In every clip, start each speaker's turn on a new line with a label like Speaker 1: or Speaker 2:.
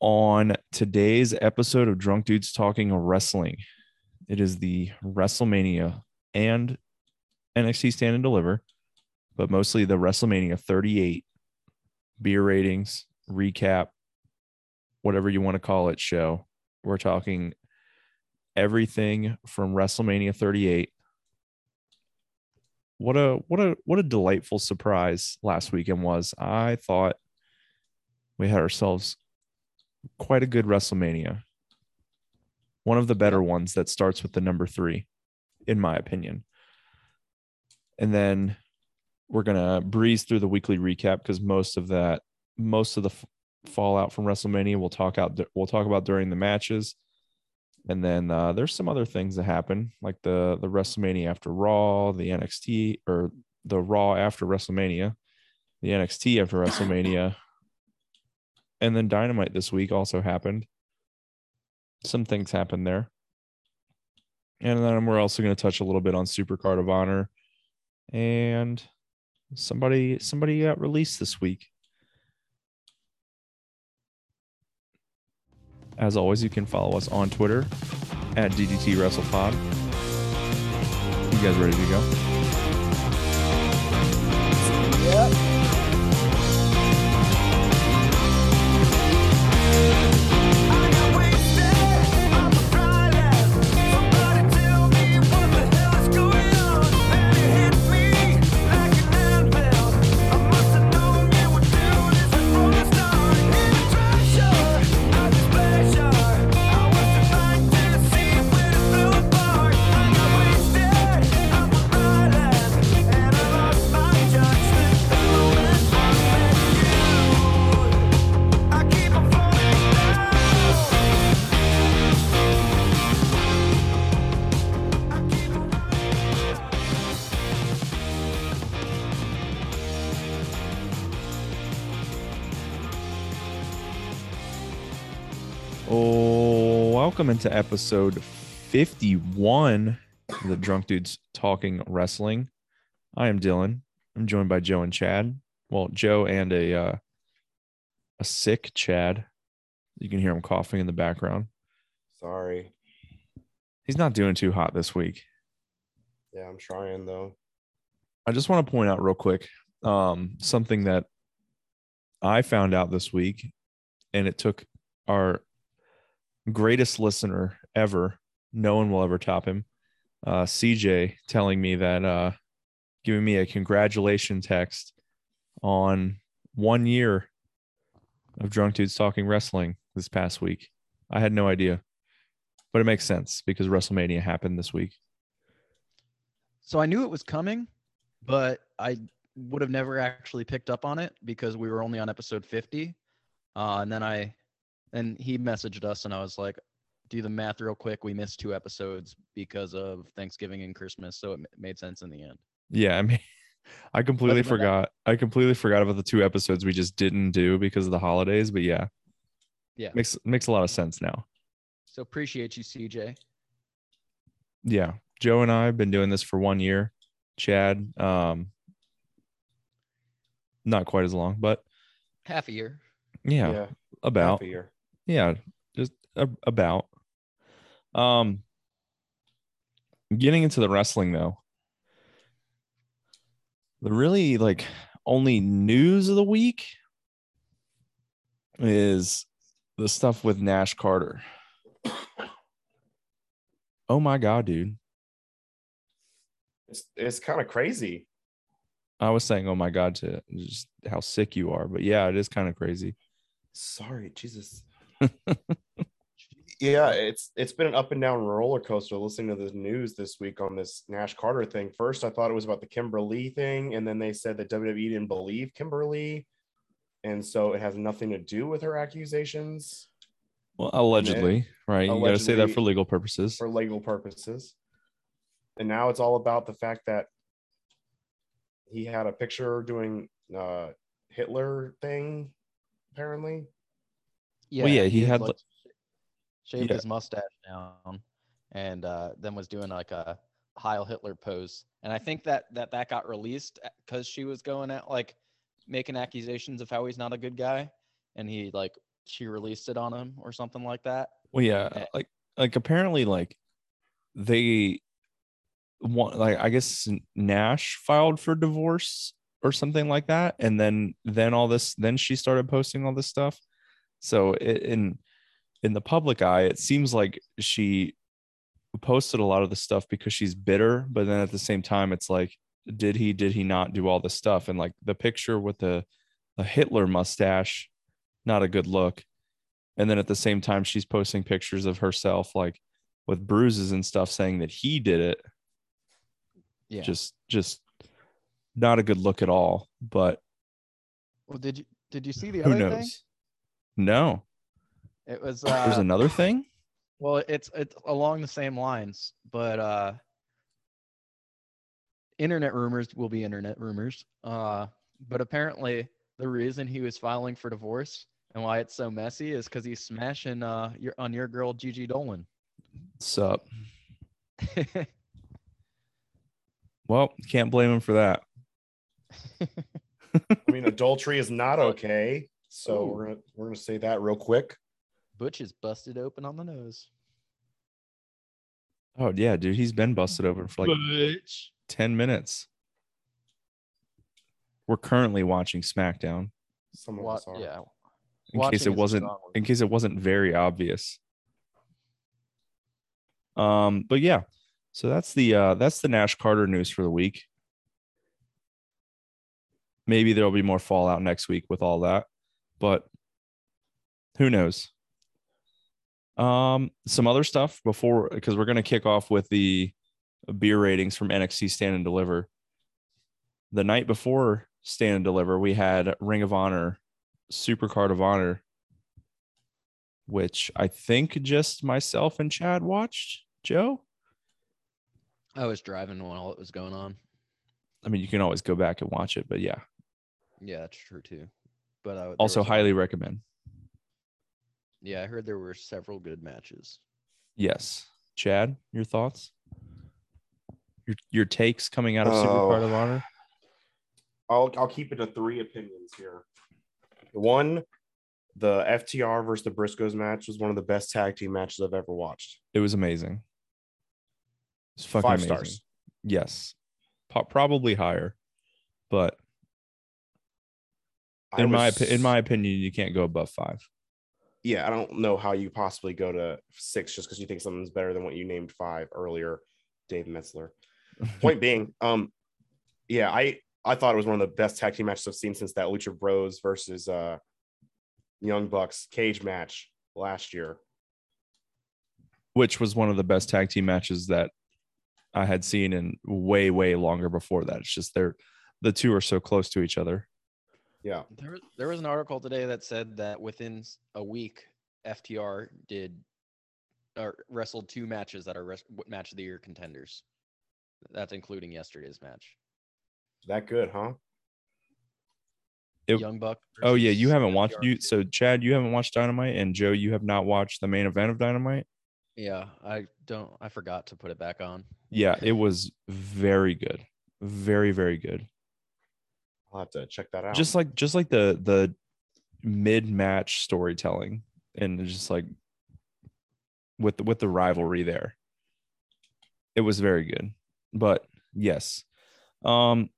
Speaker 1: on today's episode of Drunk Dudes Talking Wrestling. It is the WrestleMania and NXT Stand and Deliver, but mostly the WrestleMania 38 beer ratings, recap, whatever you want to call it, show. We're talking everything from WrestleMania 38. What a what a what a delightful surprise last weekend was. I thought we had ourselves quite a good WrestleMania. One of the better ones that starts with the number 3 in my opinion. And then we're going to breeze through the weekly recap cuz most of that most of the f- fallout from WrestleMania we'll talk out we'll talk about during the matches. And then uh, there's some other things that happen, like the the WrestleMania after Raw, the NXT or the Raw after WrestleMania, the NXT after WrestleMania, and then Dynamite this week also happened. Some things happened there, and then we're also going to touch a little bit on Supercard of Honor, and somebody somebody got released this week. As always, you can follow us on Twitter at DDT WrestlePod. You guys ready to go?
Speaker 2: Yep.
Speaker 1: Oh, welcome into episode 51 of the Drunk Dudes Talking Wrestling. I am Dylan. I'm joined by Joe and Chad. Well, Joe and a uh, a sick Chad. You can hear him coughing in the background.
Speaker 3: Sorry.
Speaker 1: He's not doing too hot this week.
Speaker 3: Yeah, I'm trying though.
Speaker 1: I just want to point out real quick um, something that I found out this week, and it took our greatest listener ever. No one will ever top him. Uh, CJ telling me that, uh, giving me a congratulation text on one year of Drunk Dudes Talking Wrestling this past week. I had no idea, but it makes sense because WrestleMania happened this week.
Speaker 2: So I knew it was coming, but I would have never actually picked up on it because we were only on episode 50. Uh, and then I, and he messaged us, and I was like, do the math real quick. We missed two episodes because of Thanksgiving and Christmas. So it ma- made sense in the end.
Speaker 1: Yeah, I mean, I completely
Speaker 2: Other than
Speaker 1: forgot. I completely forgot about the two episodes we just didn't do because of the holidays. But yeah,
Speaker 2: Yeah.
Speaker 1: makes makes a lot of sense now.
Speaker 2: So appreciate you, CJ.
Speaker 1: Yeah, Joe and I have been doing this for one year. Chad, um, not quite as long, but
Speaker 2: Half a year.
Speaker 1: yeah, about
Speaker 3: half a year.
Speaker 1: yeah just a, about um getting into the wrestling though the really like only news of the week is the stuff with nash carter oh my god dude
Speaker 3: It's it's kind of crazy.
Speaker 1: i was saying oh my god to just how sick you are but yeah it is kind of crazy
Speaker 3: Sorry, Jesus. yeah, it's it's been an up and down roller coaster listening to the news this week on this Nash Carter thing. First, I thought it was about the Kimberly thing, and then they said that WWE didn't believe Kimberly, and so it has nothing to do with her accusations
Speaker 1: well allegedly right you gotta say that
Speaker 3: Allegedly-
Speaker 1: for legal purposes
Speaker 3: for legal purposes. And now it's all about the fact that he had a picture doing uh Hitler thing, apparently.
Speaker 2: Yeah.
Speaker 1: yeah, he
Speaker 2: was,
Speaker 1: had
Speaker 2: like, shaved
Speaker 1: yeah.
Speaker 2: his mustache down, and uh, then was doing like a Heil Hitler pose. And I think that that that got released because she was going at like making accusations of how he's not a good guy, and he like she released it on him or something like that.
Speaker 1: Well, yeah,
Speaker 2: Yeah.
Speaker 1: like like apparently like they want like I guess Nash filed for divorce or something like that, and then then all this then she started posting all this stuff. So i- in in the public eye, it seems like she posted a lot of the stuff because she's bitter, but then at the same time, it's like did he did he not do all this stuff and like the picture with the a Hitler mustache, not a good look and then at the same time she's posting pictures of herself like with bruises and stuff saying that he did it
Speaker 2: Yeah.
Speaker 1: just just not a good look at all but
Speaker 2: well, did you did you see the
Speaker 1: who
Speaker 2: other
Speaker 1: knows
Speaker 2: thing?
Speaker 1: no
Speaker 2: It was
Speaker 1: there's
Speaker 2: uh,
Speaker 1: another thing
Speaker 2: well, it's it's along the same lines, but uh, internet rumors will be internet rumors. Uh, but apparently, the reason he was filing for divorce and why it's so messy is because he's smashing uh your on your girl Gigi Dolan.
Speaker 1: what's up well can't blame him for that
Speaker 3: I mean, adultery is not okay. So
Speaker 2: Oh. Ooh.
Speaker 3: we're gonna we're gonna say that real quick.
Speaker 2: Butch is busted open on the nose.
Speaker 1: oh yeah dude he's been busted open for like
Speaker 2: Butch.
Speaker 1: 10 minutes we're currently watching smackdown
Speaker 3: Some of
Speaker 2: What?
Speaker 3: us are.
Speaker 2: Yeah.
Speaker 1: in
Speaker 2: Watching
Speaker 1: case
Speaker 2: is
Speaker 1: it
Speaker 2: a
Speaker 1: wasn't
Speaker 2: strong word.
Speaker 1: in case it wasn't very obvious. Um, but yeah, so that's the uh, that's the Nash Carter news for the week. Maybe there'll be more fallout next week with all that, but who knows? Um, some other stuff before because we're gonna kick off with the beer ratings from NXT Stand and Deliver. The night before Stand and Deliver, we had Ring of Honor, Super Card of Honor, which I think just myself and Chad watched. Joe,
Speaker 2: I was driving while it was going on.
Speaker 1: I mean, you can always go back and watch it, but yeah,
Speaker 2: Yeah, that's true too. But I, there
Speaker 1: also
Speaker 2: was a-
Speaker 1: highly recommend.
Speaker 2: Yeah, I heard there were several good matches.
Speaker 1: Yes, Chad, your thoughts, your your takes coming out of Super
Speaker 3: Oh.
Speaker 1: Card of Honor.
Speaker 3: I'll I'll keep it to three opinions here. One, the FTR versus the Briscoes match was one of the best tag team matches I've ever watched.
Speaker 1: It was amazing. It's fucking
Speaker 3: Five
Speaker 1: amazing.
Speaker 3: stars.
Speaker 1: Yes, Po- probably higher, but
Speaker 3: I
Speaker 1: in my
Speaker 3: was-
Speaker 1: opi- in my opinion, you can't go above five.
Speaker 3: yeah, I don't know how you possibly go to six just because you think something's better than what you named five earlier, Dave Metzler. Point being, um, yeah, I I thought it was one of the best tag team matches I've seen since that Lucha Bros versus uh Young Bucks cage match last year.
Speaker 1: which was one of the best tag team matches that I had seen in way, way longer before that. It's just they're the two are so close to each other.
Speaker 3: Yeah,
Speaker 2: There, was- there was an article today that said that within s- a week, FTR did or wrestled two matches that are res- w- match of the year contenders. That's including yesterday's match.
Speaker 3: that good, huh?
Speaker 1: It-
Speaker 2: Young Buck.
Speaker 1: Oh yeah, you
Speaker 2: versus
Speaker 1: haven't watched
Speaker 2: FTR.
Speaker 1: you so Chad, you haven't watched Dynamite, and Joe, you have not watched the main event of Dynamite.
Speaker 2: Yeah, I don't. I forgot to put it back on.
Speaker 1: Yeah, it was very good, very very good.
Speaker 3: I'll have to check that out.
Speaker 1: Just like just like the the mid match storytelling and it's just like with the, with the rivalry there. It was very good, but yes, Um,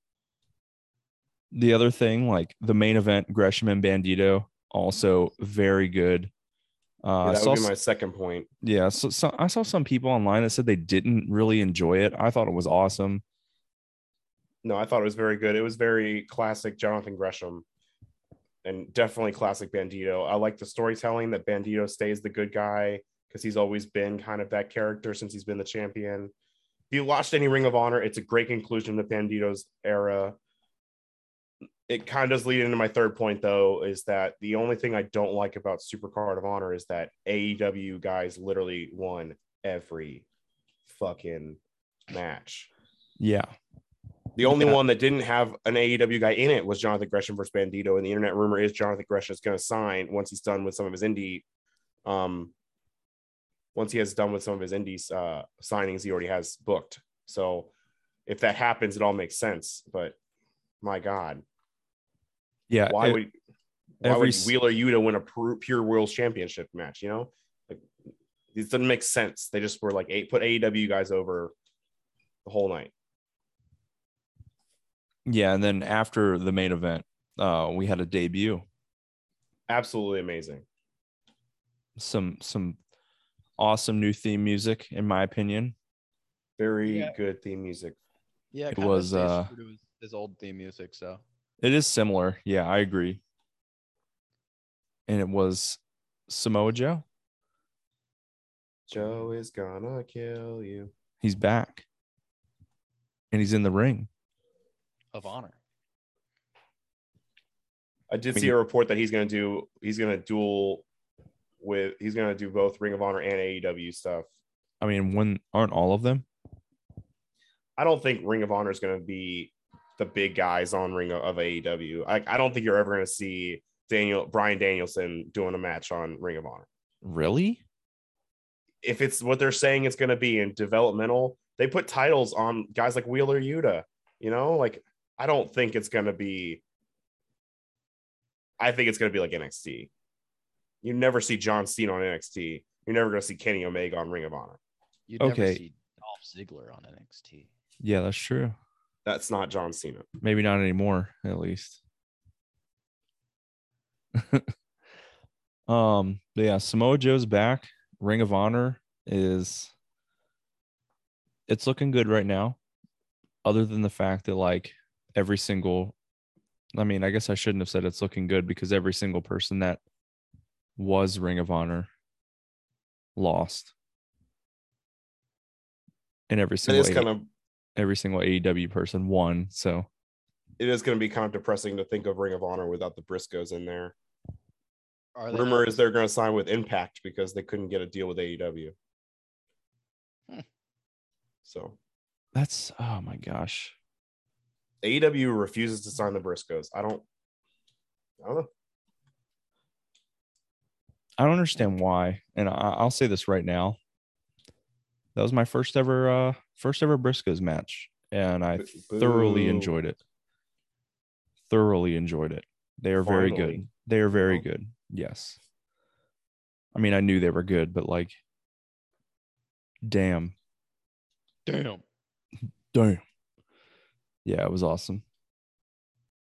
Speaker 1: the other thing, like the main event, Gresham and Bandito, also very good. Uh,
Speaker 3: Yeah,
Speaker 1: I
Speaker 3: that
Speaker 1: saw,
Speaker 3: would be my second point.
Speaker 1: yeah, so, so I saw some people online that said they didn't really enjoy it. I thought it was awesome.
Speaker 3: No, I thought it was very good. It was very classic Jonathan Gresham and definitely classic Bandito. I like the storytelling that Bandito stays the good guy because he's always been kind of that character since he's been the champion. If you watched any Ring of Honor, it's a great conclusion to Bandito's era. It kind of does lead into my third point, though, is that the only thing I don't like about Super Card of Honor is that AEW guys literally won every fucking match.
Speaker 1: Yeah,
Speaker 3: The only
Speaker 1: Yeah.
Speaker 3: one that didn't have an AEW guy in it was Jonathan Gresham versus Bandito, and the internet rumor is Jonathan Gresham is going to sign once he's done with some of his indie, um, once he has done with some of his indie uh, signings he already has booked. So if that happens, it all makes sense. But my God,
Speaker 1: yeah.
Speaker 3: why
Speaker 1: it-
Speaker 3: would Why
Speaker 1: Every
Speaker 3: would
Speaker 1: s-
Speaker 3: Wheeler Yuta win a pure, pure world championship match? You know, like it doesn't make sense. They just were like eight put AEW guys over the whole night.
Speaker 1: Yeah, and then after the main event, uh, we had a debut.
Speaker 3: Absolutely amazing.
Speaker 1: Some some awesome new theme music, in my opinion.
Speaker 3: Very
Speaker 2: Yeah.
Speaker 3: good theme music.
Speaker 2: Yeah,
Speaker 1: It
Speaker 2: kinda
Speaker 1: was,
Speaker 2: stays
Speaker 1: uh,
Speaker 2: true to his, his old theme music. So
Speaker 1: It is similar. Yeah, I agree. And it was Samoa Joe.
Speaker 3: Joe is gonna kill you.
Speaker 1: He's back. And he's in the ring.
Speaker 2: of honor.
Speaker 3: I did see a report that he's gonna do. He's gonna duel with. He's gonna do both Ring of Honor and AEW stuff.
Speaker 1: I mean, when aren't all of them?
Speaker 3: I don't think Ring of Honor is going to be the big guys on Ring of, of AEW. I, I don't think you're ever going to see Daniel Brian Danielson doing a match on Ring of Honor.
Speaker 1: Really?
Speaker 3: If it's what they're saying it's going to be in developmental, they put titles on guys like Wheeler Yuta. You know, like I don't think it's going to be. I think it's going to be like NXT. You never see John Cena on NXT. You're never going to see Kenny Omega on Ring of Honor.
Speaker 2: You'd never
Speaker 1: Okay.
Speaker 2: see Dolph Ziggler on NXT.
Speaker 1: Yeah, that's true.
Speaker 3: That's not John Cena.
Speaker 1: Maybe not anymore, at least. um, but yeah, Samoa Joe's back. Ring of Honor is it's looking good right now. Other than the fact that like every single I mean, I guess I shouldn't have said it's looking good because every single person that was Ring of Honor lost. And every
Speaker 3: It
Speaker 1: single
Speaker 3: is
Speaker 1: A-
Speaker 3: kind of
Speaker 1: every single AEW person won. So
Speaker 3: it is going to be kind of depressing to think of Ring of Honor without the Briscoes in there.
Speaker 2: Are they
Speaker 3: Rumor
Speaker 2: not-
Speaker 3: is they're going to sign with Impact because they couldn't get a E deal with AEW.
Speaker 2: Hmm.
Speaker 3: So
Speaker 1: That's oh my gosh.
Speaker 3: AEW E refuses to sign the Briscoes. I don't. I don't know.
Speaker 1: I don't understand why. And I, I'll say this right now. That was my first ever uh first ever Briscoes match. And I
Speaker 3: Boo-
Speaker 1: thoroughly
Speaker 3: boo.
Speaker 1: enjoyed it. Thoroughly enjoyed it. They are very
Speaker 3: Finally.
Speaker 1: good. They are very
Speaker 3: Oh.
Speaker 1: good. Yes. I mean, I knew they were good, but like damn.
Speaker 2: Damn.
Speaker 1: Damn. Yeah, it was awesome.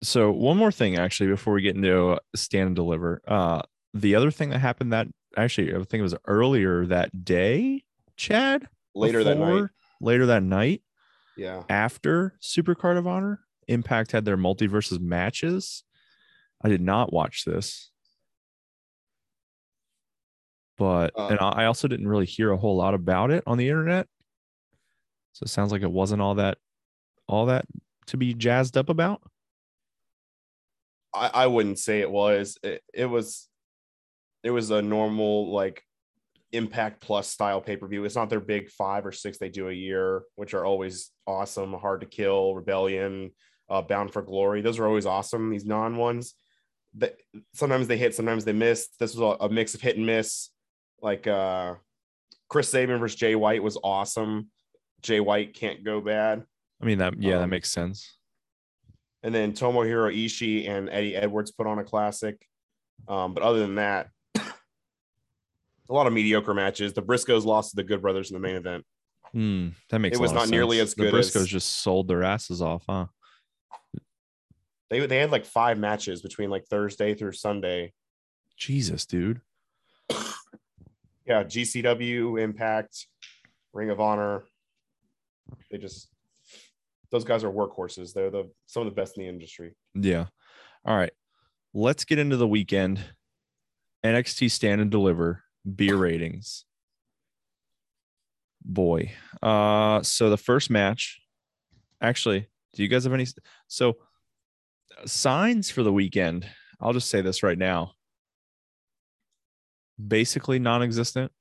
Speaker 1: So one more thing, actually, before we get into uh, stand and deliver, uh, the other thing that happened that actually I think it was earlier that day, Chad.
Speaker 3: Later that night.
Speaker 1: before- Later that night,
Speaker 3: Yeah.
Speaker 1: after Super Card of Honor, Impact had their multiverses matches. I did not watch this, but
Speaker 3: Uh,
Speaker 1: and I I also didn't really hear a whole lot about it on the internet. So it sounds like it wasn't all that, all that to be jazzed up about.
Speaker 3: I, I wouldn't say it was. It, it was. It was a normal like Impact Plus style pay per view. It's not their big five or six they do a year, which are always awesome. Hard to Kill, Rebellion, uh, Bound for Glory. Those are always awesome. These non ones. That sometimes they hit, sometimes they miss. This was a, a mix of hit and miss. Like uh, Chris Sabin versus Jay White was awesome. Jay White can't go bad.
Speaker 1: I mean that yeah, that
Speaker 3: Um,
Speaker 1: makes sense.
Speaker 3: And then Tomohiro Ishii and Eddie Edwards put on a classic. Um, but other than that, a lot of mediocre matches. The Briscoes lost to the Good Brothers in the main event.
Speaker 1: Hmm, that makes.
Speaker 3: it was
Speaker 1: a lot of
Speaker 3: not nearly
Speaker 1: sense.
Speaker 3: as good
Speaker 1: The
Speaker 3: as-
Speaker 1: Briscoes just sold their asses off, huh?
Speaker 3: They, they had like five matches between like Thursday through Sunday.
Speaker 1: Jesus, dude.
Speaker 3: Yeah, GCW, Impact, Ring of Honor. They just those guys are workhorses. They're the some of the best in the industry.
Speaker 1: Yeah. All right. Let's get into the weekend. NXT stand and deliver beer ratings. Boy. Uh so the first match actually, do you guys have any so uh, signs for the weekend? I'll just say this right now. Basically non-existent.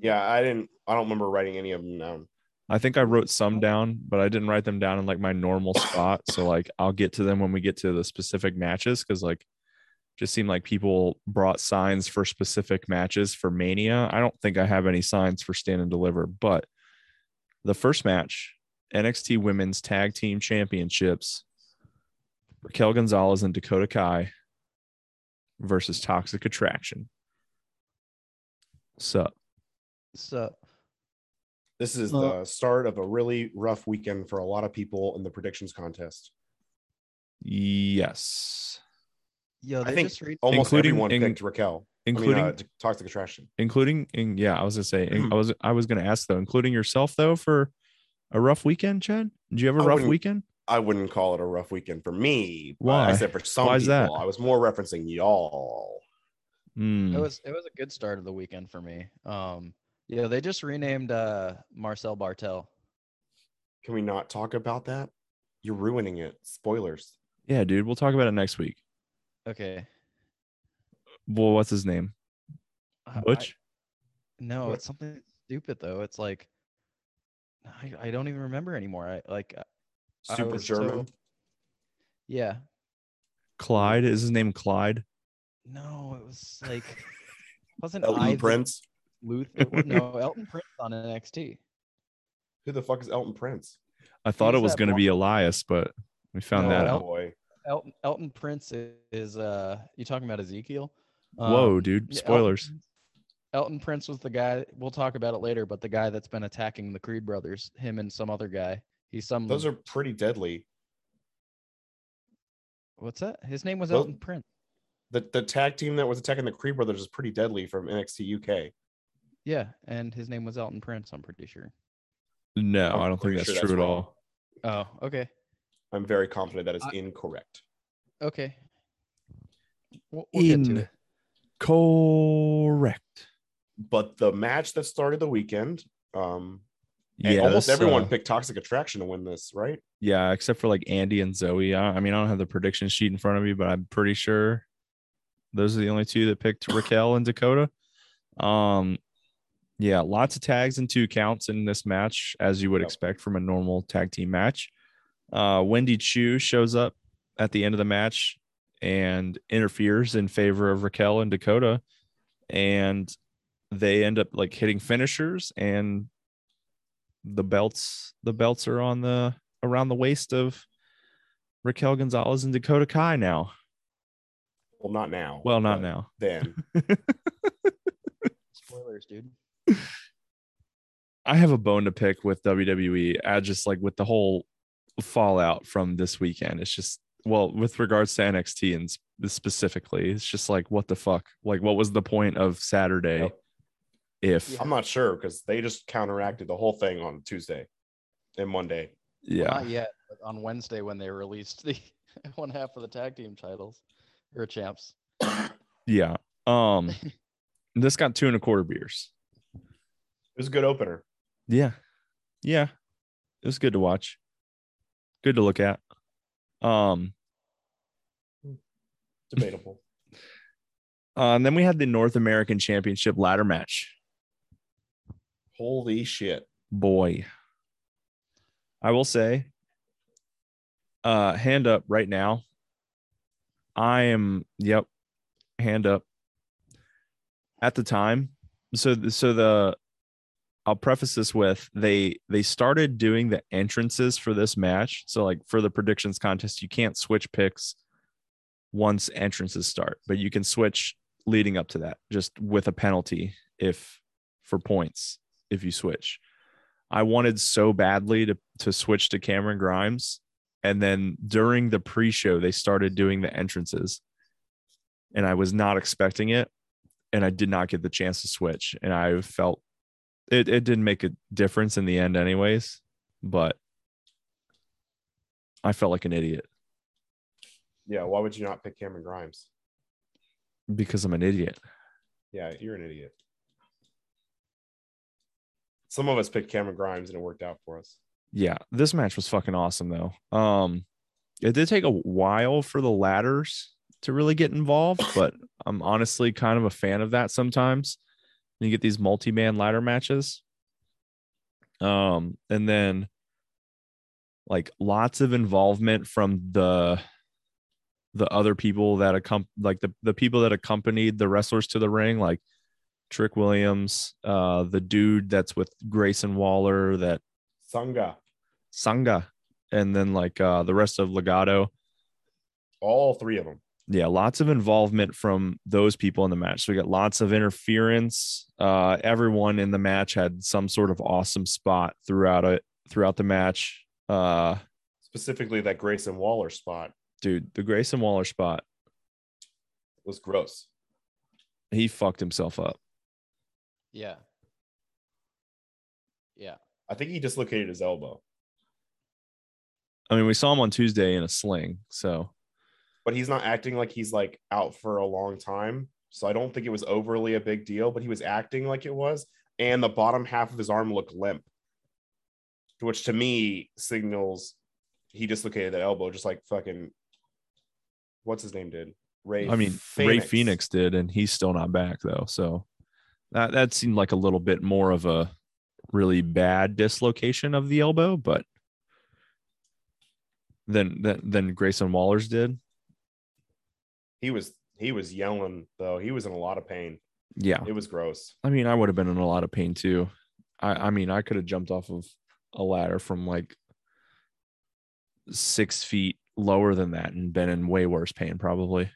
Speaker 3: Yeah, I didn't. I don't remember writing any of them down.
Speaker 1: I think I wrote
Speaker 3: Oh.
Speaker 1: some down, but I didn't write them down in like my normal spot. So like I'll get to them when we get to the specific matches because like just seemed like people brought signs for specific matches for Mania. I don't think I have any signs for Stand and Deliver, but the first match, NXT Women's Tag Team Championships, Raquel Gonzalez and Dakota Kai versus Toxic Attraction. So
Speaker 2: So
Speaker 3: This is
Speaker 2: Well-
Speaker 3: the start of a really rough weekend for a lot of people in the predictions contest.
Speaker 1: yes,
Speaker 2: yo,
Speaker 3: I
Speaker 2: they
Speaker 3: think
Speaker 2: just read
Speaker 3: Almost
Speaker 1: Including-
Speaker 3: everyone
Speaker 1: in-
Speaker 3: picked Raquel,
Speaker 1: including
Speaker 3: I mean, uh, t- toxic attraction.
Speaker 1: including in, yeah, I was gonna say in- I was I was gonna ask though, including yourself though for a rough weekend, Chad. Did you have a
Speaker 3: I
Speaker 1: rough
Speaker 3: wouldn't-
Speaker 1: weekend?
Speaker 3: I wouldn't call it a rough weekend for me. but
Speaker 1: Why?
Speaker 3: I said for some
Speaker 1: Why is
Speaker 3: people.
Speaker 1: that?
Speaker 3: I was more referencing y'all.
Speaker 1: Hmm.
Speaker 2: It
Speaker 3: Mm.
Speaker 2: was it was a good start of the weekend for me. Um, yeah, they just renamed uh Marcel Bartel.
Speaker 3: Can we not talk about that? You're ruining it. Spoilers.
Speaker 1: yeah, dude. We'll talk about it next week.
Speaker 2: Okay,
Speaker 1: Well, what's his name?
Speaker 2: I- I-
Speaker 1: Butch.
Speaker 2: no,
Speaker 3: What?
Speaker 2: it's something stupid though. It's like I, I don't even remember anymore. I like uh, I
Speaker 3: Super
Speaker 2: was
Speaker 3: German.
Speaker 2: so- yeah,
Speaker 1: Clyde is his name. Clyde.
Speaker 2: no, it was like wasn't
Speaker 3: Elton
Speaker 2: Ivan
Speaker 3: Prince.
Speaker 2: Luther? wa- No, Elton Prince on NXT.
Speaker 3: Who the fuck is Elton Prince? Oh,
Speaker 1: I thought it
Speaker 2: was
Speaker 1: was
Speaker 2: that
Speaker 1: going to
Speaker 2: blonde-
Speaker 1: be Elias, but we found
Speaker 2: No,
Speaker 1: that
Speaker 2: I
Speaker 1: out.
Speaker 2: don't-
Speaker 3: boy.
Speaker 2: Elton Elton Prince i- is uh you talking about Ezekiel?
Speaker 1: Whoa,
Speaker 2: Um,
Speaker 1: dude!
Speaker 2: yeah, Elton
Speaker 1: Spoilers.
Speaker 2: Prince- Elton Prince was the guy. We'll talk about it later, but the guy that's been attacking the Creed brothers, him and some other guy. He's some.
Speaker 3: Those are pretty deadly.
Speaker 2: what's that? His name was
Speaker 3: those-
Speaker 2: Elton Prince.
Speaker 3: The the tag team that was attacking the Creed brothers is pretty deadly from NXT UK.
Speaker 2: Yeah, and his name was Elton Prince. I'm pretty sure.
Speaker 1: no,
Speaker 3: I'm
Speaker 1: I don't think
Speaker 3: pretty
Speaker 1: that's
Speaker 3: sure
Speaker 1: true
Speaker 3: that's
Speaker 1: at
Speaker 3: wrong.
Speaker 1: all.
Speaker 2: Oh, okay,
Speaker 3: I'm very confident that is
Speaker 2: I-
Speaker 3: incorrect.
Speaker 2: okay. We'll, we'll get
Speaker 1: In-
Speaker 2: to it.
Speaker 1: Correct.
Speaker 3: But the match that started the weekend, um, and
Speaker 1: Yeah,
Speaker 3: almost
Speaker 1: this,
Speaker 3: everyone
Speaker 1: uh,
Speaker 3: picked Toxic Attraction to win this, right?
Speaker 1: Yeah, except for like Andy and Zoe. I, I mean, I don't have the prediction sheet in front of me, but I'm pretty sure those are the only two that picked Raquel and Dakota. Um, yeah, lots of tags and two counts in this match, as you would
Speaker 3: Yep.
Speaker 1: expect from a normal tag team match. Uh, Wendy Chu shows up at the end of the match and interferes in favor of Raquel and Dakota, and they end up like hitting finishers and the belts the belts are on the around the waist of Raquel Gonzalez and Dakota Kai now.
Speaker 3: Well, not now.
Speaker 1: Well, not
Speaker 3: but
Speaker 1: now.
Speaker 3: Then
Speaker 2: Spoilers, dude.
Speaker 1: I have a bone to pick with WWE. I uh, just like with the whole fallout from this weekend. It's just well, with regards to NXT and s- specifically, it's just like what the fuck? Like what was the point of Saturday
Speaker 3: Yep.
Speaker 1: if
Speaker 3: I'm not sure because they just counteracted the whole thing on Tuesday and Monday.
Speaker 1: yeah.
Speaker 2: Not yet. But on Wednesday, when they released the one half of the tag team titles or champs.
Speaker 1: Yeah. Um this got two and a quarter beers.
Speaker 3: It was a good opener.
Speaker 1: Yeah. Yeah. It was good to watch. Good to look at. Um
Speaker 3: Debatable.
Speaker 1: uh, and then we had the North American Championship ladder match.
Speaker 3: Holy shit.
Speaker 1: Boy. I will say uh hand up right now. I am yep. Hand up. At the time, so th- so the I'll preface this with they they started doing the entrances for this match. So like for the predictions contest, you can't switch picks once entrances start, but you can switch leading up to that just with a penalty if for points if you switch. I wanted so badly to to switch to Cameron Grimes and then during the pre-show they started doing the entrances. And I was not expecting it and I did not get the chance to switch and I felt it, it didn't make a difference in the end anyways but i felt like an idiot
Speaker 3: Yeah. Why would you not pick Cameron Grimes?
Speaker 1: because i'm an idiot
Speaker 3: Yeah, you're an idiot. Some of us picked Cameron Grimes and it worked out for us.
Speaker 1: yeah this match was fucking awesome though um it did take a while for the ladders to really get involved but i'm honestly kind of a fan of that sometimes you get these multi-man ladder matches um and then like lots of involvement from the the other people that accom- like the, the people that accompanied the wrestlers to the ring like trick williams uh the dude that's with grayson waller that
Speaker 3: Sangha,
Speaker 1: Sangha, and then like uh, the rest of Legato.
Speaker 3: all three of them.
Speaker 1: yeah, lots of involvement from those people in the match. So we got lots of interference. Uh, everyone in the match had some sort of awesome spot throughout it throughout the match. Uh,
Speaker 3: Specifically, that Grayson Waller spot
Speaker 1: dude, the Grayson Waller spot,
Speaker 3: was gross.
Speaker 1: he fucked himself up.
Speaker 2: Yeah. Yeah.
Speaker 3: I think he dislocated his elbow,
Speaker 1: I mean, we saw him on Tuesday in a sling, so
Speaker 3: but he's not acting like he's like out for a long time. So I don't think it was overly a big deal, but he was acting like it was. And the bottom half of his arm looked limp, which to me signals he dislocated that elbow, just like fucking what's his name did. Ray.
Speaker 1: I mean, Ray Phoenix did, and he's still not back though. So that that seemed like a little bit more of a really bad dislocation of the elbow, but than than than Grayson Waller's did.
Speaker 3: He was he was yelling though. He was in a lot of pain.
Speaker 1: Yeah,
Speaker 3: It was gross.
Speaker 1: I mean, I would have been in a lot of pain too. I I mean, I could have jumped off of a ladder from like six feet lower than that and been in way worse pain probably.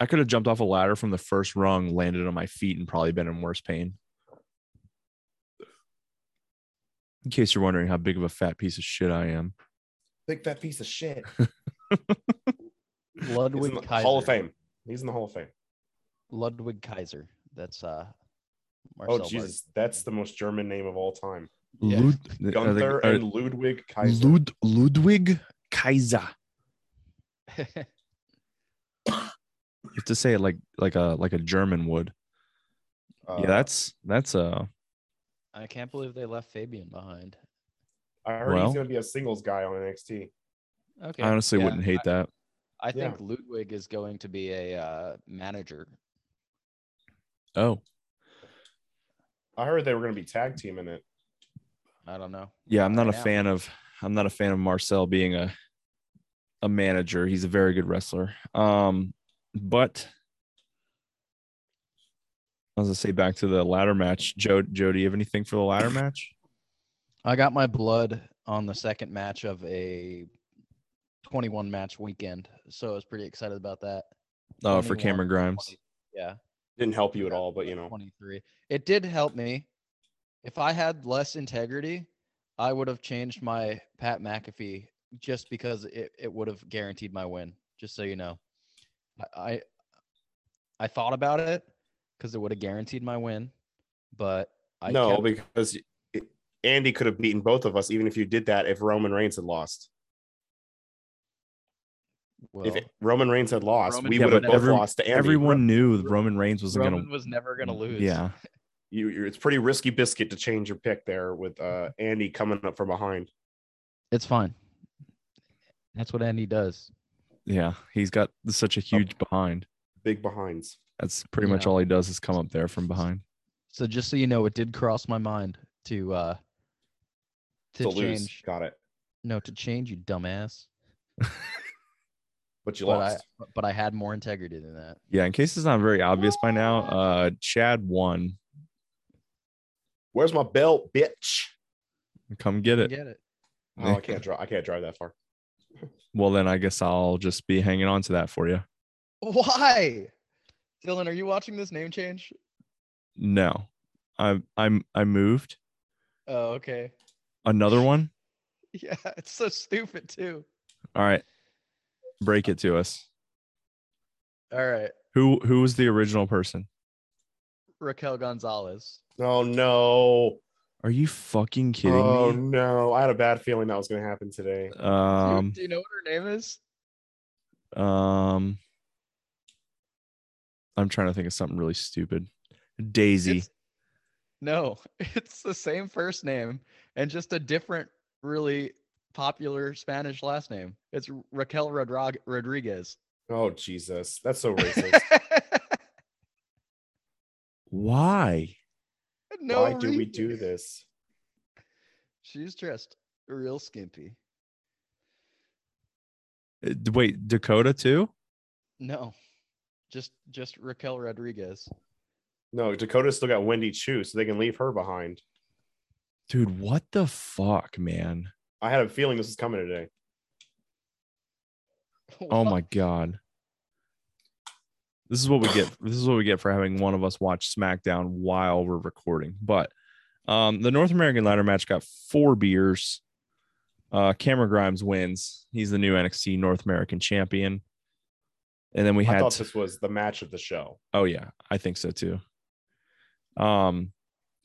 Speaker 1: I could have jumped off a ladder from the first rung, landed on my feet, and probably been in worse pain. In case you're wondering how big of a fat piece of shit I am,
Speaker 3: Big fat piece of shit. He's in
Speaker 2: Ludwig
Speaker 3: the
Speaker 2: Kaiser.
Speaker 3: Hall of Fame. He's in the Hall of Fame.
Speaker 2: Ludwig Kaiser. That's uh
Speaker 3: Oh
Speaker 2: Marcel Bard.
Speaker 3: Jesus, that's the most German name of all time.
Speaker 2: Yeah.
Speaker 1: Lud- are they-
Speaker 3: Gunther
Speaker 1: are-
Speaker 3: and Ludwig Kaiser.
Speaker 1: Lud- Ludwig Kaiser. You have to say it like like a like a German would.
Speaker 3: Uh,
Speaker 1: yeah, that's that's uh
Speaker 2: I can't believe they left Fabian behind.
Speaker 3: I heard
Speaker 1: well.
Speaker 3: he's gonna be a singles guy on NXT.
Speaker 2: Okay.
Speaker 1: I honestly
Speaker 2: yeah,
Speaker 1: wouldn't hate that.
Speaker 2: I, I
Speaker 3: Yeah.
Speaker 2: think Ludwig is going to be a uh, manager.
Speaker 1: Oh
Speaker 3: I heard they were gonna be tag team in it.
Speaker 2: I don't know.
Speaker 1: yeah, I'm not a
Speaker 2: Yeah.
Speaker 1: fan of I'm not a fan of Marcel being a a manager. He's a very good wrestler. Um, but I was gonna say back to the ladder match. Joe, Joe, do you have anything for the ladder match?
Speaker 2: I got my blood on the second match of a 21 match weekend, so I was pretty excited about that.
Speaker 1: Oh, for
Speaker 2: 21,
Speaker 1: Cameron Grimes.
Speaker 2: 20 Yeah,
Speaker 3: Didn't help you at all, but you know,
Speaker 2: 23. It did help me. If I had less integrity, I would have changed my Pat McAfee just because it, it would have guaranteed my win. Just so you know, I I, I thought about it because it would have guaranteed my win, but I
Speaker 3: no,
Speaker 2: kept-
Speaker 3: because it- Andy could have beaten both of us even if you did that. If Roman Reigns had lost,
Speaker 2: well,
Speaker 3: if Roman Reigns had lost,
Speaker 2: Roman-
Speaker 3: we
Speaker 2: Yeah,
Speaker 3: would have
Speaker 2: but
Speaker 3: both
Speaker 1: every-
Speaker 3: lost to Andy.
Speaker 1: Everyone knew that Roman Reigns wasn't
Speaker 2: Roman
Speaker 1: gonna
Speaker 2: was never gonna Mm, lose.
Speaker 1: Yeah,
Speaker 3: you, you it's pretty risky biscuit to change your pick there with uh, Andy coming up from behind.
Speaker 2: It's fine. That's what Andy does.
Speaker 1: yeah. He's got such a huge behind.
Speaker 3: Big behinds.
Speaker 1: That's pretty much
Speaker 2: Yeah.
Speaker 1: all he does is come up there from behind.
Speaker 2: So just so you know, it did cross my mind to uh to,
Speaker 3: To, lose.
Speaker 2: change.
Speaker 3: Got it.
Speaker 2: No, to change, you dumbass.
Speaker 3: But you
Speaker 2: But I
Speaker 3: lost.
Speaker 2: but I had more integrity than that.
Speaker 1: Yeah, in case it's not very obvious by now, uh Chad won.
Speaker 3: Where's my belt, bitch?
Speaker 1: Come get it.
Speaker 2: Get it.
Speaker 3: Oh, I can't drive. I can't drive that far.
Speaker 1: Well, then I guess I'll just be hanging on to that for you.
Speaker 2: Why? Dylan, are you watching this name change?
Speaker 1: No, I I'm I moved
Speaker 2: Oh, okay.
Speaker 1: another one.
Speaker 2: Yeah, it's so stupid too.
Speaker 1: All right, break it to us.
Speaker 2: All right.
Speaker 1: Who who was the original person?
Speaker 2: Raquel Gonzalez.
Speaker 3: Oh no.
Speaker 1: Are you fucking kidding
Speaker 3: oh no. I had a bad feeling that was gonna happen today.
Speaker 1: me? Um
Speaker 2: do you know what her name is?
Speaker 1: um, I'm trying to think of something really stupid. Daisy.
Speaker 2: It's- no, it's the same first name and just a different, really popular Spanish last name. It's Raquel Rodrog- Rodriguez.
Speaker 3: Oh Jesus. That's so racist.
Speaker 1: Why?
Speaker 2: no,
Speaker 3: Why do we
Speaker 2: reason.
Speaker 3: do this?
Speaker 2: She's dressed real skimpy.
Speaker 1: Uh, d- Wait, Dakota too?
Speaker 2: No, just just Raquel Rodriguez.
Speaker 3: No, Dakota's still got Wendy Chu, so they can leave her behind.
Speaker 1: Dude, what the fuck, man?
Speaker 3: I had a feeling this was coming today.
Speaker 1: Oh my god. This is what we get. This is what we get for having one of us watch SmackDown while we're recording. But um, the North American ladder match got four beers. Uh, Cameron Grimes wins. He's the new NXT North American champion. And then we
Speaker 3: I
Speaker 1: had
Speaker 3: thought
Speaker 1: t-
Speaker 3: this was the match of the show.
Speaker 1: Oh yeah, I think so too. Um,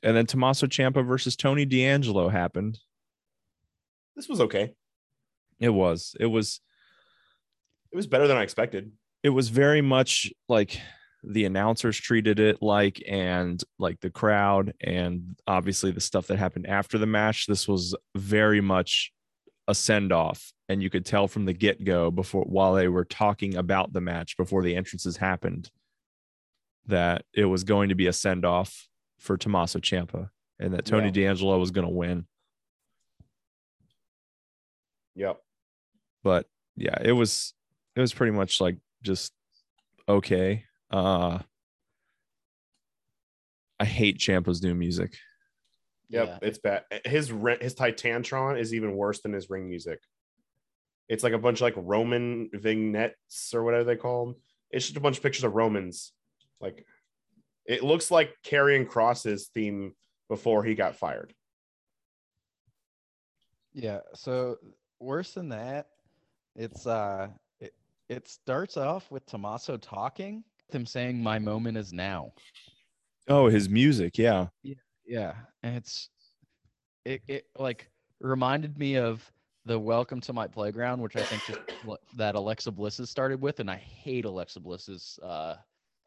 Speaker 1: and then Tommaso Ciampa versus Tony D'Angelo happened.
Speaker 3: This was okay.
Speaker 1: It was. It was.
Speaker 3: It was better than I expected.
Speaker 1: It was very much like the announcers treated it like, and like the crowd, and obviously the stuff that happened after the match. This was very much a send off, and you could tell from the get go before while they were talking about the match before the entrances happened that it was going to be a send off for Tommaso Ciampa, and that Tony
Speaker 3: Yeah.
Speaker 1: D'Angelo was going to win.
Speaker 3: Yep.
Speaker 1: but yeah it was it was pretty much like just okay uh i hate champa's new music
Speaker 3: Yep. It's bad. Eh, His re- his Titantron is even worse than his ring music. It's like a bunch of like Roman vignettes or whatever they call them. It's just a bunch of pictures of Romans. Like it looks like Carrying Cross's theme before he got fired.
Speaker 2: Yeah. So worse than that, it's uh, it, it starts off with Tommaso talking, with him saying, "My moment is now."
Speaker 1: oh his music yeah
Speaker 2: Yeah, and it's it it like reminded me of the "Welcome to My Playground," which I think just what- that Alexa Bliss has started with, and I hate Alexa Bliss's uh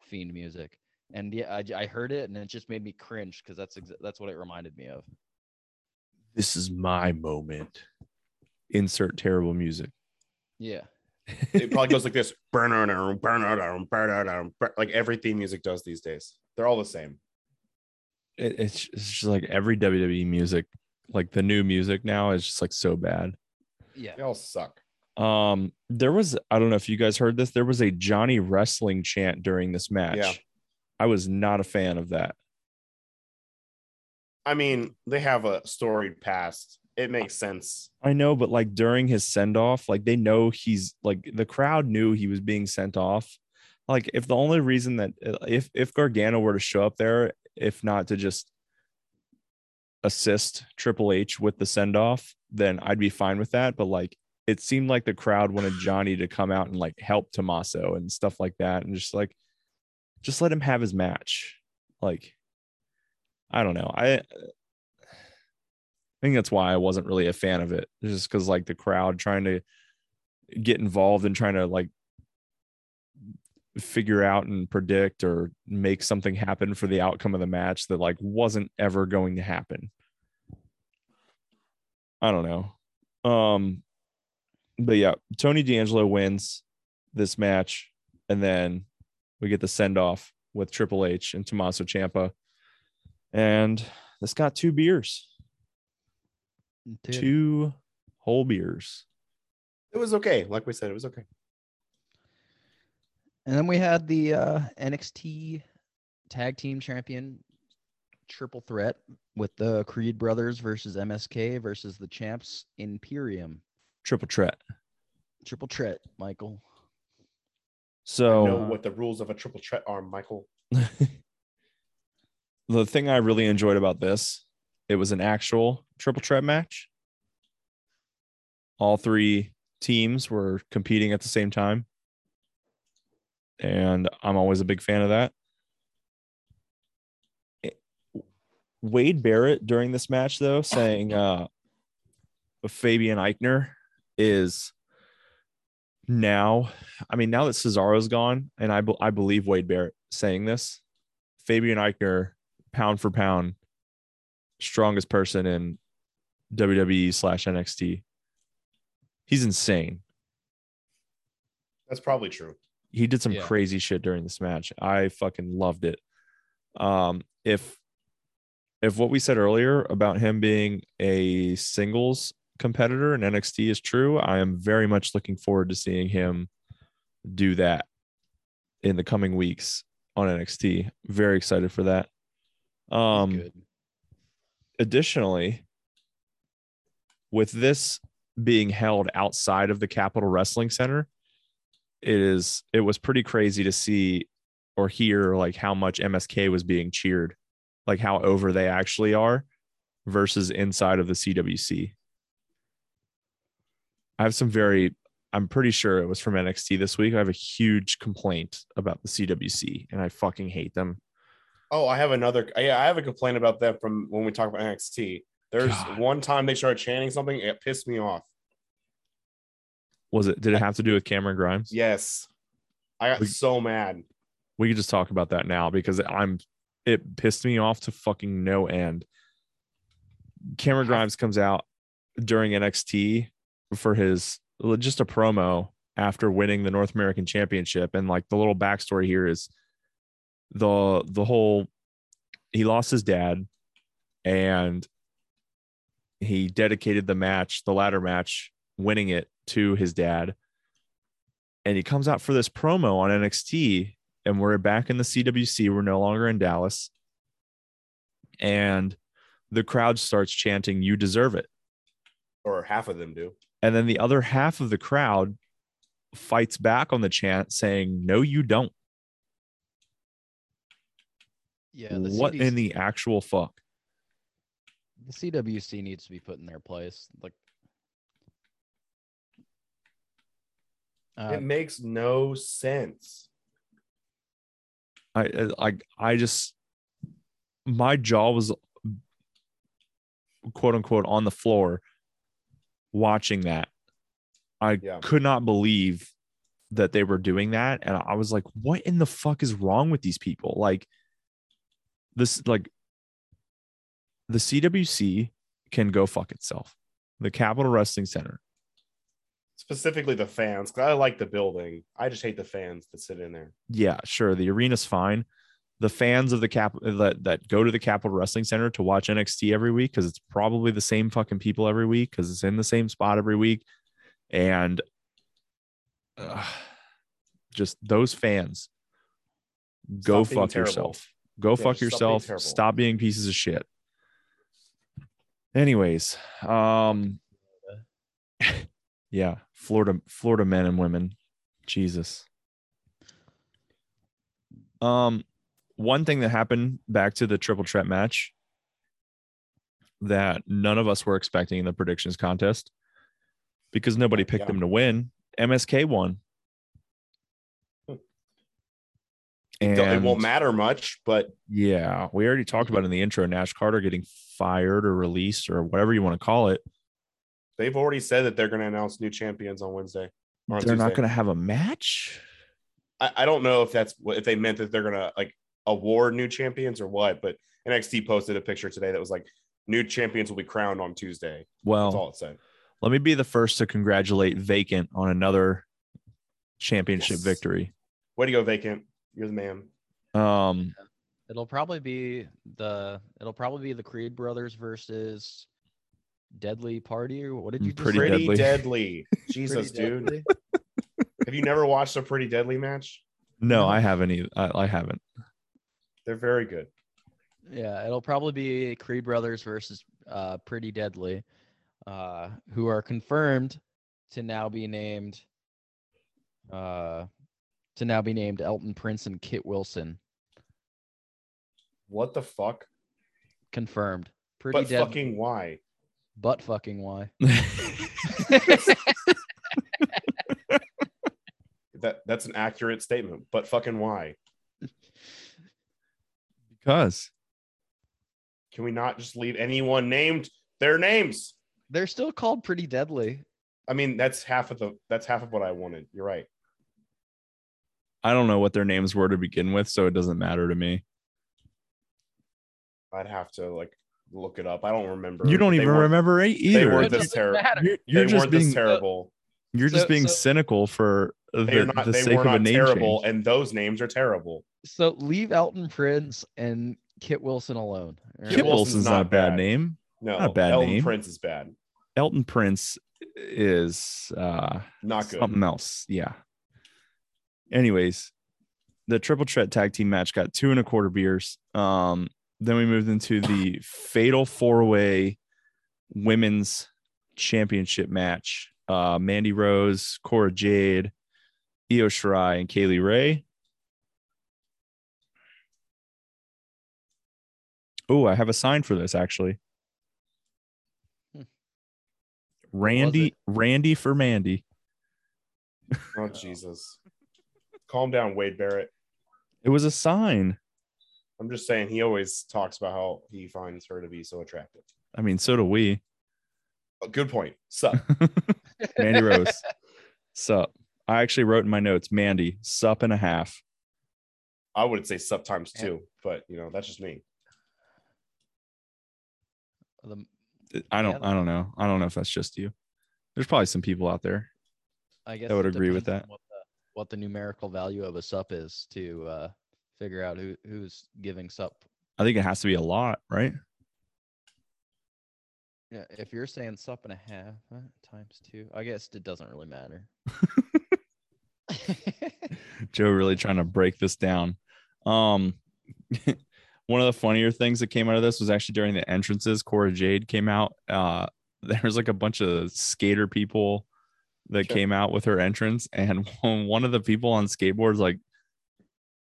Speaker 2: fiend music. And yeah, I, I heard it, and it just made me cringe because that's exa- that's what it reminded me of.
Speaker 1: this is my moment insert terrible music
Speaker 2: Yeah.
Speaker 3: It probably goes like this burner, burner, burner, like every theme music does these days. They're all the same.
Speaker 1: it, it's it's just like every wwe music like the new music now is just like so bad
Speaker 2: Yeah.
Speaker 3: They all suck.
Speaker 1: um there was i don't know if you guys heard this there was a johnny wrestling chant during this match
Speaker 3: Yeah.
Speaker 1: i was not a fan of that
Speaker 3: I mean, they have a storied past. It makes sense.
Speaker 1: I know, but like during his send off, like they know he's like the crowd knew he was being sent off. Like if the only reason that uh, if if Gargano were to show up there, if not to just assist Triple H with the send off, then I'd be fine with that. But like it seemed like the crowd wanted Johnny to come out and like help Tommaso and stuff like that, and just like just let him have his match. Like I don't know, I I think that's why I wasn't really a fan of it, just because like the crowd trying to get involved and trying to like figure out and predict or make something happen for the outcome of the match that like wasn't ever going to happen. I don't know. Um but yeah, Tony D'Angelo wins this match and then we get the send off with Triple H and Tommaso Ciampa. And this got two beers two whole beers.
Speaker 3: It was okay. Like we said, it was okay.
Speaker 2: And then we had the uh, NXT Tag Team Champion Triple Threat with the Creed Brothers versus MSK versus the Champs Imperium.
Speaker 1: Triple threat.
Speaker 2: Triple Threat, Michael.
Speaker 1: So
Speaker 3: know
Speaker 2: Uh,
Speaker 3: what the rules of a triple threat are, Michael.
Speaker 1: the thing I really enjoyed about this, it was an actual triple threat match. All three teams were competing at the same time. And I'm always a big fan of that. It- Wade Barrett during this match, though, saying uh, Fabian Eichner is now, I mean, now that Cesaro's gone, and I, be- I believe Wade Barrett saying this, Fabian Eichner, pound for pound, strongest person in WWE slash NXT. He's insane.
Speaker 3: That's probably true.
Speaker 1: He did some
Speaker 2: Yeah.
Speaker 1: crazy shit during this match. I fucking loved it. Um, if if what we said earlier about him being a singles competitor in NXT is true, I am very much looking forward to seeing him do that in the coming weeks on NXT. Very excited for that.
Speaker 2: He's
Speaker 1: Um,
Speaker 2: good.
Speaker 1: additionally, with this being held outside of the Capitol Wrestling Center, it is it was pretty crazy to see or hear like how much MSK was being cheered, like how over they actually are versus inside of the CWC. I have some very I'm pretty sure it was from NXT this week. I have a huge complaint about the CWC and I fucking hate them.
Speaker 3: Oh, I have another. Yeah, I have a complaint about that from when we talk about NXT. There's
Speaker 1: God.
Speaker 3: one time they started chanting something, it pissed me off.
Speaker 1: Was it did it have to do with Cameron Grimes?
Speaker 3: Yes, I got
Speaker 1: We-
Speaker 3: so mad.
Speaker 1: we could just talk about that now because I'm it pissed me off to fucking no end. Cameron Grimes comes out during NXT for his just a promo after winning the North American Championship and like the little backstory here is the the whole he lost his dad and he dedicated the match, the ladder match, winning it to his dad. And he comes out for this promo on NXT and we're back in the CWC. We're no longer in Dallas. And the crowd starts chanting, You deserve it.
Speaker 3: Or half of them do.
Speaker 1: And then the other half of the crowd fights back on the chant, saying, No, you don't.
Speaker 2: Yeah, the,
Speaker 1: what
Speaker 2: CDC
Speaker 1: in the actual fuck?
Speaker 2: the CWC needs to be put in their place. Like, uh,
Speaker 3: it makes no sense.
Speaker 1: I I- like I just my jaw was quote unquote on the floor watching that. I
Speaker 3: Yeah.
Speaker 1: could not believe that they were doing that and I was like what in the fuck is wrong with these people? Like this like the CWC can go fuck itself. The Capital Wrestling Center.
Speaker 3: Specifically the fans, because I like the building. I just hate the fans that sit in there.
Speaker 1: yeah, sure, the arena's fine. The fans of the cap that, that go to the Capital Wrestling Center to watch NXT every week because it's probably the same fucking people every week because it's in the same spot every week, and uh, just those fans go
Speaker 3: Stop being
Speaker 1: fuck
Speaker 3: terrible.
Speaker 1: yourself. Go
Speaker 3: Yeah,
Speaker 1: fuck
Speaker 3: just stop being
Speaker 1: yourself.
Speaker 3: terrible.
Speaker 1: Stop being pieces of shit. Anyways, um, yeah, Florida, Florida men and women, Jesus. Um, one thing that happened back to the triple threat match that none of us were expecting in the predictions contest because nobody picked
Speaker 3: Oh,
Speaker 1: them
Speaker 3: Yeah.
Speaker 1: to win. MSK won.
Speaker 3: Hmm.
Speaker 1: And
Speaker 3: Don't- it won't matter much, but
Speaker 1: yeah, we already talked about in the intro Nash Carter getting fired or released or whatever you want to call it.
Speaker 3: they've already said that they're going to announce new champions on Wednesday. Or on
Speaker 1: They're not
Speaker 3: Tuesday.
Speaker 1: going to have a match.
Speaker 3: I, I don't know if that's what if they meant that they're gonna like award new champions or what, but NXT posted a picture today that was like new champions will be crowned on Tuesday. That's
Speaker 1: Well,
Speaker 3: all it said.
Speaker 1: let me be the first to congratulate Vacant on another championship
Speaker 3: Yes.
Speaker 1: victory.
Speaker 3: Way to go, vacant. You're the man.
Speaker 1: Um,
Speaker 2: it'll probably be the it'll probably be the Creed brothers versus Deadly Party. or What did you just
Speaker 1: Mm, Pretty
Speaker 3: Pretty,
Speaker 2: say?
Speaker 1: deadly.
Speaker 3: deadly. Jesus,
Speaker 2: Pretty
Speaker 3: dude.
Speaker 2: Deadly?
Speaker 3: Have you never watched a pretty deadly match?
Speaker 1: no, I haven't. Either. I, I haven't.
Speaker 3: They're very good.
Speaker 2: Yeah, it'll probably be Creed Brothers versus uh, Pretty Deadly, uh, who are confirmed to now be named uh, to now be named Elton Prince and Kit Wilson.
Speaker 3: What the fuck?
Speaker 2: Confirmed. Pretty
Speaker 3: But
Speaker 2: Deadly.
Speaker 3: fucking why?
Speaker 2: Butt fucking why?
Speaker 3: That that's an accurate statement. But fucking why?
Speaker 1: because
Speaker 3: Can we not just leave anyone named their names?
Speaker 2: They're still called Pretty Deadly.
Speaker 3: I mean, that's half of the that's half of what I wanted. You're right.
Speaker 1: I don't know what their names were to begin with, so it doesn't matter to me.
Speaker 3: I'd have to like look it up. I don't remember.
Speaker 1: You don't
Speaker 3: They
Speaker 1: even
Speaker 3: weren't-
Speaker 1: remember e- either.
Speaker 3: weren't
Speaker 2: It
Speaker 3: this
Speaker 2: doesn't
Speaker 3: terri-
Speaker 2: matter.
Speaker 1: You're, you're
Speaker 3: they
Speaker 1: just
Speaker 3: weren't
Speaker 1: being
Speaker 3: this terrible.
Speaker 1: you're just
Speaker 2: So-
Speaker 1: being
Speaker 2: so-
Speaker 1: cynical for
Speaker 3: They
Speaker 1: the,
Speaker 3: are not.
Speaker 1: the
Speaker 3: they
Speaker 1: sake
Speaker 3: were
Speaker 1: of a
Speaker 3: not
Speaker 1: name
Speaker 3: terrible,
Speaker 1: change.
Speaker 3: and those names are terrible.
Speaker 2: So leave Elton Prince and Kit Wilson alone. all
Speaker 1: Kit
Speaker 3: Kit Wilson's
Speaker 2: right?
Speaker 1: Wilson's not a
Speaker 3: not
Speaker 1: bad
Speaker 3: bad.
Speaker 1: name.
Speaker 3: No,
Speaker 1: Not a bad
Speaker 3: Elton
Speaker 1: name.
Speaker 3: Prince is bad.
Speaker 1: Elton Prince is uh
Speaker 3: Not good.
Speaker 1: something else. Yeah. Anyways, the triple threat tag team match got two and a quarter beers. Um, then we moved into the fatal four way women's championship match. Uh, Mandy Rose, Cora Jade, Io Shirai and Kaylee Ray. Oh, I have a sign for this actually.
Speaker 2: Hmm.
Speaker 1: Randy,
Speaker 2: it?
Speaker 1: Randy for Mandy.
Speaker 3: Oh Jesus. Calm down, Wade Barrett.
Speaker 1: It was a sign.
Speaker 3: I'm just saying he always talks about how he finds her to be so attractive.
Speaker 1: I mean, so do we.
Speaker 3: Oh, good point. Sup.
Speaker 1: Mandy Rose. Sup. I actually wrote in my notes, Mandy, sup and a half.
Speaker 3: I would say sup times
Speaker 2: Yeah.
Speaker 3: two, but you know, that's just me.
Speaker 2: The-
Speaker 1: I don't I don't know. I don't know if that's just you. There's probably some people out there.
Speaker 2: I guess
Speaker 1: I would
Speaker 2: it
Speaker 1: agree with
Speaker 2: depends
Speaker 1: that.
Speaker 2: on What the, what the numerical value of a sup is to uh, figure out who who's giving sup.
Speaker 1: I think it has to be a lot, right?
Speaker 2: Yeah, if you're saying sup and a half uh, times two, I guess it doesn't really matter.
Speaker 1: Joe really trying to break this down. Um, one of the funnier things that came out of this was actually during the entrances. Cora Jade came out. Uh, there was like a bunch of skater people that
Speaker 3: Sure.
Speaker 1: came out with her entrance, and one one of the people on skateboards like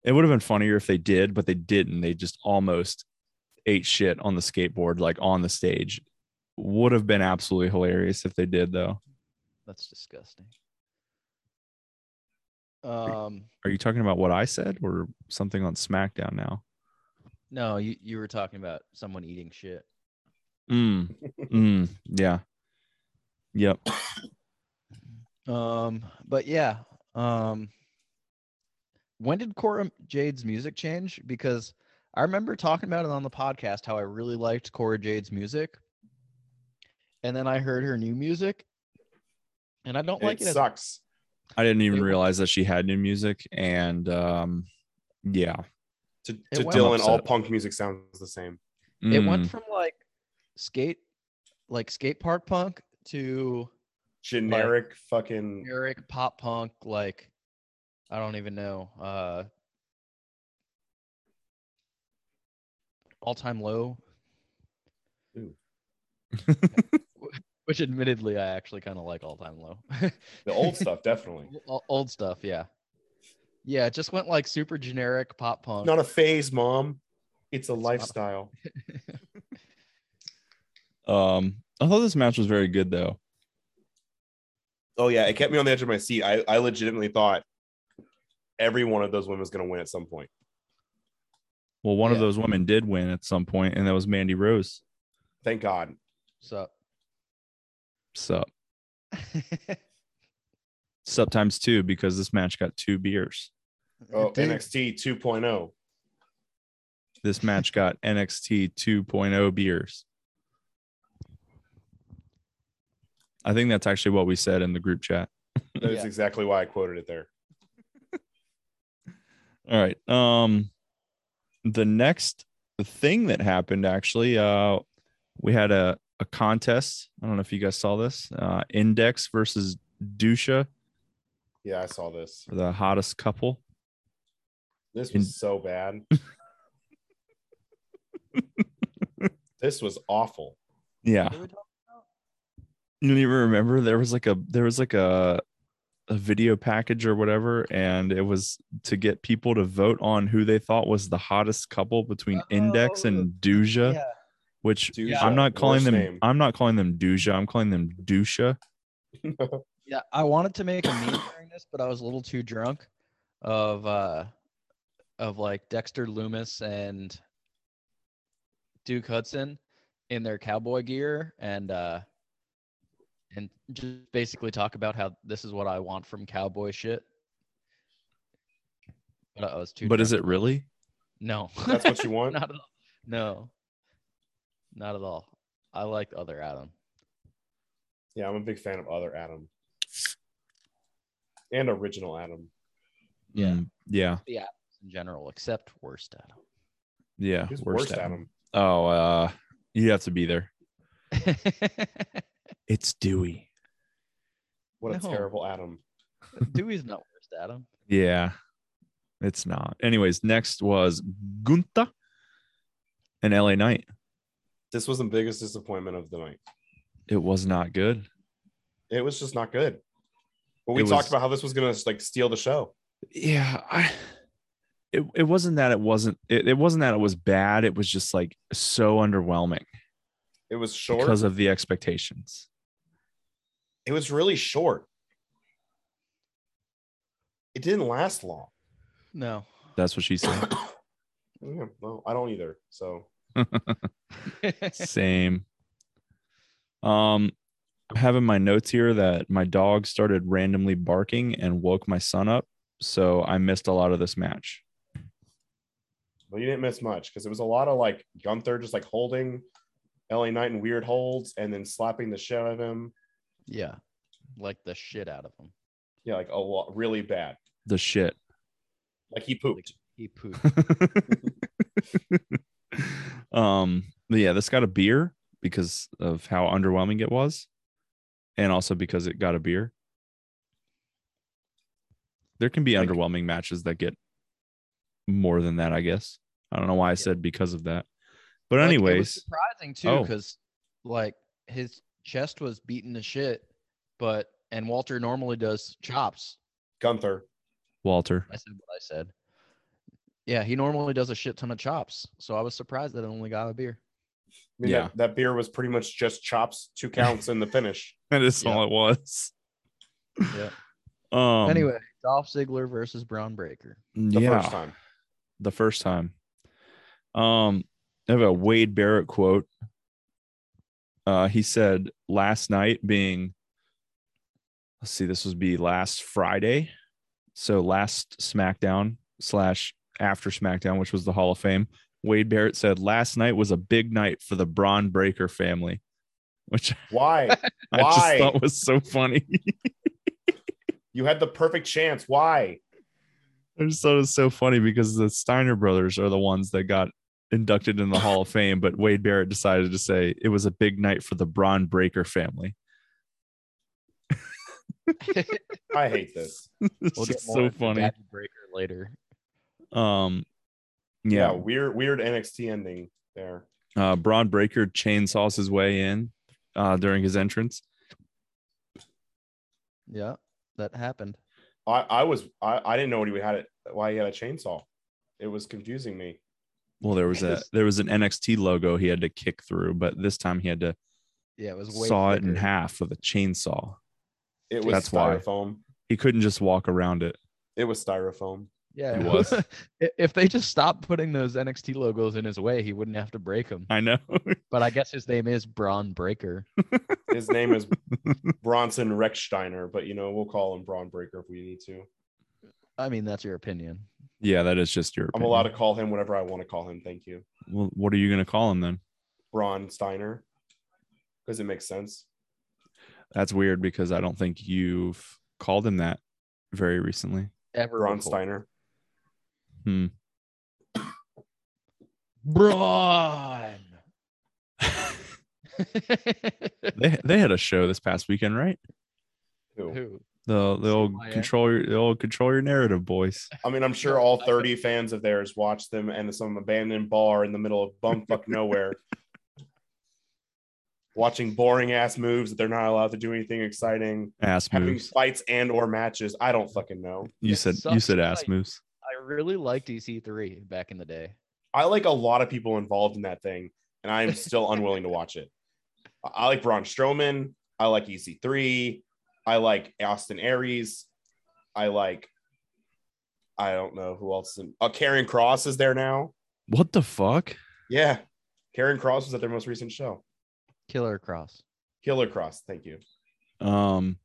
Speaker 1: it would have been funnier if they did, but they didn't. They just almost ate shit on the skateboard, like on the stage. Would have been absolutely hilarious if they did, though.
Speaker 2: That's disgusting. Um,
Speaker 1: Are you talking about what I said or something on SmackDown now?
Speaker 2: no, you you were talking about someone eating shit.
Speaker 1: Mm. mm. Yeah. Yep.
Speaker 2: Um, but yeah. Um, when did Cora Jade's music change? Because I remember talking about it on the podcast how I really liked Cora Jade's music, and then I heard her new music, and I don't like
Speaker 3: it
Speaker 2: it. as-
Speaker 3: sucks.
Speaker 1: I didn't even
Speaker 2: It-
Speaker 1: realize that she had new music. And um, yeah.
Speaker 3: To,
Speaker 2: It
Speaker 3: to
Speaker 2: went-
Speaker 3: Dylan, all
Speaker 1: upset.
Speaker 3: punk music sounds the same.
Speaker 2: It
Speaker 1: Mm.
Speaker 2: went from like skate, like skate park punk to
Speaker 3: Generic fucking
Speaker 2: generic pop punk. Like I don't even know. Uh, all time low which admittedly I actually kind of like all time low.
Speaker 3: the old stuff, definitely.
Speaker 2: O- Old stuff, yeah. Yeah, it just went like super generic pop punk.
Speaker 3: Not a phase, mom. It's a
Speaker 2: not a-
Speaker 3: lifestyle.
Speaker 1: Um, I thought this match was very good, though.
Speaker 3: Oh yeah, it kept me on the edge of my seat. I, I legitimately thought every one of those women was gonna win at some point.
Speaker 1: Well, one of
Speaker 2: Yeah.
Speaker 1: those women did win at some point, and that was Mandy Rose.
Speaker 3: Thank God.
Speaker 2: so
Speaker 1: Sup. Sup times two, because this match got two beers.
Speaker 3: Oh,
Speaker 2: Dude,
Speaker 3: NXT 2.0.
Speaker 1: This match got NXT 2.0 beers. I think that's actually what we said in the group chat.
Speaker 3: That is
Speaker 2: Yeah.
Speaker 3: exactly why I quoted it there.
Speaker 1: All right. Um, the next thing that happened actually, uh, we had a a contest. I don't know if you guys saw this. Uh, Index versus Dusha,
Speaker 3: Yeah, I saw this.
Speaker 1: for the hottest couple.
Speaker 3: This
Speaker 1: In-
Speaker 3: was so bad. this was awful.
Speaker 1: Yeah,
Speaker 2: what are we talking-
Speaker 1: you don't even remember there was like a there was like a a video package or whatever, and it was to get people to vote on who they thought was the hottest couple between Index and Dusha,
Speaker 2: Yeah.
Speaker 1: which.
Speaker 3: Dusha,
Speaker 1: I'm not calling
Speaker 3: worst
Speaker 1: them.
Speaker 3: name.
Speaker 1: I'm not calling them Dusha. I'm calling them Dusha.
Speaker 2: yeah, I wanted to make a meme during this, but I was a little too drunk of uh of like Dexter Loomis and Duke Hudson in their cowboy gear and uh and just basically talk about how this is what I want from cowboy shit. But I was too
Speaker 1: But is
Speaker 2: drunk.
Speaker 1: it really?
Speaker 2: No.
Speaker 3: That's what you want.
Speaker 2: Not at all. No. Not at all. I like other Adam.
Speaker 3: Yeah, I'm a big fan of other Adam. And original Adam.
Speaker 2: Yeah.
Speaker 1: Mm, yeah.
Speaker 2: In general, except worst Adam.
Speaker 1: Yeah.
Speaker 3: Who's
Speaker 1: Ah, worst
Speaker 3: worst Adam?
Speaker 1: Adam. Oh, uh, you have to be there. It's Dewey.
Speaker 3: What a
Speaker 2: No.
Speaker 3: terrible Adam.
Speaker 2: Dewey's not worst Adam.
Speaker 1: Yeah. It's not. Anyways, next was Gunta and LA Knight.
Speaker 3: This was the biggest disappointment of the night.
Speaker 1: It was not good.
Speaker 3: It was just not good. But we
Speaker 1: It
Speaker 3: talked
Speaker 1: was-
Speaker 3: about how this was gonna like steal the show.
Speaker 1: yeah i it, it wasn't that it wasn't it, it wasn't that it was bad it was just like so underwhelming
Speaker 3: It was short.
Speaker 1: because of the expectations
Speaker 3: it was really short. It didn't last long.
Speaker 2: No.
Speaker 1: that's what she said
Speaker 3: yeah, well, I don't either. So
Speaker 1: same um i'm having my notes here that my dog started randomly barking and woke my son up so i missed a lot of this match
Speaker 3: well, you didn't miss much because it was a lot of like Gunther just like holding LA Knight in weird holds and then slapping the shit out of him.
Speaker 2: yeah. Like the shit out of him.
Speaker 3: Yeah, like a lot really bad.
Speaker 1: the shit
Speaker 3: Like he pooped.
Speaker 2: He pooped.
Speaker 1: um but yeah this got a beer because of how underwhelming it was and also because it got a beer there can be
Speaker 2: Like-
Speaker 1: underwhelming matches that get more than that i guess i don't know why i said because of that but
Speaker 2: Like, it was
Speaker 1: anyways
Speaker 2: surprising too,
Speaker 1: Oh.
Speaker 2: because like his chest was beaten to shit, but and Walter normally does chops.
Speaker 3: Gunther.
Speaker 1: walter
Speaker 2: I said what I said. Yeah, he normally does a shit ton of chops, so I was surprised that it only got a beer.
Speaker 3: I mean,
Speaker 1: Yeah.
Speaker 3: that, that beer was pretty much just chops, two counts, and the finish.
Speaker 1: that is
Speaker 2: Yeah.
Speaker 1: all it was
Speaker 2: Yeah.
Speaker 1: um
Speaker 2: anyway, Dolph Ziggler versus Braun Breaker.
Speaker 3: The
Speaker 1: yeah
Speaker 3: first time.
Speaker 1: the first time. Um, I have a Wade Barrett quote. Uh, he said last night being, let's see, this was be last Friday, so last SmackDown slash after SmackDown, which was the Hall of Fame. Wade Barrett said last night was a big night for the Braun Breaker family, which
Speaker 3: Why?
Speaker 1: I just
Speaker 3: Why?
Speaker 1: thought was so funny.
Speaker 3: you had the perfect chance. Why?
Speaker 1: I just thought it was so funny because the Steiner brothers are the ones that got inducted in the Hall of Fame, but Wade Barrett decided to say it was a big night for the Braun Breaker family.
Speaker 3: I hate this.
Speaker 1: It's
Speaker 2: We'll get
Speaker 1: just
Speaker 2: more
Speaker 1: so
Speaker 2: into
Speaker 1: funny.
Speaker 2: Daddy Breaker later.
Speaker 1: Um, yeah,
Speaker 3: weird, weird NXT ending there.
Speaker 1: uh, Braun Breaker chainsaws his way in uh, during his entrance.
Speaker 2: Yeah, that happened.
Speaker 3: I, I was I, I didn't know what he had it why he had a chainsaw. It was confusing me.
Speaker 1: Well, there was a there was an NXT logo he had to kick through, but this time he had to
Speaker 2: Yeah, it was way
Speaker 1: saw it in
Speaker 2: thicker.
Speaker 1: half with a chainsaw.
Speaker 3: It was
Speaker 1: That's why.
Speaker 3: styrofoam.
Speaker 1: He couldn't just walk around it.
Speaker 3: It was styrofoam.
Speaker 2: Yeah,
Speaker 1: It was.
Speaker 2: I- if they just stopped putting those NXT logos in his way, he wouldn't have to break them.
Speaker 1: I know.
Speaker 2: But I guess his name is Braun Breaker.
Speaker 3: His name is Bronson Recksteiner, but you know we'll call him Braun Breaker if we need to.
Speaker 2: I mean, that's your opinion.
Speaker 1: yeah, that is just your.
Speaker 3: I'm allowed to call him whatever I want to call him. Thank you,
Speaker 1: Well, what are you going to call him then?
Speaker 3: Braun Steiner, because it makes sense.
Speaker 1: That's weird because I don't think you've called him that very recently.
Speaker 2: Ever
Speaker 3: Braun
Speaker 2: before.
Speaker 3: Steiner.
Speaker 1: Hmm.
Speaker 2: Braun.
Speaker 1: They they had a show this past weekend, right?
Speaker 3: Who?
Speaker 2: Who?
Speaker 1: The the old
Speaker 2: CYN.
Speaker 1: control your the old control your narrative boys.
Speaker 3: I mean, I'm sure all 30 fans of theirs watched them and some abandoned bar in the middle of bumfuck nowhere, watching boring ass moves that they're not allowed to do anything exciting.
Speaker 1: Ass
Speaker 3: having
Speaker 1: moves.
Speaker 3: fights and or matches. I don't fucking know.
Speaker 1: You
Speaker 2: It
Speaker 1: said you
Speaker 2: sucks
Speaker 1: said
Speaker 2: to
Speaker 1: ass
Speaker 2: fight.
Speaker 1: moves.
Speaker 2: I really liked EC3 back in the day.
Speaker 3: I like a lot of people involved in that thing, and I'm still unwilling to watch it. I- I like Braun Strowman. I like EC3. I like Austin Aries. I like. I don't know who else. In, uh, Karen Cross is there now.
Speaker 1: What the fuck?
Speaker 3: Yeah, Karen Cross was at their most recent show.
Speaker 2: Killer Cross.
Speaker 3: Killer Cross. Thank you.
Speaker 1: Um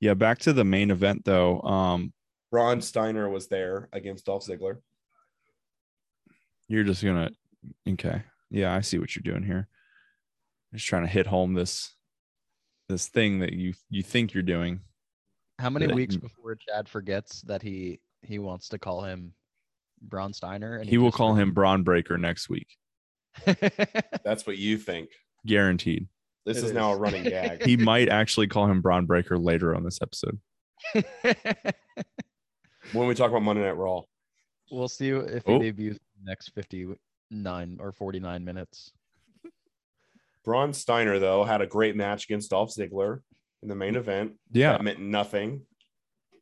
Speaker 1: yeah, back to the main event though. Um
Speaker 3: Braun Steiner was there against Dolph Ziggler.
Speaker 1: you're just gonna okay. Yeah, I see what you're doing here. Just trying to hit home this this thing that you you think you're doing.
Speaker 2: How many
Speaker 1: Yeah.
Speaker 2: weeks before Chad forgets that he he wants to call him Braun Steiner?
Speaker 1: He will
Speaker 2: just
Speaker 1: call him Braun Breaker next week.
Speaker 3: That's what you think.
Speaker 1: Guaranteed.
Speaker 3: This
Speaker 2: It
Speaker 3: is now a
Speaker 2: is.
Speaker 3: running gag.
Speaker 1: he might actually call him Braun Breaker later on this episode.
Speaker 3: when we talk about Monday Night Raw,
Speaker 2: we'll see if he
Speaker 1: Oh.
Speaker 2: debuts in the next 59 or 49 minutes.
Speaker 3: Braun Steiner, though, had a great match against Dolph Ziggler in the main event.
Speaker 1: Yeah,
Speaker 3: That meant nothing.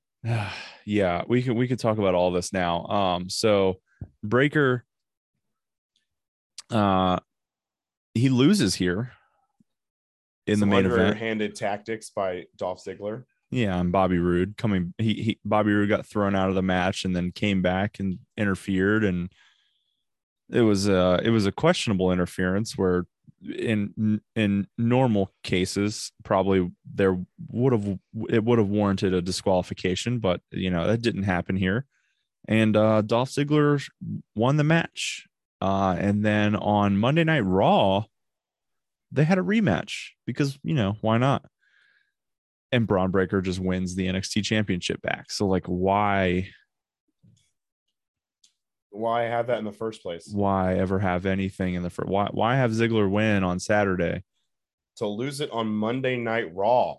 Speaker 1: yeah, we can we could talk about all this now. Um, so Breaker, uh, he loses here in
Speaker 3: Some
Speaker 1: the main event.
Speaker 3: underhanded tactics by Dolph Ziggler.
Speaker 1: Yeah, and Bobby Roode coming. He, he Bobby Roode got thrown out of the match and then came back and interfered, and it was a it was a questionable interference where in in normal cases probably there would have it would have warranted a disqualification, but you know that didn't happen here, and uh, Dolph Ziggler won the match, uh, and then on Monday Night Raw, they had a rematch because you know why not and Braun Breaker just wins the NXT championship back. So like why
Speaker 3: Why have that in the first place?
Speaker 1: why ever have anything in the first why why have Ziggler win on Saturday?
Speaker 3: To lose it on Monday Night Raw.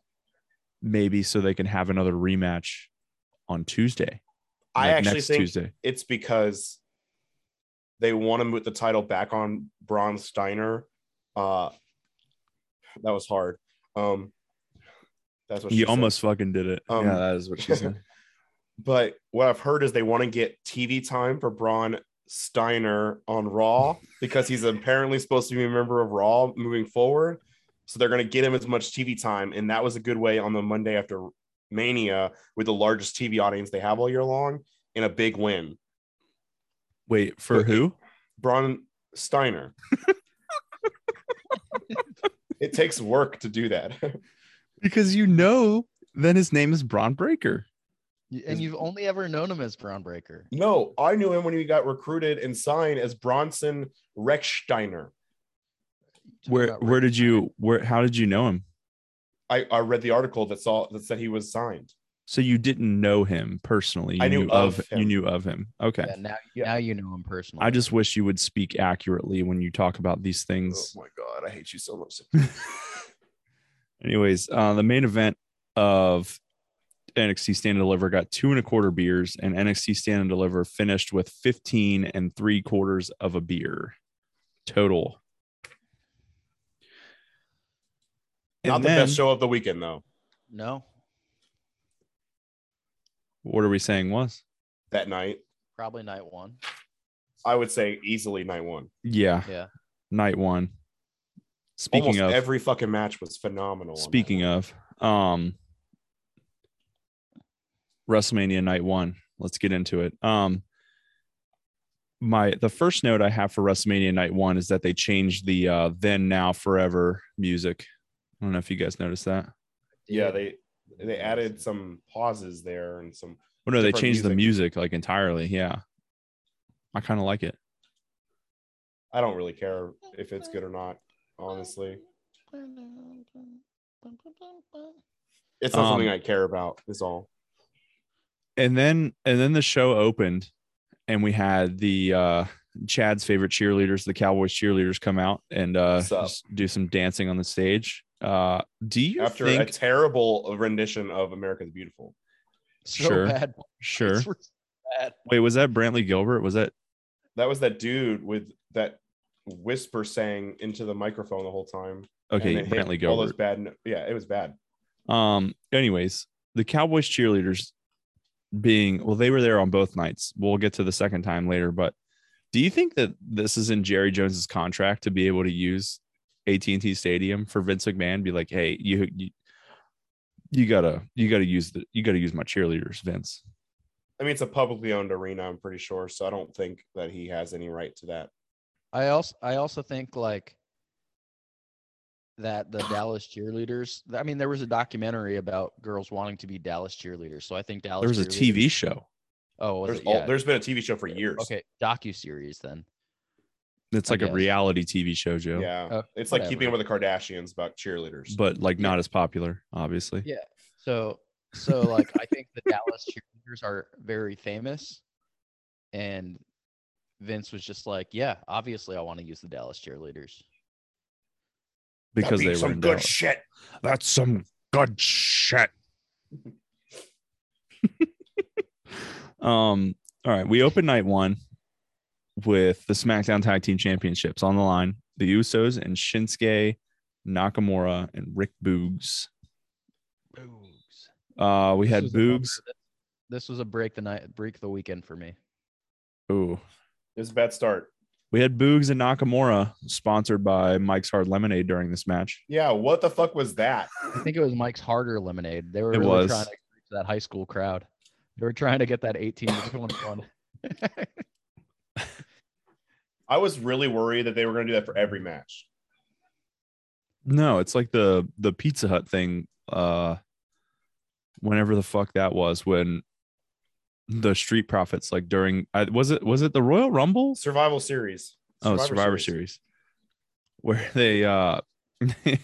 Speaker 1: Maybe so they can have another rematch on Tuesday.
Speaker 3: I
Speaker 1: like
Speaker 3: actually
Speaker 1: next
Speaker 3: think
Speaker 1: Tuesday.
Speaker 3: it's because they want to put the title back on Braun Steiner. Uh, that was hard. Um, that's what she
Speaker 1: You
Speaker 3: said.
Speaker 1: almost fucking did it.
Speaker 3: Um,
Speaker 1: yeah, that is what she said.
Speaker 3: But what I've heard is they want to get TV time for Braun Steiner on Raw because he's apparently supposed to be a member of Raw moving forward. So they're going to get him as much TV time, and that was a good way on the Monday after Mania with the largest TV audience they have all year long and a big win.
Speaker 1: Wait, for who?
Speaker 3: Braun Steiner. it takes work to do that.
Speaker 1: Because you know then his name is Braun Breaker.
Speaker 2: Y- And
Speaker 3: Is-
Speaker 2: you've only ever known him as Braun Breaker.
Speaker 3: no, I knew him when he got recruited and signed as Bronson Recksteiner.
Speaker 2: Talk
Speaker 1: Where
Speaker 2: about
Speaker 1: where
Speaker 2: Rick
Speaker 1: did you where how did you know him?
Speaker 3: I, I read the article that saw that said he was signed.
Speaker 1: So you didn't know him personally. You
Speaker 3: I knew of
Speaker 1: you
Speaker 3: him.
Speaker 1: knew of him. Okay.
Speaker 2: Yeah, now,
Speaker 3: Yeah.
Speaker 2: now you know him personally.
Speaker 1: I just wish you would speak accurately when you talk about these
Speaker 3: Oh
Speaker 1: things.
Speaker 3: my god, I hate you so much.
Speaker 1: Anyways, uh, the main event of NXT Stand and Deliver got two and a quarter beers, and NXT Stand and Deliver finished with 15 and three quarters of a beer total.
Speaker 3: Not
Speaker 1: And
Speaker 3: the
Speaker 1: then-
Speaker 3: best show of the weekend though.
Speaker 2: no,
Speaker 1: What are we saying was?
Speaker 3: That night,
Speaker 2: probably night one.
Speaker 3: I would say easily night one.
Speaker 1: Yeah,
Speaker 2: Yeah,
Speaker 1: night one. Speaking
Speaker 3: Almost
Speaker 1: of,
Speaker 3: every fucking match was phenomenal.
Speaker 1: Speaking of, um, WrestleMania night one. Let's get into it. Um, my the first note I have for WrestleMania night one is that they changed the uh, then now forever music. I don't know if you guys noticed that.
Speaker 3: yeah, they they added some pauses there and some
Speaker 1: Well, no, they
Speaker 3: Different
Speaker 1: changed the music
Speaker 3: music.
Speaker 1: like entirely. Yeah, I kind of like it.
Speaker 3: I don't really care if it's good or not, honestly. It's not
Speaker 1: Um,
Speaker 3: something I care about, is all.
Speaker 1: and then and then the show opened and we had the uh chad's favorite cheerleaders the cowboys cheerleaders come out and uh
Speaker 3: Sup.
Speaker 1: s- do some dancing on the stage uh do you
Speaker 3: After
Speaker 1: think
Speaker 3: a terrible rendition of America the Beautiful.
Speaker 2: so
Speaker 1: Sure.
Speaker 2: bad.
Speaker 1: sure
Speaker 2: It's really bad.
Speaker 1: wait was that brantley gilbert was that
Speaker 3: That was that dude with that whisper saying into the microphone the whole time. and
Speaker 1: okay
Speaker 3: then hit
Speaker 1: brantley
Speaker 3: All those
Speaker 1: gilbert
Speaker 3: bad no- yeah, it was bad.
Speaker 1: um anyways the cowboys cheerleaders being well they were there on both nights we'll get to the second time later but do you think that this is in jerry jones's contract to be able to use at&t stadium for vince mcmahon be like hey you you, you gotta you gotta use the you gotta use my cheerleaders vince
Speaker 3: I mean, it's a publicly owned arena, I'm pretty sure. So I don't think that he has any right to that.
Speaker 2: I also I also think like that the Dallas cheerleaders. I mean, there was a documentary about girls wanting to be Dallas cheerleaders. So I think Dallas.
Speaker 1: there was a tv
Speaker 2: cheerleaders-
Speaker 1: show
Speaker 2: Oh, was
Speaker 3: There's
Speaker 2: it?
Speaker 3: all,
Speaker 2: Yeah.
Speaker 3: there's been a TV show for years.
Speaker 2: Okay, docu series then.
Speaker 1: it's
Speaker 2: I
Speaker 1: like a
Speaker 2: guess.
Speaker 1: reality tv show joe
Speaker 3: Yeah.
Speaker 2: Uh,
Speaker 3: it's like keeping up
Speaker 2: whatever.
Speaker 3: with the Kardashians about cheerleaders.
Speaker 1: but like not as popular obviously
Speaker 2: Yeah. So so like I think the Dallas cheerleaders are very famous, and Vince was just like, yeah, obviously I want to use the Dallas cheerleaders.
Speaker 3: That
Speaker 1: because
Speaker 3: beat
Speaker 1: they were
Speaker 3: some
Speaker 1: in
Speaker 3: good
Speaker 1: Dallas.
Speaker 3: shit.
Speaker 1: That's some good shit. um, all right. We open night one with the SmackDown Tag Team Championships on the line. The Usos and Shinsuke Nakamura and Rick Boogs.
Speaker 2: Boogs.
Speaker 1: Uh, we
Speaker 2: This
Speaker 1: had
Speaker 2: was a bummer
Speaker 1: Boogs
Speaker 2: that this was a break the night, break the weekend for me.
Speaker 1: Ooh.
Speaker 3: It was a bad start.
Speaker 1: We had Boogs and Nakamura sponsored by Mike's Hard Lemonade during this match.
Speaker 3: Yeah, what the fuck was that?
Speaker 2: I think it was Mike's Harder Lemonade. They were
Speaker 1: It
Speaker 2: really
Speaker 1: was.
Speaker 2: trying to reach that high school crowd. They were trying to get that 18 to 21.
Speaker 3: I was really worried that they were going to do that for every match.
Speaker 1: No, it's like the the Pizza Hut thing. Uh, whenever the fuck that was, when the Street Profits like during I, was it was it the Royal Rumble?
Speaker 3: Survival Series.
Speaker 1: oh, Survivor series. where they uh they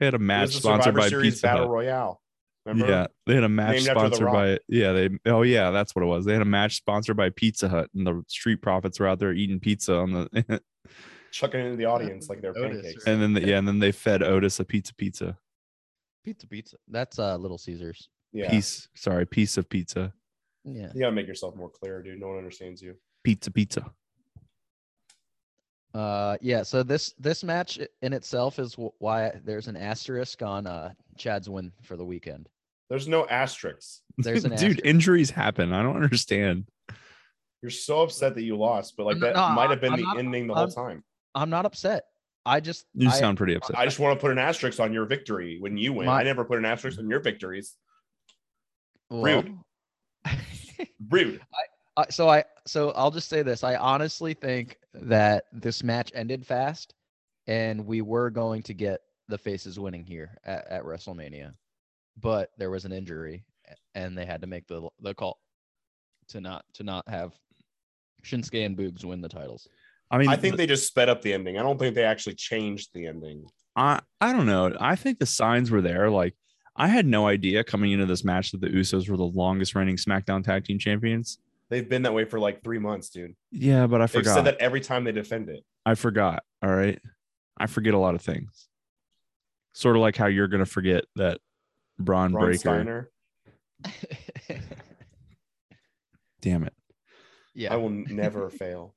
Speaker 1: had a
Speaker 3: It
Speaker 1: match
Speaker 3: was the
Speaker 1: sponsored
Speaker 3: Survivor
Speaker 1: by
Speaker 3: Series
Speaker 1: Pizza
Speaker 3: Battle
Speaker 1: Hut.
Speaker 3: Royale. Remember?
Speaker 1: Yeah, they had a match
Speaker 3: Named after The
Speaker 1: sponsored
Speaker 3: Rock.
Speaker 1: by yeah they oh yeah that's what it was. They had a match sponsored by Pizza Hut, and the Street Profits were out there eating pizza on the
Speaker 3: Chucking it into the audience like they're
Speaker 2: Notice,
Speaker 3: pancakes.
Speaker 1: and then the, yeah and then they fed Otis a pizza pizza
Speaker 2: pizza, pizza. That's uh, Little Caesars.
Speaker 3: Yeah.
Speaker 1: piece sorry piece of pizza
Speaker 2: Yeah.
Speaker 3: You got to make yourself more clear, dude. No one understands you.
Speaker 1: pizza pizza.
Speaker 2: Uh, yeah. So this this match i- in itself is wh- why there's an asterisk on uh, Chad's win for the weekend.
Speaker 3: There's no asterisks.
Speaker 2: There's an
Speaker 1: dude
Speaker 2: asterisk.
Speaker 1: injuries happen. I don't understand.
Speaker 3: You're so upset that you lost, but like
Speaker 2: I'm
Speaker 3: that
Speaker 2: not- no,
Speaker 3: might have been
Speaker 2: I'm
Speaker 3: the
Speaker 2: not-
Speaker 3: ending the
Speaker 2: I'm-
Speaker 3: whole time.
Speaker 2: I'm not upset. I just
Speaker 1: You
Speaker 2: I-
Speaker 1: sound pretty upset.
Speaker 3: I just want to put an asterisk on your victory when you win.
Speaker 2: My-
Speaker 3: I never put an asterisk on your victories.
Speaker 2: well,
Speaker 3: Rude.
Speaker 2: uh, so I so I'll just say this. I honestly think that this match ended fast, and we were going to get the faces winning here at, at WrestleMania, but there was an injury, a- and they had to make the the call to not to not have Shinsuke and Boogs win the titles.
Speaker 1: I mean,
Speaker 3: I think they just sped up the ending. I don't think they actually changed the ending.
Speaker 1: I I don't know. I think the signs were there. Like I had no idea coming into this match that the Usos were the longest reigning SmackDown Tag Team Champions.
Speaker 3: They've been that way for like three months, dude.
Speaker 1: Yeah, but I
Speaker 3: They've
Speaker 1: forgot.
Speaker 3: said that every time they defend it.
Speaker 1: I forgot. All right, I forget a lot of things. Sort of like how you're gonna forget that Braun,
Speaker 3: Braun
Speaker 1: Breaker.
Speaker 3: Steiner.
Speaker 1: Damn it,
Speaker 2: yeah,
Speaker 3: I will never fail.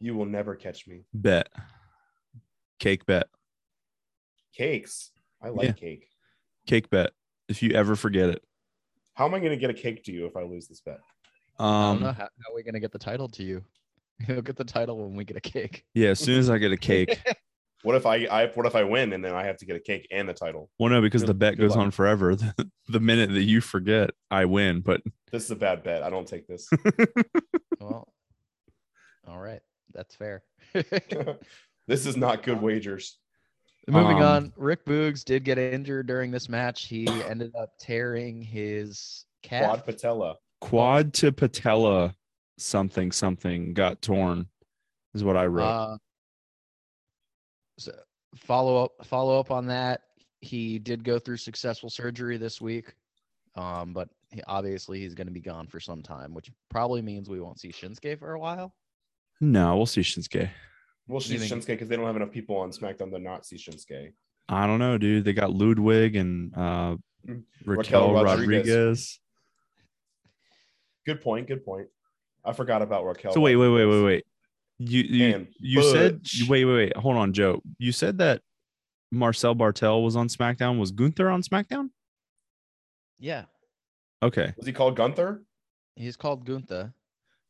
Speaker 3: You will never catch me.
Speaker 1: bet, cake bet,
Speaker 3: Cakes. I like
Speaker 1: Yeah.
Speaker 3: cake.
Speaker 1: cake bet. If you ever forget it,
Speaker 3: How am I going to get a cake to you if I lose this bet?
Speaker 2: I don't know
Speaker 1: um,
Speaker 2: how, how are we gonna get the title to you. You'll get the title when we get a cake.
Speaker 1: yeah. As soon as I get a cake,
Speaker 3: What if I, I what if I win and then I have to get a cake and the title?
Speaker 1: Well, no, because
Speaker 3: Good-
Speaker 1: the bet
Speaker 3: good
Speaker 1: goes
Speaker 3: luck.
Speaker 1: on forever. The, minute that you forget, I win. But
Speaker 3: This is a bad bet. I don't take this.
Speaker 2: well, all right, that's fair.
Speaker 3: this is not good wagers.
Speaker 2: Moving
Speaker 1: Um,
Speaker 2: on, Rick Boogs did get injured during this match. He ended up tearing his calf.
Speaker 3: Quad patella.
Speaker 1: quad to patella, something something got torn, is what I wrote.
Speaker 2: Uh, so follow up, follow up on that. He did go through successful surgery this week, um, but he, obviously he's going to be gone for some time, which probably means we won't see Shinsuke for a while.
Speaker 1: no, we'll see Shinsuke.
Speaker 3: We'll see
Speaker 2: You think-
Speaker 3: Shinsuke because they don't have enough people on SmackDown to not see Shinsuke.
Speaker 1: I don't know, dude. They got Ludwig and uh,
Speaker 3: Mm,
Speaker 1: Raquel,
Speaker 3: Raquel
Speaker 1: Rodriguez.
Speaker 3: Good point. Good point. I forgot about Raquel.
Speaker 1: So wait, wait, wait, wait, wait. You you
Speaker 3: And
Speaker 1: you said
Speaker 3: Butch.
Speaker 1: wait, wait, wait. Hold on, Joe. You said that Marcel Bartel was on SmackDown. Was Gunther on SmackDown?
Speaker 2: Yeah,
Speaker 1: Okay,
Speaker 3: Was he called Gunther?
Speaker 2: he's called Gunther.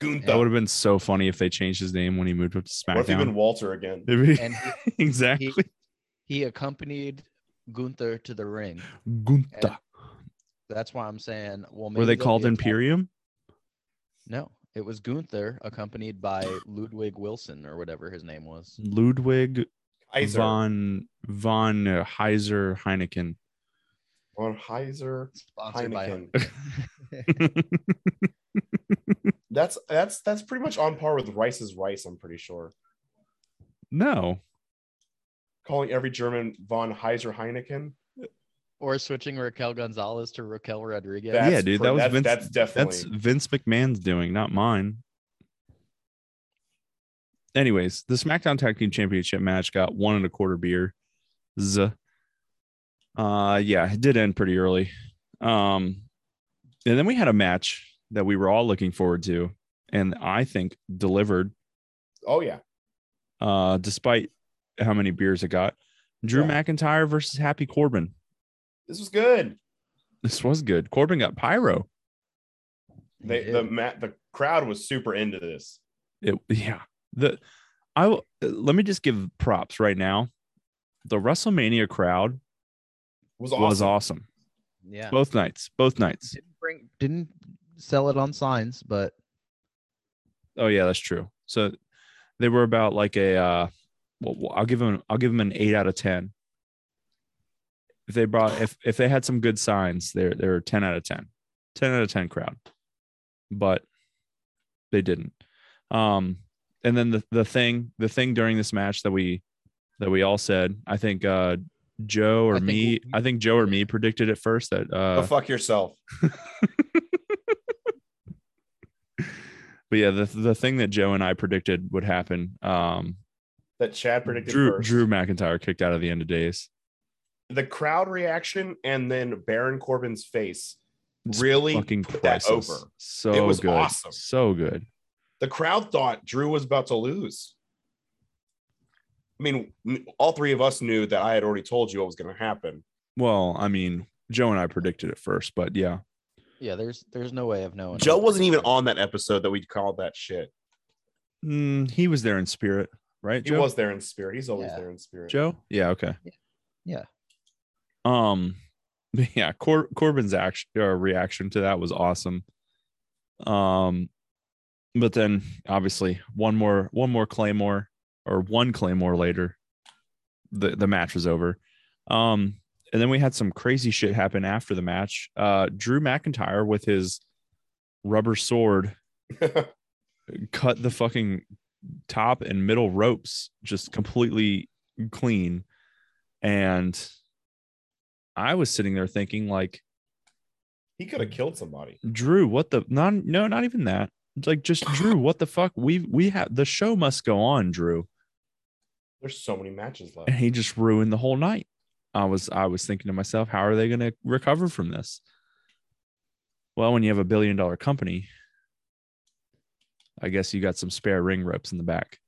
Speaker 1: that would
Speaker 3: Gunther.
Speaker 1: have been so funny if they changed his name when he moved up to SmackDown.
Speaker 3: What if he been Walter again?
Speaker 1: Maybe-
Speaker 2: And
Speaker 1: exactly.
Speaker 2: He accompanied Gunther to the ring.
Speaker 1: Gunther.
Speaker 2: That's why I'm saying. Well, maybe
Speaker 1: Were they
Speaker 2: there'll
Speaker 1: called
Speaker 2: be a title-
Speaker 1: Imperium?
Speaker 2: No, it was Gunther, accompanied by Ludwig Wilson or whatever his name was.
Speaker 1: Ludwig
Speaker 3: Heiser.
Speaker 1: von von uh, Heiser Heineken.
Speaker 3: Von Heiser.
Speaker 2: Sponsored by
Speaker 3: Heineken. That's that's that's pretty much on par with Rice's Rice. I'm pretty sure.
Speaker 1: no,
Speaker 3: Calling every German von Heiser Heineken.
Speaker 2: or switching Raquel Gonzalez to Raquel Rodriguez.
Speaker 3: That's
Speaker 1: yeah, dude,
Speaker 3: pre-
Speaker 1: that was
Speaker 3: that's,
Speaker 1: Vince-
Speaker 3: that's definitely
Speaker 1: that's Vince McMahon's doing, not mine. Anyways, the SmackDown Tag Team Championship match got one and a quarter beer. Z. Uh, yeah, it did end pretty early. Um, and then we had a match that we were all looking forward to, and I think delivered.
Speaker 3: oh yeah.
Speaker 1: uh, despite how many beers it got. Drew
Speaker 3: Yeah.
Speaker 1: McIntyre versus Happy Corbin.
Speaker 3: This was good.
Speaker 1: This was good. Corbin got pyro.
Speaker 3: They,
Speaker 2: He
Speaker 3: the
Speaker 2: did.
Speaker 3: mat, the crowd was super into this.
Speaker 1: It, yeah. The I will let me just give props right now. The WrestleMania crowd
Speaker 3: It was
Speaker 1: was
Speaker 3: awesome.
Speaker 1: awesome.
Speaker 2: yeah.
Speaker 1: Both nights. Both nights.
Speaker 2: Didn't bring didn't sell it on signs, but
Speaker 1: Oh yeah, that's true. So they were about like a uh well, well, I'll give them I'll give them an 8 out of 10. If they brought if if they had some good signs, they're they're 10 out of 10. 10 out of 10 crowd. But they didn't. Um and then the the thing the thing during this match that we that we all said, I think uh Joe or
Speaker 2: I think
Speaker 1: me,
Speaker 2: we-
Speaker 1: I think Joe or me predicted at first that uh
Speaker 3: Go fuck yourself.
Speaker 1: but yeah, the the thing that Joe and I predicted would happen um
Speaker 3: That Chad predicted
Speaker 1: Drew
Speaker 3: first.
Speaker 1: Drew McIntyre kicked out of the end of days.
Speaker 3: The crowd reaction and then Baron Corbin's face
Speaker 1: It's
Speaker 3: really
Speaker 1: Fucking
Speaker 3: put that
Speaker 1: priceless.
Speaker 3: over.
Speaker 1: So
Speaker 3: It was
Speaker 1: good.
Speaker 3: awesome.
Speaker 1: So good.
Speaker 3: the crowd thought Drew was about to lose. I mean, n- all three of us knew that I had already told you what was going to happen.
Speaker 1: Well, I mean, Joe and I predicted it first, but yeah,
Speaker 2: yeah, there's there's no way of knowing.
Speaker 3: Joe wasn't even on that episode that we called that shit.
Speaker 1: Mm, he was there in spirit, right?
Speaker 3: He
Speaker 1: Joe?
Speaker 3: was there in spirit. He's always
Speaker 2: Yeah.
Speaker 3: there in spirit.
Speaker 1: Joe. Yeah. Okay.
Speaker 2: Yeah.
Speaker 1: Um. Yeah. Cor- Corbin's action uh, reaction to that was awesome. Um, but then obviously one more one more claymore or one claymore later, the the match was over. Um, and then we had some crazy shit happen after the match. Uh, Drew McIntyre with his rubber sword cut the fucking top and middle ropes just completely clean and i was sitting there thinking like
Speaker 3: he could have killed somebody.
Speaker 1: drew what the not no not even that it's like just drew what the fuck we we have the show must go on drew
Speaker 3: There's so many matches left.
Speaker 1: and he just ruined the whole night i was i was thinking to myself how are they going to recover from this well when you have a billion dollar company i guess you got some spare ring ropes in the back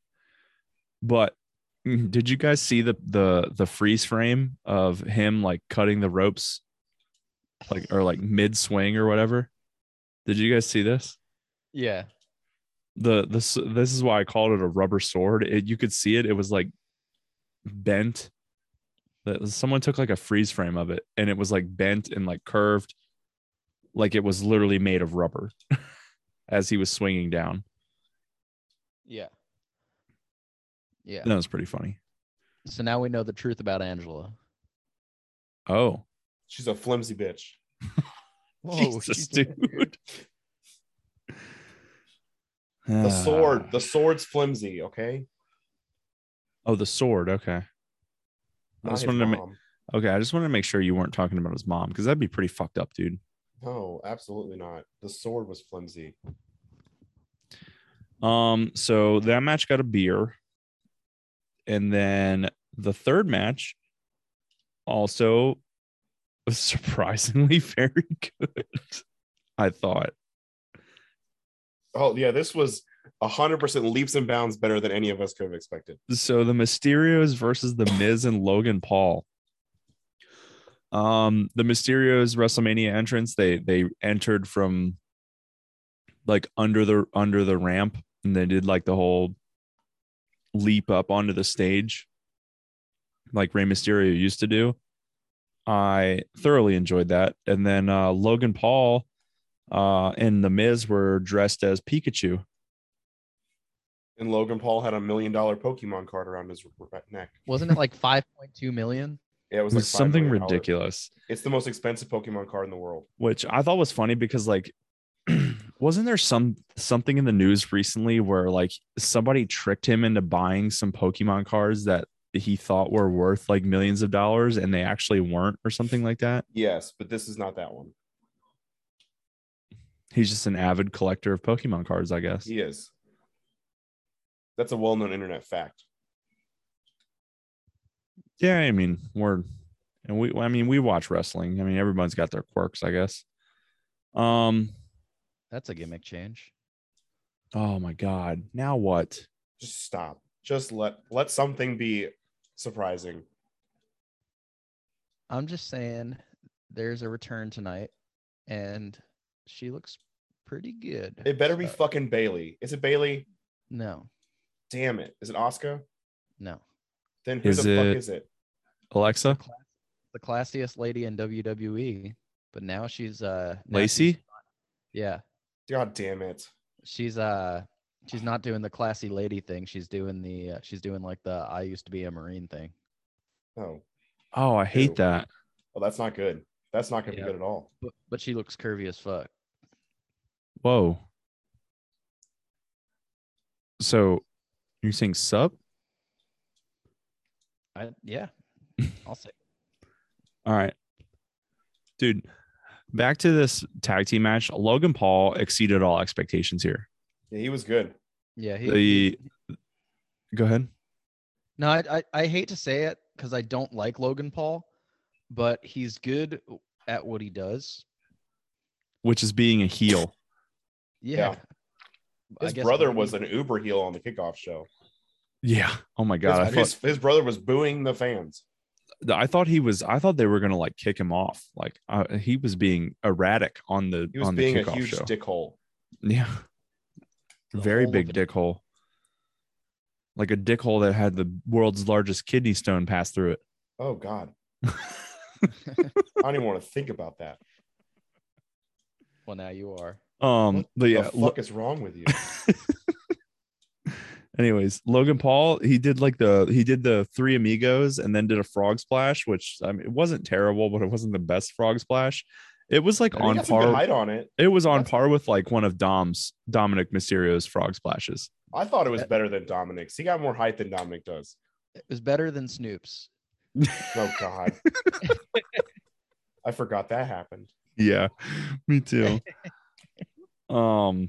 Speaker 1: but mm, did you guys see the the the freeze frame of him like cutting the ropes like or like mid swing or whatever did you guys see this
Speaker 2: Yeah.
Speaker 1: the this this is why I called it a rubber sword. It, you could see it. It was like bent. That was- someone took like a freeze frame of it, and it was like bent and like curved, like it was literally made of rubber as he was swinging down.
Speaker 2: Yeah. Yeah.
Speaker 1: That was pretty funny.
Speaker 2: So now we know the truth about Angela.
Speaker 1: Oh,
Speaker 3: She's a flimsy bitch.
Speaker 1: Jesus, dude.
Speaker 3: The
Speaker 1: Ah.
Speaker 3: sword, the sword's flimsy. Okay.
Speaker 1: Oh, the sword. Okay. I
Speaker 3: Not
Speaker 1: just
Speaker 3: his
Speaker 1: wanted to make,
Speaker 3: mom.
Speaker 1: okay. I just wanted to make sure you weren't talking about his mom because that'd be pretty fucked up, dude.
Speaker 3: No, absolutely not. The sword was flimsy.
Speaker 1: Um, so that match got a beer. And then the third match also was surprisingly very good, I thought.
Speaker 3: Oh yeah, this was hundred percent leaps and bounds better than any of us could have expected.
Speaker 1: So the Mysterios versus the Miz and Logan Paul. Um, the Mysterios WrestleMania entrance, they they entered from like under the under the ramp and they did like the whole leap up onto the stage like Rey Mysterio used to do. I thoroughly enjoyed that. And then uh Logan Paul uh and the Miz were dressed as Pikachu.
Speaker 3: And Logan Paul had a million dollar Pokemon card around his r- neck.
Speaker 2: Wasn't it like 5.2 million?
Speaker 3: Yeah, it was,
Speaker 1: It
Speaker 3: like
Speaker 1: was
Speaker 3: five
Speaker 1: something
Speaker 3: million dollars.
Speaker 1: ridiculous.
Speaker 3: It's the most expensive Pokemon card in the world.
Speaker 1: which I thought was funny because like wasn't there some something in the news recently where like somebody tricked him into buying some Pokemon cards that he thought were worth like millions of dollars and they actually weren't or something like that.
Speaker 3: Yes, but this is not that one.
Speaker 1: He's just an avid collector of Pokemon cards, I guess.
Speaker 3: He is. That's a well known internet fact.
Speaker 1: Yeah, I mean, we're and we I mean, we watch wrestling. I mean, everyone's got their quirks, I guess. Um
Speaker 2: That's a gimmick change.
Speaker 1: oh my god. Now what?
Speaker 3: Just stop. Just let let something be surprising.
Speaker 2: I'm just saying there's a return tonight and she looks pretty good.
Speaker 3: It better be
Speaker 2: So,
Speaker 3: fucking Bailey. Is it Bailey?
Speaker 2: no,
Speaker 3: Damn it. Is it Oscar?
Speaker 2: no.
Speaker 3: Then who
Speaker 1: Is
Speaker 3: the
Speaker 1: it-
Speaker 3: fuck is it?
Speaker 1: Alexa,
Speaker 2: The classiest lady in WWE, but now she's uh now she's-
Speaker 1: Lacey,
Speaker 2: Yeah.
Speaker 3: God damn it.
Speaker 2: she's uh she's not doing the classy lady thing she's doing the uh, she's doing like the i used to be a marine thing
Speaker 3: Oh,
Speaker 1: Oh, I
Speaker 3: Ew.
Speaker 1: hate that.
Speaker 3: well, Oh, that's not good. That's not gonna
Speaker 2: Yeah.
Speaker 3: be good at all.
Speaker 2: but, but she looks curvy as fuck
Speaker 1: Whoa. So you're saying sub?
Speaker 2: i yeah i'll say
Speaker 1: All right. Dude, back to this tag team match. Logan Paul exceeded all expectations here.
Speaker 3: Yeah, he was good.
Speaker 2: yeah he,
Speaker 1: The go ahead.
Speaker 2: no I, I i hate to say it because i don't like logan paul but he's good at what he does
Speaker 1: Which is being a heel.
Speaker 2: yeah,
Speaker 3: Yeah.
Speaker 2: I
Speaker 3: His
Speaker 2: guess
Speaker 3: brother
Speaker 2: maybe-
Speaker 3: was an Uber heel on the kickoff show.
Speaker 1: Yeah. Oh my god. I
Speaker 3: his,
Speaker 1: thought
Speaker 3: his, his brother was booing the fans.
Speaker 1: I thought he was I thought they were gonna like kick him off. Like uh, he was being erratic on the
Speaker 3: He was
Speaker 1: on
Speaker 3: being
Speaker 1: the
Speaker 3: a
Speaker 1: kickoff
Speaker 3: huge
Speaker 1: show.
Speaker 3: dickhole.
Speaker 1: Yeah.
Speaker 2: The
Speaker 1: Very
Speaker 2: whole of
Speaker 1: big
Speaker 2: it.
Speaker 1: dick hole. Like a dick hole that had the world's largest kidney stone pass through it.
Speaker 3: Oh God. I don't even want to think about that.
Speaker 2: well now you are
Speaker 1: Um, but
Speaker 3: Yeah,
Speaker 1: yeah,
Speaker 3: the fuck
Speaker 1: lo-
Speaker 3: is wrong with you?
Speaker 1: Anyways, Logan Paul, he did like the he did the three amigos and then did a frog splash, which I mean it wasn't terrible, but it wasn't the best frog splash. It was like
Speaker 3: He
Speaker 1: on
Speaker 3: got some good
Speaker 1: par.
Speaker 3: height on it.
Speaker 1: It was on par with like one of Dom's Dominic Mysterio's frog splashes.
Speaker 3: I thought it was better than Dominic's. He got more height than Dominic does.
Speaker 2: it was better than snoop's
Speaker 3: Oh God. I forgot that happened.
Speaker 1: Yeah, me too. um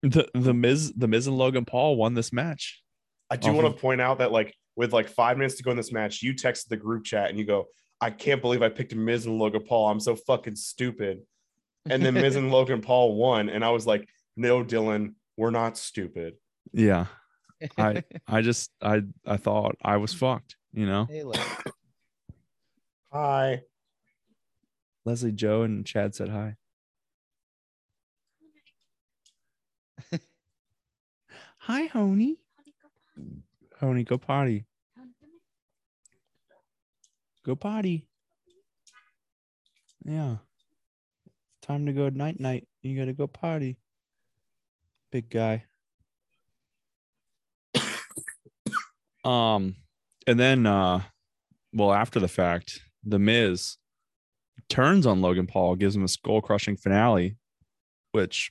Speaker 1: the the Miz the Miz and Logan Paul won this match.
Speaker 3: I do
Speaker 1: Off
Speaker 3: want
Speaker 1: of-
Speaker 3: to point out that like with like five minutes to go in this match, you texted the group chat and you go, I can't believe I picked Miz and Logan Paul. I'm so fucking stupid. And then Miz and Logan Paul won. And I was like, no, Dylan, we're not stupid.
Speaker 1: Yeah. I- I just I I thought I was fucked, you know.
Speaker 2: hey, look,
Speaker 3: Hi.
Speaker 1: Leslie Joe and Chad said hi. hi, Honey. Honey, go potty. Go potty. Yeah. It's time to go night night. You gotta go potty. Big guy. um, and then uh well after the fact, the Miz turns on Logan Paul, gives him a skull crushing finale, which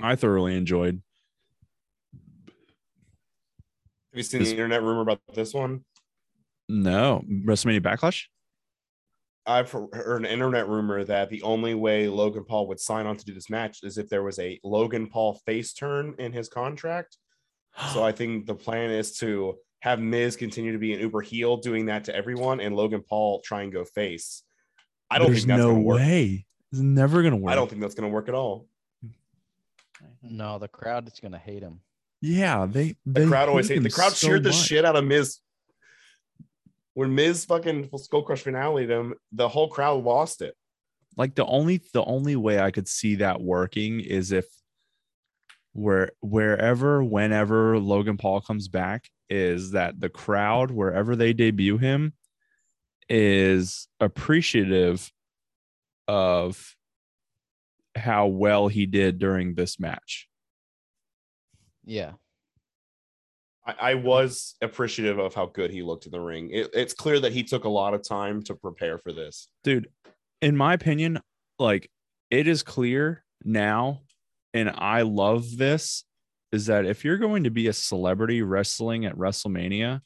Speaker 1: I thoroughly enjoyed.
Speaker 3: Have you seen the
Speaker 1: This-
Speaker 3: internet rumor about this one?
Speaker 1: No, WrestleMania Backlash.
Speaker 3: I've heard an internet rumor that the only way Logan Paul would sign on to do this match is if there was a Logan Paul face turn in his contract. So I think the plan is to have Miz continue to be an Uber heel, doing that to everyone, and Logan Paul try and go face. I don't
Speaker 1: There's
Speaker 3: think that's
Speaker 1: no
Speaker 3: gonna work.
Speaker 1: way. It's never gonna work.
Speaker 3: I don't think that's gonna work at all.
Speaker 2: no the crowd is gonna hate him
Speaker 1: Yeah, they.
Speaker 3: The
Speaker 1: they
Speaker 3: crowd always hate.
Speaker 1: him
Speaker 3: The crowd
Speaker 1: so
Speaker 3: cheered the
Speaker 1: much.
Speaker 3: shit out of Miz when Miz fucking Skull Crush finale them. The whole crowd lost it.
Speaker 1: Like the only the only way I could see that working is if where wherever whenever Logan Paul comes back is that the crowd wherever they debut him is appreciative of how well he did during this match.
Speaker 2: yeah
Speaker 3: I, I was appreciative of how good he looked in the ring. It, it's clear that he took a lot of time to prepare for this.
Speaker 1: dude in my opinion like it is clear now and i love this is that if you're going to be a celebrity wrestling at wrestlemania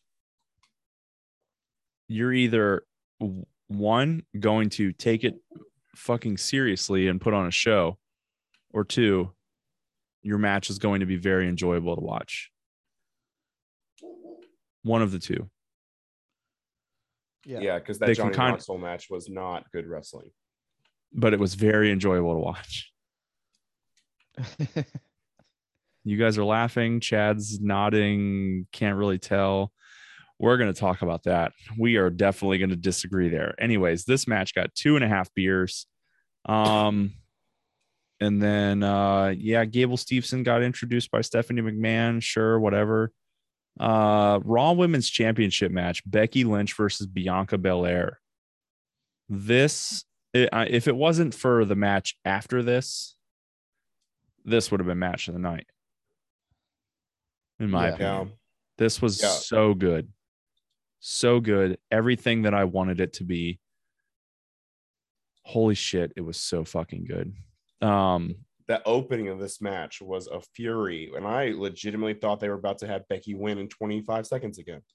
Speaker 1: you're either w- one going to take it fucking seriously and put on a show or two your match is going to be very enjoyable to watch one of the two
Speaker 2: Yeah.
Speaker 3: Yeah, because that
Speaker 1: They can
Speaker 3: Johnny
Speaker 1: kind of-
Speaker 3: Knoxville match was not good wrestling.
Speaker 1: but it was very enjoyable to watch You guys are laughing. Chad's nodding. Can't really tell. We're going to talk about that. We are definitely going to disagree there. Anyways, this match got two and a half beers. Um, And then, uh, yeah, Gable Steveson got introduced by Stephanie McMahon. Sure, whatever. Uh, Raw Women's Championship match: Becky Lynch versus Bianca Belair. This, i- I- if it wasn't for the match after this, this would have been match of the night. In my
Speaker 2: Yeah.
Speaker 1: opinion,
Speaker 3: Yeah.
Speaker 1: this was
Speaker 3: Yeah.
Speaker 1: so good. So good. Everything that I wanted it to be. Holy shit, it was so fucking good. Um
Speaker 3: The opening of this match was a fury, and I legitimately thought they were about to have Becky win in 25 seconds again.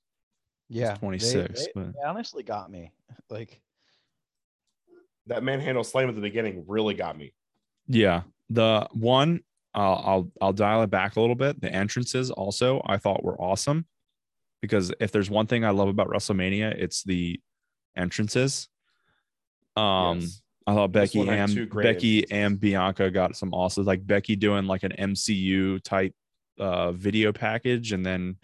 Speaker 2: Yeah, they-
Speaker 1: 26,
Speaker 2: They,
Speaker 1: but-
Speaker 2: they honestly got me. Like,
Speaker 3: That manhandle slam at the beginning really got me.
Speaker 1: yeah, the one I'll I'll I'll dial it back a little bit. The entrances also I thought were awesome because if there's one thing I love about WrestleMania, it's the entrances. Um
Speaker 3: Yes.
Speaker 1: I thought
Speaker 3: This
Speaker 1: Becky
Speaker 3: one had two
Speaker 1: and
Speaker 3: great
Speaker 1: Becky
Speaker 3: entrances.
Speaker 1: and Bianca got some awesome, like Becky doing like an MCU type uh, video package, and then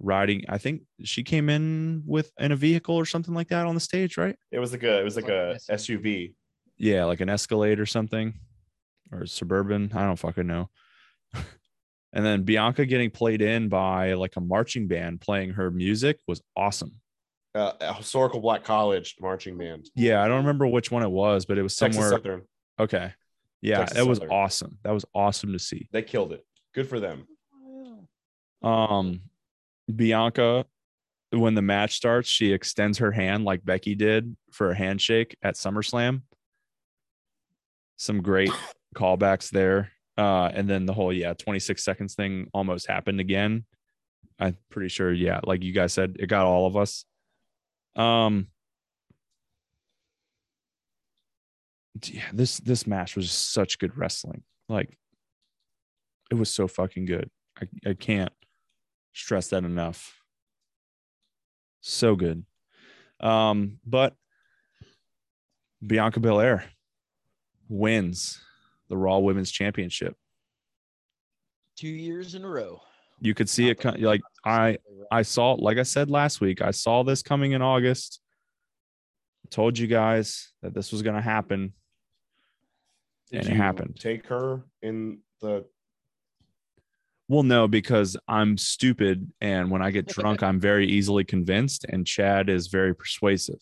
Speaker 1: riding. I think she came in with in a vehicle or something like that on the stage, right?
Speaker 3: It was like a it was like
Speaker 2: Like
Speaker 3: a
Speaker 2: an
Speaker 3: SUV.
Speaker 1: Yeah, like an Escalade or something, or suburban. I don't fucking know. and then Bianca getting played in by like a marching band playing her music was awesome.
Speaker 3: Uh, a historical black college marching band.
Speaker 1: Yeah, I don't remember which one it was, but it was
Speaker 3: Texas
Speaker 1: somewhere.
Speaker 3: Southern.
Speaker 1: Okay. Yeah,
Speaker 3: Texas
Speaker 1: that was
Speaker 3: Southern.
Speaker 1: awesome. That was awesome to see.
Speaker 3: They killed it. Good for them.
Speaker 1: um bianca when the match starts she extends her hand like becky did for a handshake at summerslam some great callbacks there uh and then the whole yeah 26 seconds thing almost happened again i'm pretty sure yeah like you guys said it got all of us um yeah, this this match was such good wrestling like it was so fucking good I, I can't stress that enough. So good. Um, but Bianca Belair wins the Raw Women's Championship.
Speaker 2: two years in a row.
Speaker 1: You could see it
Speaker 2: Not
Speaker 1: co-
Speaker 2: that-
Speaker 1: like I
Speaker 2: Right.
Speaker 1: I saw, like I said last week, I saw this coming in August. told you guys that this was going to happen.
Speaker 3: Did
Speaker 1: And it
Speaker 3: you
Speaker 1: happened.
Speaker 3: Take her in the
Speaker 1: Well, no, because I'm stupid, and when I get drunk, I'm very easily convinced, and Chad is very persuasive.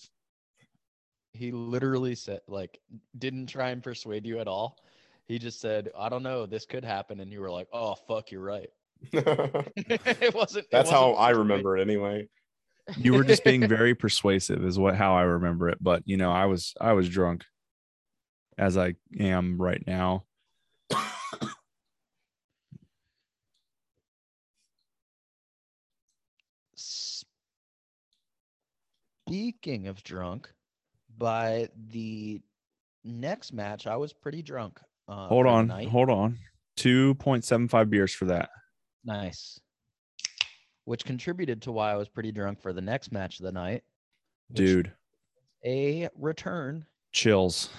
Speaker 2: he literally said like didn't try and persuade you at all. He just said, "I don't know, this could happen," and you were like, "Oh fuck, you're right." it wasn't. it
Speaker 3: That's how
Speaker 2: wasn't
Speaker 3: I
Speaker 2: persuade-
Speaker 3: remember it anyway.
Speaker 1: you were just being very persuasive is what how i remember it but you know i was i was drunk as i am right now
Speaker 2: Speaking of drunk, by the next match, I was pretty drunk. Uh,
Speaker 1: hold
Speaker 2: for the
Speaker 1: on
Speaker 2: night.
Speaker 1: hold on 2.75 beers for that
Speaker 2: Nice. Which contributed to why I was pretty drunk for the next match of the night. which
Speaker 1: dude
Speaker 2: A return.
Speaker 1: chills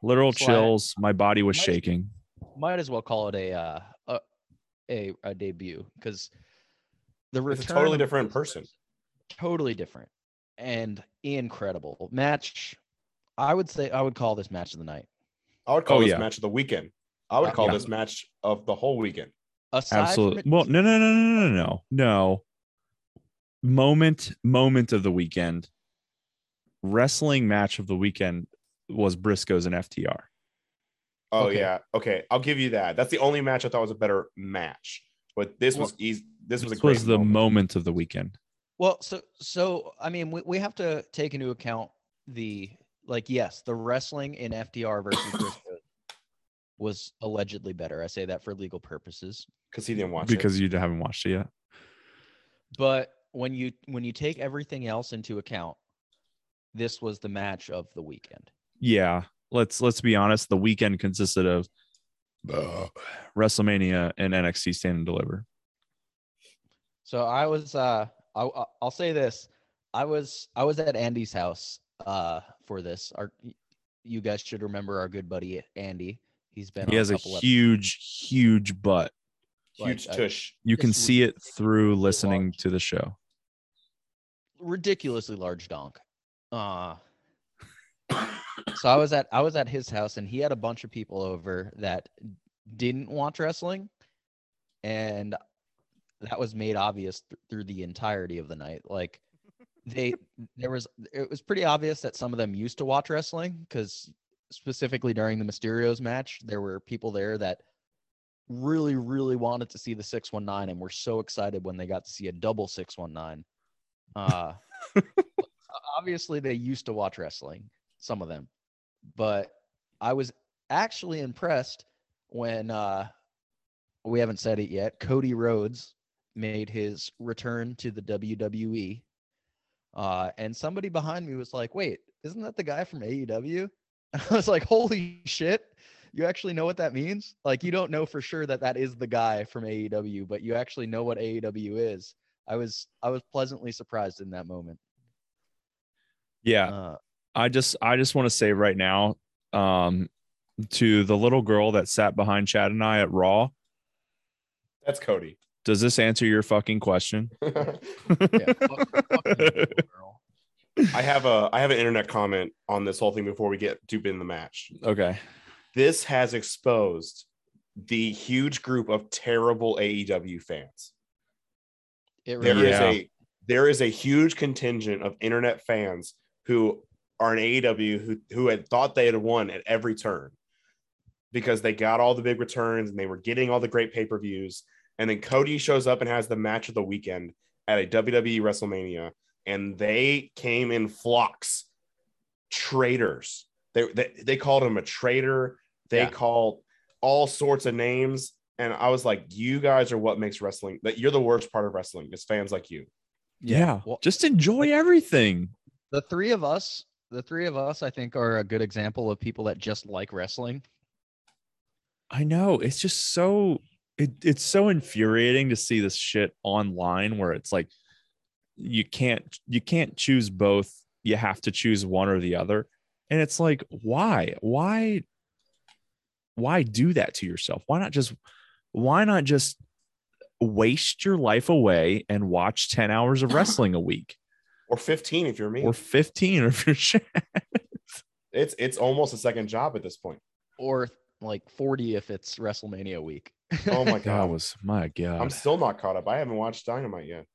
Speaker 1: literal
Speaker 2: Slide.
Speaker 1: chills my body was
Speaker 2: Might-
Speaker 1: shaking
Speaker 2: Might as well call it a uh, a, a a debut because the return
Speaker 3: It's a totally
Speaker 2: of
Speaker 3: different
Speaker 2: Miz
Speaker 3: person.
Speaker 2: Morrison- Totally different and incredible match. I would say I would call this match of the night.
Speaker 3: I would call
Speaker 1: Oh,
Speaker 3: this
Speaker 1: yeah.
Speaker 3: match of the weekend. I would
Speaker 2: Uh,
Speaker 3: call
Speaker 1: yeah.
Speaker 3: this match of the whole weekend.
Speaker 2: Aside from
Speaker 1: absolutely
Speaker 2: it-
Speaker 1: well no no no no no no no moment moment of the weekend wrestling match of the weekend was briscoes and ftr
Speaker 3: Oh
Speaker 2: Okay.
Speaker 3: yeah. Okay. I'll give you that. That's the only match I thought was a better match. But this was easy. This was a
Speaker 1: this
Speaker 3: great
Speaker 1: was the moment of the weekend
Speaker 2: Well, so so I mean, we, we have to take into account the like yes, the wrestling in FDR versus Briscoe was allegedly better. I say that for legal purposes.
Speaker 3: because he didn't watch
Speaker 1: because you haven't watched it yet
Speaker 2: But when you when you take everything else into account, this was the match of the weekend.
Speaker 1: yeah let's let's be honest the weekend consisted of uh, wrestlemania and nxt stand and deliver
Speaker 2: So I was uh I I- I'll say this. I was I was at Andy's house uh for this. Our you guys should remember our good buddy Andy. He's been
Speaker 1: he
Speaker 2: on
Speaker 1: has a
Speaker 2: couple episodes.
Speaker 1: huge huge butt
Speaker 3: it. Huge
Speaker 2: like, I-
Speaker 3: tush.
Speaker 1: you can
Speaker 2: This
Speaker 1: see it through
Speaker 2: really
Speaker 1: listening
Speaker 2: large.
Speaker 1: to the show
Speaker 2: ridiculously large donk. Uh so I was at I was at his house and he had a bunch of people over that didn't watch wrestling, and that was made obvious th- through the entirety of the night. Like they there was it was pretty obvious that some of them used to watch wrestling because specifically during the Mysterios match, there were people there that really really wanted to see the 619 and were so excited when they got to see a double 619 uh obviously they used to watch wrestling some of them but i was actually impressed when uh we haven't said it yet cody rhodes made his return to the wwe uh and somebody behind me was like wait isn't that the guy from aew and i was like holy shit you actually know what that means like you don't know for sure that that is the guy from aew but you actually know what aew is i was i was pleasantly surprised in that moment
Speaker 1: Yeah.
Speaker 2: uh,
Speaker 1: I just I just want to say right now, um, to the little girl that sat behind Chad and I at Raw,
Speaker 3: That's Cody.
Speaker 1: does this answer your fucking question?
Speaker 2: yeah, fuck- fuck you, little girl.
Speaker 3: I have a I have an internet comment on this whole thing before we get deep in the match.
Speaker 1: Okay.
Speaker 3: This has exposed the huge group of terrible AEW fans.
Speaker 2: It
Speaker 3: There
Speaker 2: really
Speaker 3: is
Speaker 2: is.
Speaker 1: Yeah.
Speaker 3: a there is a huge contingent of internet fans who are in AEW who who had thought they had won at every turn because they got all the big returns and they were getting all the great pay per views. And then Cody shows up and has the match of the weekend at a WWE WrestleMania, and they came in flocks, traitors. They they, they called him a traitor. They
Speaker 2: Yeah.
Speaker 3: called all sorts of names. And I was like, you guys are what makes wrestling that you're the worst part of wrestling is fans like you.
Speaker 1: Yeah.
Speaker 2: Well,
Speaker 1: just enjoy everything.
Speaker 2: the three of us, the three of us, I think, are a good example of people that just like wrestling.
Speaker 1: I know. It's just so it, it's so infuriating to see this shit online where it's like you can't you can't choose both. You have to choose one or the other. And it's like, why? Why why do that to yourself? Why not just why not just waste your life away and watch 10 hours of wrestling a week
Speaker 3: Or 15 if you're me.
Speaker 1: or 15 if you're Shaq?
Speaker 3: It's it's almost a second job at this point.
Speaker 2: Or like 40 if it's WrestleMania week.
Speaker 3: Oh my
Speaker 1: That
Speaker 3: god.
Speaker 1: was my god.
Speaker 3: I'm still not caught up. I haven't watched Dynamite yet.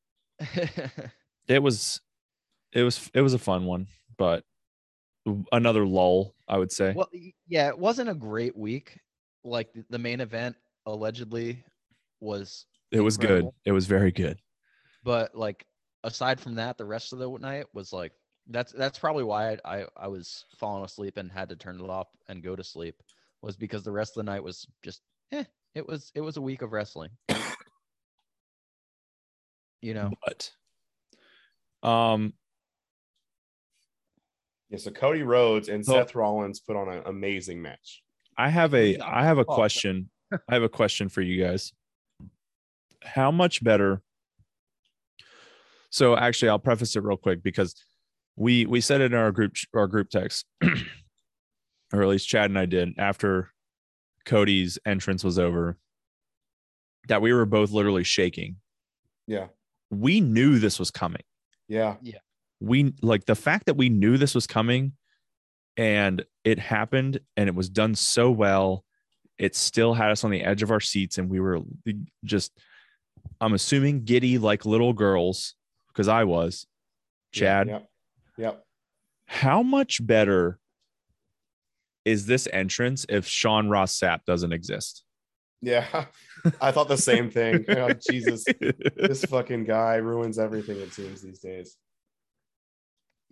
Speaker 1: it was it was it was a fun one but another lull i would say
Speaker 2: well, y- yeah, it wasn't a great week. Like th- the main event allegedly was,
Speaker 1: it was good
Speaker 2: incredible.
Speaker 1: it was very good
Speaker 2: but like aside from that, the rest of the night was like that's that's probably why I I, I was falling asleep and had to turn it off and go to sleep was because the rest of the night was just eh, it was it was a week of wrestling. you know.
Speaker 1: but um
Speaker 3: Yeah, so Cody Rhodes and
Speaker 1: So-
Speaker 3: Seth Rollins put on an amazing match.
Speaker 1: i have a i have a
Speaker 2: Oh, no.
Speaker 1: question i have a question for you guys how much better so actually i'll preface it real quick because we we said it in our group our group text or at least chad and i did after cody's entrance was over that we were both literally shaking
Speaker 3: Yeah.
Speaker 1: we knew this was coming.
Speaker 3: Yeah.
Speaker 1: We like the fact that we knew this was coming and it happened and it was done so well. It still had us on the edge of our seats and we were just, I'm assuming, giddy like little girls because I was. Chad,
Speaker 3: Yep. Yep.
Speaker 1: how much better is this entrance if Sean Ross Sapp doesn't exist?
Speaker 3: Yeah. I thought the same thing. Oh, Jesus. This fucking guy ruins everything it seems these days.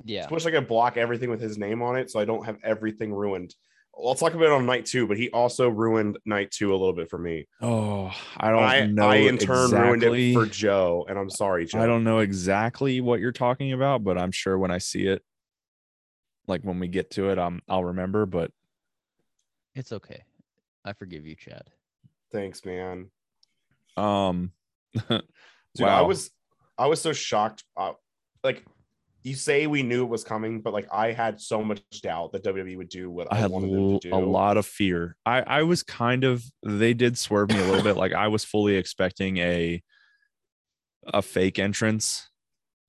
Speaker 2: Yeah.
Speaker 3: I wish I could block everything with his name on it so I don't have everything ruined. I'll talk about it on night two, but he also ruined night two a little bit for me.
Speaker 1: oh, I don't
Speaker 3: I,
Speaker 1: know.
Speaker 3: I in turn ruined
Speaker 1: exactly.
Speaker 3: it for Joe, and I'm sorry, Joe.
Speaker 1: I don't know exactly what you're talking about, but I'm sure when I see it, like when we get to it, um, I'll remember. But
Speaker 2: It's okay. I forgive you, Chad.
Speaker 3: Thanks, man.
Speaker 1: um,
Speaker 3: Dude, I
Speaker 1: Wow.
Speaker 3: was I was so shocked. Uh, like you say, we knew it was coming, but like I had so much doubt that WWE would do what
Speaker 1: I
Speaker 3: I,
Speaker 1: had
Speaker 3: wanted them
Speaker 1: l-
Speaker 3: to do.
Speaker 1: a lot of fear. I I was kind of they did swerve me a little bit. Like I was fully expecting a a fake entrance,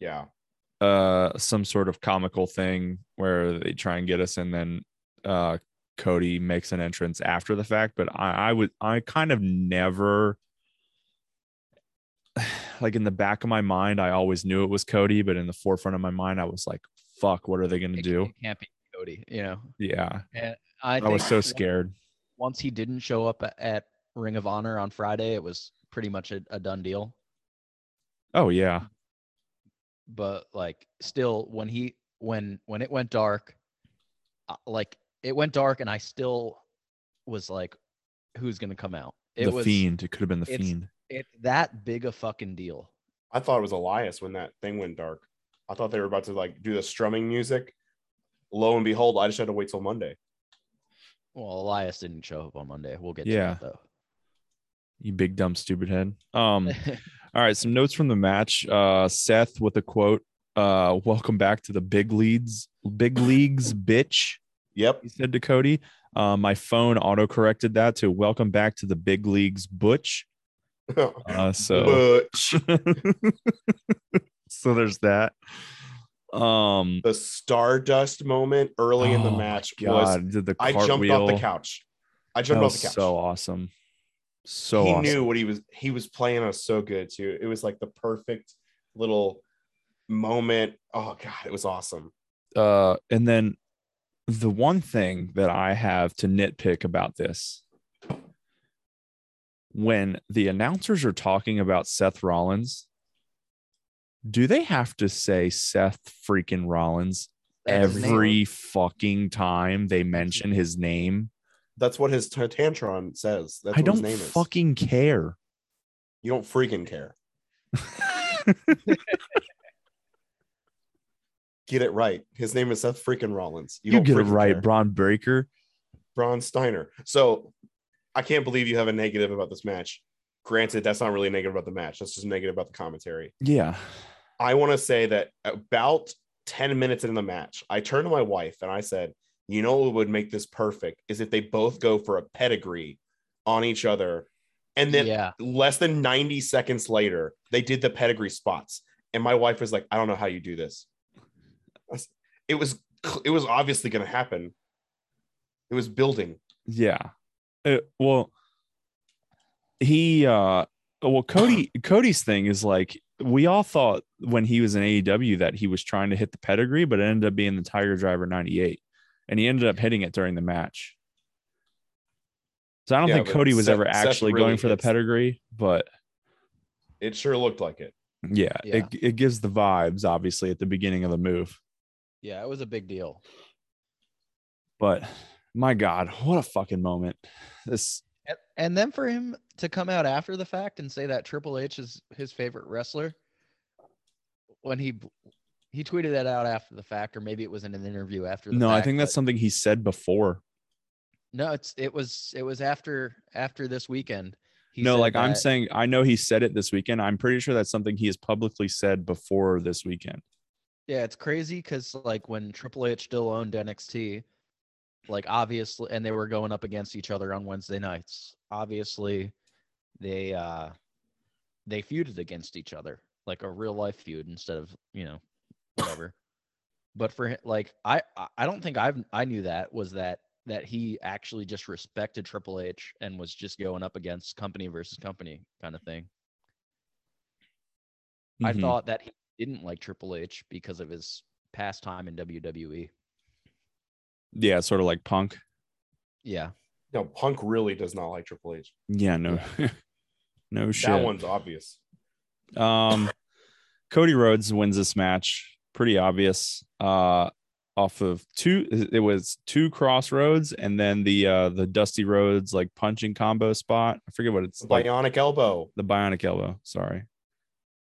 Speaker 3: Yeah,
Speaker 1: uh some sort of comical thing where they try and get us and then uh Cody makes an entrance after the fact, but I, I would I kind of never like in the back of my mind, I always knew it was Cody, but in the forefront of my mind, I was like, fuck, what are they gonna
Speaker 2: It-
Speaker 1: do?
Speaker 2: It can't be Cody, you know.
Speaker 1: Yeah.
Speaker 2: I,
Speaker 1: I was
Speaker 2: think
Speaker 1: so
Speaker 2: once-
Speaker 1: scared.
Speaker 2: Once he didn't show up a- at Ring of Honor on Friday, it was pretty much a, a done deal.
Speaker 1: Oh yeah.
Speaker 2: But like, still, when he when when it went dark, uh, like it went dark, and I still was like, "Who's gonna come out?" It
Speaker 1: the
Speaker 2: was
Speaker 1: fiend. It could have been the
Speaker 2: it's-
Speaker 1: fiend.
Speaker 2: it's that big a fucking deal.
Speaker 3: I thought it was Elias when that thing went dark. I thought they were about to like do the strumming music. Lo and behold, I just had to wait till Monday.
Speaker 2: Well, Elias didn't show up on Monday. We'll get
Speaker 1: Yeah.
Speaker 2: to that
Speaker 1: You big dumb stupid head. Um
Speaker 2: though.
Speaker 1: All right, some notes from the match. Uh, Seth with a quote: uh, "Welcome back to the big leads, big leagues, bitch."
Speaker 3: Yep.
Speaker 1: He said to Cody. Uh, my phone auto corrected that to "Welcome back to the big leagues, butch." Uh, so,
Speaker 3: But
Speaker 1: so there's that. Um,
Speaker 3: the Stardust moment early in the
Speaker 1: oh my
Speaker 3: match was
Speaker 1: God, did the
Speaker 3: I
Speaker 1: cartwheel?
Speaker 3: jumped off the couch. I
Speaker 1: That
Speaker 3: jumped off
Speaker 1: was
Speaker 3: the couch.
Speaker 1: so awesome. So
Speaker 3: he
Speaker 1: awesome.
Speaker 3: knew what he was he was playing us so good too. It was like the perfect little moment. Oh god, it was awesome.
Speaker 1: uh, and then the one thing that I have to nitpick about this when the announcers are talking about Seth Rollins, do they have to say Seth freaking Rollins
Speaker 2: That's his name.
Speaker 1: every fucking time they mention his name?
Speaker 3: That's what his t- tantron says. That's
Speaker 1: I
Speaker 3: what his
Speaker 1: don't
Speaker 3: name is.
Speaker 1: fucking care.
Speaker 3: You don't freaking care. Get it right. His name is Seth freaking Rollins.
Speaker 1: you
Speaker 3: don't
Speaker 1: get it
Speaker 3: freaking
Speaker 1: right,
Speaker 3: care.
Speaker 1: Braun Breaker.
Speaker 3: Braun Steiner. So I can't believe you have a negative about this match. Granted, that's not really negative about the match. That's just negative about the commentary.
Speaker 1: Yeah.
Speaker 3: I want to say that about 10 minutes into the match, I turned to my wife and I said, You know what would make this perfect is if they both go for a pedigree on each other. And then
Speaker 2: yeah,
Speaker 3: less than 90 seconds later, they did the pedigree spots. And my wife was like, I don't know how you do this. I s- It was it was obviously going to happen. It was building.
Speaker 1: Yeah. Uh, well, he uh well Cody Cody's thing is like we all thought when he was in AEW that he was trying to hit the pedigree, but it ended up being the Tiger Driver 98. And he ended up hitting it during the match. So I don't
Speaker 3: Yeah,
Speaker 1: think
Speaker 3: but
Speaker 1: Cody was
Speaker 3: Seth-
Speaker 1: ever
Speaker 3: Seth
Speaker 1: actually
Speaker 3: really
Speaker 1: going for the
Speaker 3: hits-
Speaker 1: pedigree, but
Speaker 3: It sure looked like it.
Speaker 1: yeah,
Speaker 2: Yeah.
Speaker 1: It, it gives the vibes obviously at the beginning of the move.
Speaker 2: yeah, it was a big deal.
Speaker 1: But my God, what a fucking moment. This
Speaker 2: And, and then for him to come out after the fact and say that Triple H is his favorite wrestler, when he he tweeted that out after the fact, or maybe it was in an interview after. The
Speaker 1: no, I
Speaker 2: fact,
Speaker 1: think that's
Speaker 2: but-
Speaker 1: something he said before.
Speaker 2: no. It's it was it was after after this weekend. He
Speaker 1: no,
Speaker 2: said
Speaker 1: like I'm
Speaker 2: that-
Speaker 1: saying, I know he said it this weekend. I'm pretty sure that's something he has publicly said before this weekend.
Speaker 2: Yeah, it's crazy because like when Triple H still owned NXT, like obviously, and they were going up against each other on Wednesday nights. Obviously, they uh they feuded against each other, like a real life feud instead of you know whatever. but for hi- like I I- I don't think I've I knew that was that that he actually just respected Triple H and was just going up against company versus company kind of thing.
Speaker 1: Mhm.
Speaker 2: I thought that he didn't like Triple H because of his past time in E. WWE.
Speaker 1: yeah, sort of like punk.
Speaker 2: Yeah.
Speaker 3: No, Punk really does not like Triple H.
Speaker 1: Yeah, no, no shit.
Speaker 3: That one's obvious.
Speaker 1: Um, Cody Rhodes wins this match, pretty obvious. Uh, off of two, it was two crossroads, and then the uh the Dusty Rhodes like punching combo spot. I forget what it's like.
Speaker 3: Bionic elbow.
Speaker 1: The bionic elbow. Sorry,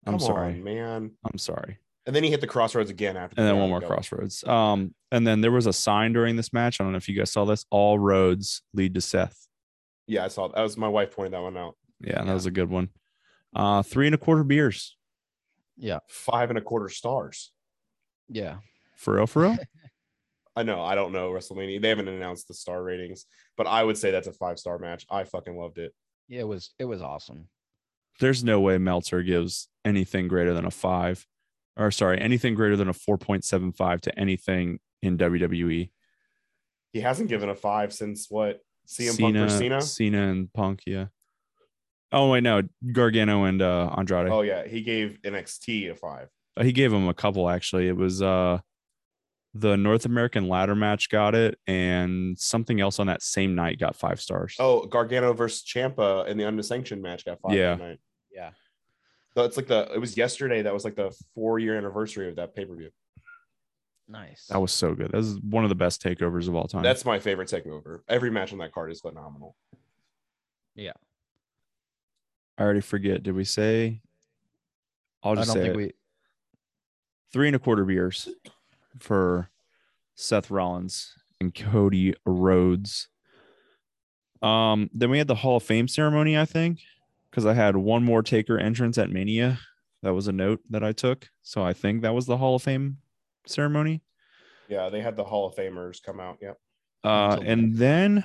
Speaker 1: I'm
Speaker 3: Come
Speaker 1: sorry.
Speaker 3: on, man.
Speaker 1: I'm sorry.
Speaker 3: And then he hit the crossroads again after.
Speaker 1: and
Speaker 3: the
Speaker 1: then one more
Speaker 3: Bionic elbow.
Speaker 1: crossroads. Um, and then there was a sign during this match. I don't know if you guys saw this. All roads lead to Seth.
Speaker 3: Yeah, I saw that. was my wife pointed that one out.
Speaker 1: Yeah, that
Speaker 2: Yeah.
Speaker 1: was a good one. Uh, three and a quarter beers.
Speaker 3: Five and a quarter stars.
Speaker 2: Yeah.
Speaker 1: For real, for real.
Speaker 3: I know. I don't know WrestleMania. They haven't announced the star ratings, but I would say that's a five star match. I fucking loved it.
Speaker 2: Yeah, it was it was awesome.
Speaker 1: There's no way Meltzer gives anything greater than a five. or sorry, anything greater than a 4.75 to anything in E. WWE.
Speaker 3: He hasn't given a five since what? CM Punk versus Cena?
Speaker 1: Cena and Punk, yeah. Oh wait, no, Gargano and uh, Andrade.
Speaker 3: Oh yeah, he gave NXT a five.
Speaker 1: He gave him a couple actually. It was uh, the North American ladder match got it, and something else on that same night got five stars.
Speaker 3: Oh, Gargano versus Champa in the unsanctioned match got five.
Speaker 1: Yeah.
Speaker 3: that night.
Speaker 2: Yeah.
Speaker 3: So it's like the it was yesterday. That was like the four year anniversary of that pay per view.
Speaker 2: Nice.
Speaker 1: that was so good. That was one of the best takeovers of all time.
Speaker 3: That's my favorite takeover. Every match on that card is phenomenal.
Speaker 1: I already forget. Did we say? I'll
Speaker 2: I
Speaker 1: just
Speaker 2: don't
Speaker 1: say
Speaker 2: think
Speaker 1: it.
Speaker 2: we.
Speaker 1: three and a quarter beers for Seth Rollins and Cody Rhodes. Um, then we had the Hall of Fame ceremony, I think, because I had one more taker entrance at Mania. That was a note that I took. So I think that was the Hall of Fame ceremony.
Speaker 3: Yeah, they had the Hall of Famers come out. Yep.
Speaker 1: Uh,
Speaker 2: Until
Speaker 1: and
Speaker 2: then.
Speaker 1: then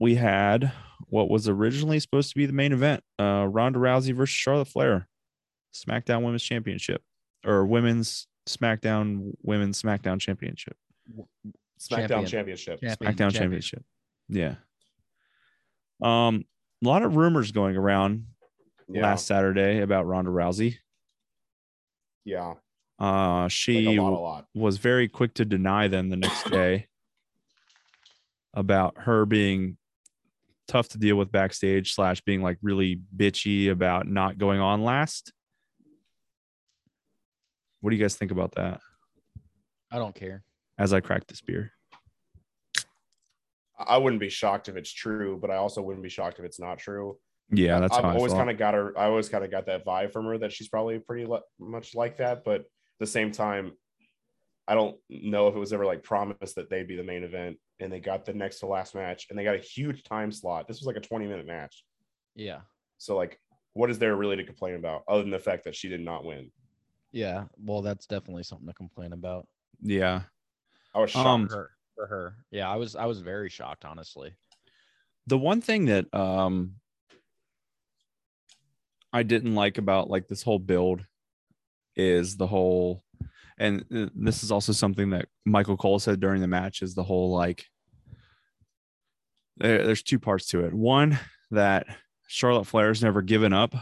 Speaker 1: we had what was originally supposed to be the main event uh, Ronda Rousey versus Charlotte Flair, SmackDown Women's Championship or Women's SmackDown Women's SmackDown Championship.
Speaker 3: SmackDown
Speaker 2: Champion.
Speaker 3: Championship.
Speaker 2: Champion.
Speaker 1: SmackDown Championship. Yeah. Um, a lot of rumors going around
Speaker 3: Yeah.
Speaker 1: last Saturday about Ronda Rousey.
Speaker 3: yeah.
Speaker 1: Uh,
Speaker 3: Like
Speaker 1: she
Speaker 3: a lot, a lot.
Speaker 1: was very quick to deny them the next day about her being tough to deal with backstage slash being like really bitchy about not going on last what do you guys think about that
Speaker 2: I don't care.
Speaker 1: as i crack this beer
Speaker 3: I I wouldn't be shocked if it's true, but I also wouldn't be shocked if it's not true.
Speaker 1: yeah that's
Speaker 3: I've
Speaker 1: how
Speaker 3: always
Speaker 1: i
Speaker 3: kind
Speaker 1: kind
Speaker 3: of got her. I always kind of got that vibe from her that she's probably pretty li- much like that. But at the same time, I don't know if it was ever like promised that they'd be the main event, and they got the next to last match, and they got a huge time slot. This was like a twenty minute match,
Speaker 2: Yeah.
Speaker 3: so like, what is there really to complain about other than the fact that she did not win?
Speaker 2: Yeah. Well, that's definitely something to complain about.
Speaker 1: yeah
Speaker 3: I was shocked.
Speaker 1: Um,
Speaker 2: her for her. Yeah, I was I was very shocked, honestly.
Speaker 1: the one thing that um I didn't like about like this whole build is the whole and uh, this is also something that Michael Cole said during the match is the whole like there- there's two parts to it. One that Charlotte Flair's never given up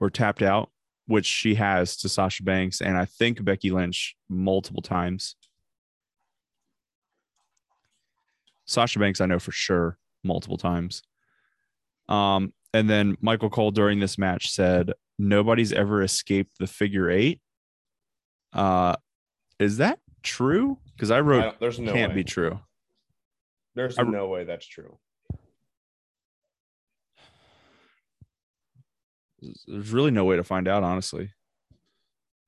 Speaker 1: or tapped out, which she has to Sasha Banks and I think Becky Lynch multiple times. Sasha Banks, I know for sure, multiple times. Um, and then Michael Cole during this match said, Nobody's ever escaped the figure eight. Uh, is that true? Because I
Speaker 3: I
Speaker 1: wrote
Speaker 3: don't- there's no
Speaker 1: can't
Speaker 3: way.
Speaker 1: be true.
Speaker 3: There's
Speaker 1: I-
Speaker 3: no way that's true.
Speaker 1: There's really no way to find out, honestly.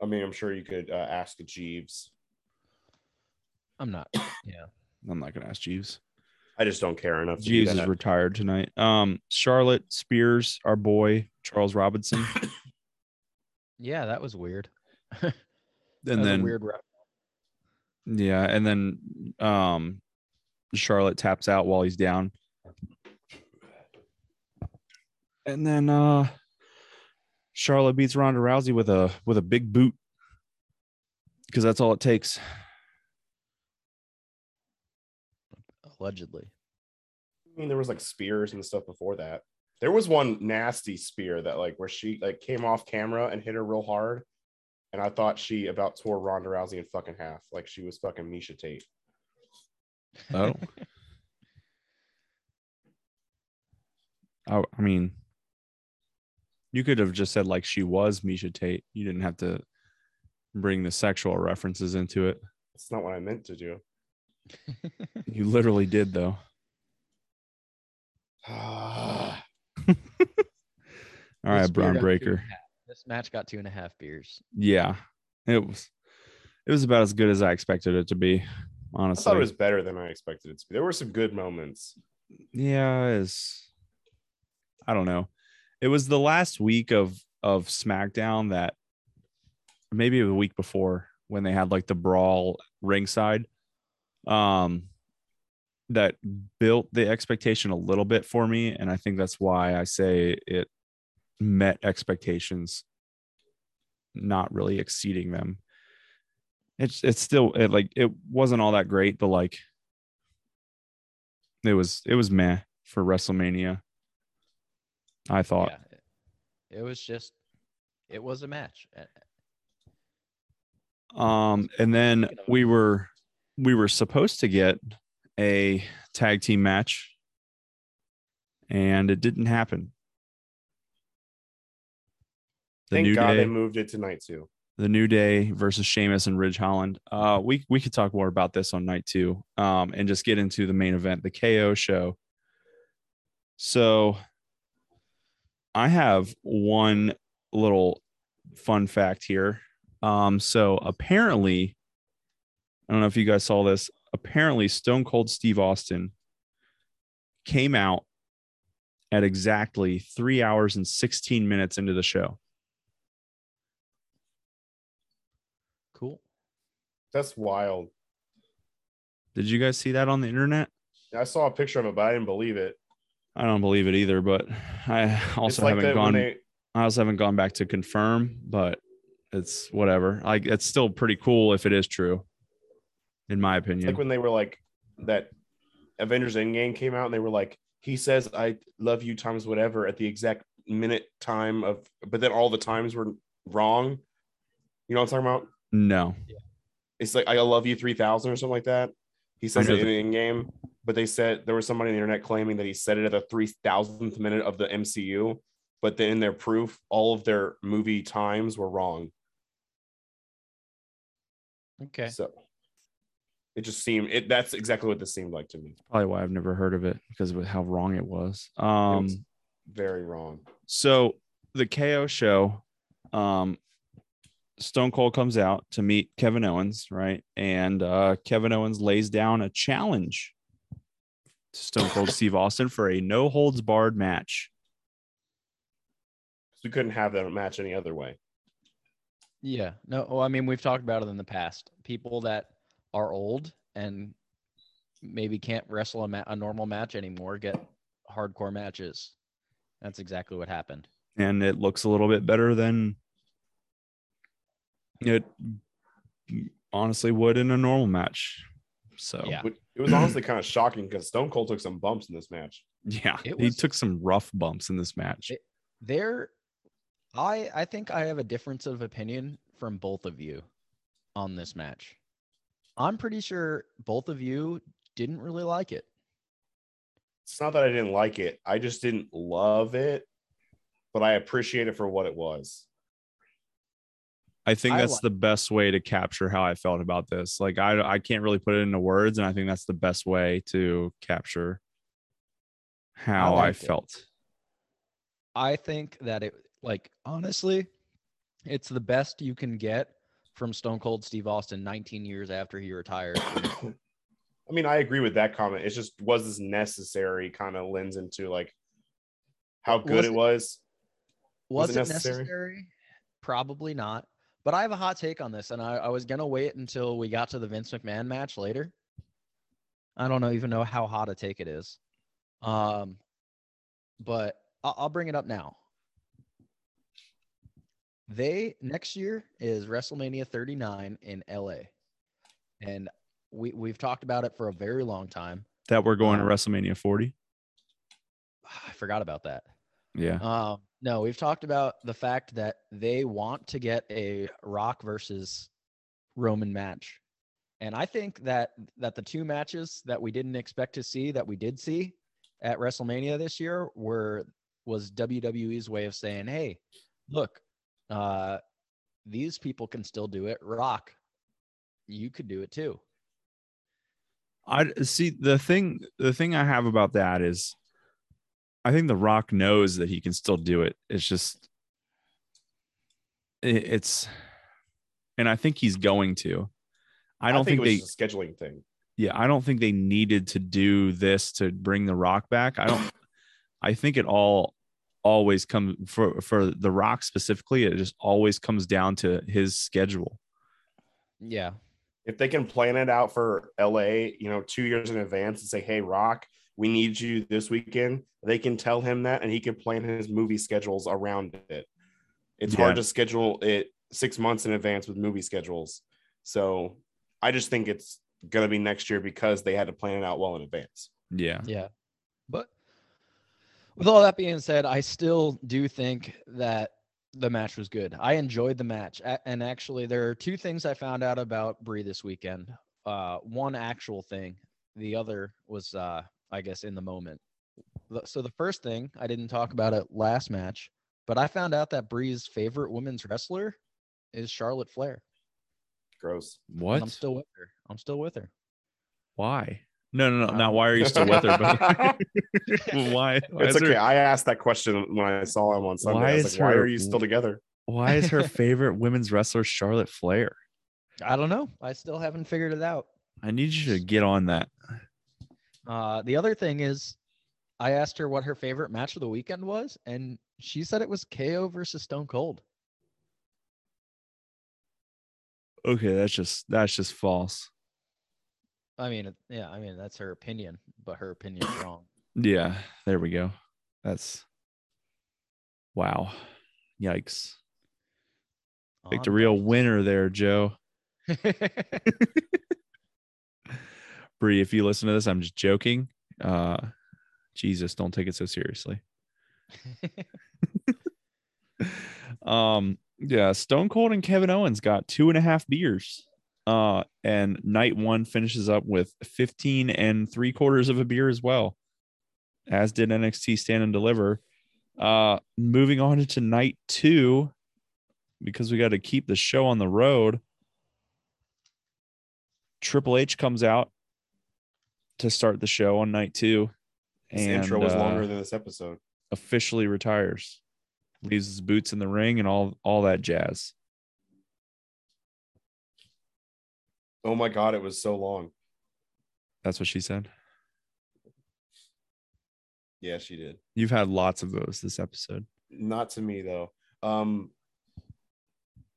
Speaker 3: I mean, I'm sure you could uh, ask Jeeves.
Speaker 2: I'm not.
Speaker 1: I'm not gonna ask Jeeves.
Speaker 3: I just don't care enough. To do
Speaker 1: Jeeves is
Speaker 3: that.
Speaker 1: retired tonight. Um, Charlotte Spears, our boy Charles Robinson,
Speaker 2: Yeah, that was weird. That
Speaker 1: and
Speaker 2: was a
Speaker 1: then
Speaker 2: weird rep.
Speaker 1: yeah, and then um, Charlotte taps out while he's down, and then uh, Charlotte beats Ronda Rousey with a with a big boot because that's all it takes.
Speaker 2: allegedly.
Speaker 3: I mean, there was like spears and stuff before that. There was one nasty spear that like where she like came off camera and hit her real hard, and I thought she about tore Ronda Rousey in fucking half, like she was fucking Misha Tate.
Speaker 1: Oh. I, Oh, I mean, you could have just said like she was Misha Tate. You didn't have to bring the sexual references into it.
Speaker 3: That's not what I meant to do.
Speaker 1: You literally did though.
Speaker 3: I
Speaker 1: All
Speaker 2: This
Speaker 1: right,
Speaker 2: beer got
Speaker 1: Braun
Speaker 2: two and a
Speaker 1: Breaker.
Speaker 2: half- This match got two and a half beers.
Speaker 1: Yeah, it was. It was about as good as I expected it to be, honestly.
Speaker 3: thought it was better than I expected it to be. There were some good moments.
Speaker 1: yeah it's i don't know it was the last week of of smackdown that maybe the week before when they had like the brawl ringside um that built the expectation a little bit for me and i think that's why i say it met expectations not really exceeding them. It's it's still it like it wasn't all that great, but like it was it was meh for WrestleMania. I thought.
Speaker 2: Yeah. It was just, it was a match. Uh,
Speaker 1: Um, and then
Speaker 2: Speaking of-
Speaker 1: we were we were supposed to get a tag team match, and it didn't happen. The
Speaker 3: Thank
Speaker 1: new
Speaker 3: God
Speaker 1: day,
Speaker 3: they moved it to night two.
Speaker 1: the new day versus Sheamus and Ridge Holland. Uh, we we could talk more about this on night two, um, and just get into the main event, the KO show. So, I have one little fun fact here. Um, so apparently, I don't know if you guys saw this. Apparently, Stone Cold Steve Austin came out at exactly three hours and 16 minutes into the show.
Speaker 2: Cool.
Speaker 3: That's wild.
Speaker 1: Did you guys see that on the internet?
Speaker 3: I saw a picture of it, but I didn't believe it.
Speaker 1: I don't believe it either, but I also haven't
Speaker 3: that when
Speaker 1: gone.
Speaker 3: they-
Speaker 1: I also haven't gone back to confirm, but it's whatever. Like it's still pretty cool if it is true, in my
Speaker 3: It's
Speaker 1: opinion.
Speaker 3: like when they were like that Avengers Endgame came out and they were like, he says I love you times whatever at the exact minute time of but then all the times were wrong. You know what I'm talking about?
Speaker 1: no,
Speaker 3: It's like I love you three thousand or something like that. He says
Speaker 1: know
Speaker 3: it in
Speaker 1: the-
Speaker 3: the game, but they said there was somebody on the internet claiming that he said it at the three thousandth minute of the MCU, but then in their proof, all of their movie times were wrong.
Speaker 2: Okay.
Speaker 3: So it just seemed it that's exactly what this seemed like to me.
Speaker 1: probably why I've never heard of it because of how wrong it was. Um,
Speaker 3: was- Very wrong.
Speaker 1: so the KO show, um, Stone Cold comes out to meet Kevin Owens, right? And uh, Kevin Owens lays down a challenge to Stone Cold Steve Austin for a no holds barred match.
Speaker 3: we couldn't have that match any other way.
Speaker 2: Yeah. No, well, I mean, we've talked about it in the past. People that are old and maybe can't wrestle a, ma- a normal match anymore get hardcore matches. That's exactly what happened.
Speaker 1: and it looks a little bit better than it honestly would in a normal match. So
Speaker 2: Yeah.
Speaker 3: Which- It was honestly kind of shocking because Stone Cold took some bumps in this match.
Speaker 1: yeah,
Speaker 2: It
Speaker 1: he
Speaker 2: was-
Speaker 1: took some rough bumps in this match.
Speaker 2: It- There, I I think I have a difference of opinion from both of you on this match. I'm pretty sure both of you didn't really like it.
Speaker 3: It's not that I didn't like it, I just didn't love it, but I appreciate it for what it was.
Speaker 1: I think
Speaker 2: I
Speaker 1: that's
Speaker 2: like-
Speaker 1: the best way to capture how I felt about this. Like I I can't really put it into words and I think that's the best way to capture how I,
Speaker 2: liked it.
Speaker 1: felt.
Speaker 2: I think that it like honestly, it's the best you can get from Stone Cold Steve Austin 19 years after he retired.
Speaker 3: I mean, I agree with that comment. It's just was this necessary kind of lends into like how good
Speaker 2: Was
Speaker 3: it
Speaker 2: it-
Speaker 3: was.
Speaker 2: Was,
Speaker 3: Was it
Speaker 2: it
Speaker 3: necessary?
Speaker 2: necessary? Probably not. But I have a hot take on this, and I, I was gonna wait until we got to the Vince McMahon match later. I don't know even know how hot a take it is, um, but I'll, I'll bring it up now. They next year is WrestleMania 39 in LA, and we we've talked about it for a very long time.
Speaker 1: That we're going to
Speaker 2: Um,
Speaker 1: WrestleMania 40.
Speaker 2: I forgot about that.
Speaker 1: Yeah.
Speaker 2: Um, no, we've talked about the fact that they want to get a Rock versus Roman match, and I think that that the two matches that we didn't expect to see that we did see at WrestleMania this year were was WWE's way of saying, "Hey, look, uh, these people can still do it. Rock, you could do it too."
Speaker 1: I see the thing the thing I have about that is I think the rock knows that he can still do it. It's just it, it's and I think he's going to. I don't think,
Speaker 3: it was
Speaker 1: they
Speaker 3: just a scheduling thing.
Speaker 1: yeah, I don't think they needed to do this to bring the rock back. I don't I think it all always comes for for the rock specifically, it just always comes down to his schedule.
Speaker 2: Yeah,
Speaker 3: if they can plan it out for LA, you know, two years in advance and say, Hey, Rock, we need you this weekend, they can tell him that and he can plan his movie schedules around it. It's
Speaker 1: Yeah.
Speaker 3: hard to schedule it six months in advance with movie schedules. So I just think it's gonna be next year because they had to plan it out well in advance.
Speaker 1: Yeah.
Speaker 2: Yeah. But with all that being said, I still do think that the match was good. I enjoyed the match. A- And actually, there are two things I found out about Brie this weekend. Uh, one actual thing, the other was, uh, I guess, in the moment. The- So the first thing, I didn't talk about it last match, but I found out that Brie's favorite women's wrestler is Charlotte Flair.
Speaker 3: Gross.
Speaker 2: and I'm
Speaker 1: What?
Speaker 2: still with her. I'm still with her.
Speaker 1: Why? No, no, no.
Speaker 2: Um,
Speaker 1: Not why are you still with her? But why? why
Speaker 3: it's
Speaker 1: is her-
Speaker 3: okay. I asked that question when I saw him on Sunday.
Speaker 1: Why
Speaker 3: I was
Speaker 1: is
Speaker 3: like, why
Speaker 1: her-
Speaker 3: are you still together?
Speaker 1: why is her favorite women's wrestler Charlotte Flair?
Speaker 2: I don't know. I still haven't figured it out.
Speaker 1: I need you to get on that.
Speaker 2: Uh, the other thing is, I asked her what her favorite match of the weekend was, and she said it was KO versus Stone Cold.
Speaker 1: Okay, that's just that's just false.
Speaker 2: I mean, it- yeah, I mean that's her opinion, but her opinion's wrong.
Speaker 1: Yeah, there we go. That's wow. Yikes. Picked a
Speaker 2: On-
Speaker 1: real winner there, Joe. Bree, if you listen to this, I'm just joking. Uh Jesus, don't take it so seriously. um, yeah, Stone Cold and Kevin Owens got two and a half beers. Uh, and night one finishes up with 15 and three quarters of a beer as well, as did NXT Stand and Deliver. Uh, moving on to night two, because we got to keep the show on the road. Triple H comes out to start the show on night two.
Speaker 3: This intro was
Speaker 1: uh,
Speaker 3: longer than this episode.
Speaker 1: officially retires, leaves his boots in the ring and all all that jazz.
Speaker 3: Oh my god, it was so long.
Speaker 1: That's what she said.
Speaker 3: Yeah, she did.
Speaker 1: You've had lots of those this episode.
Speaker 3: Not to me though. Um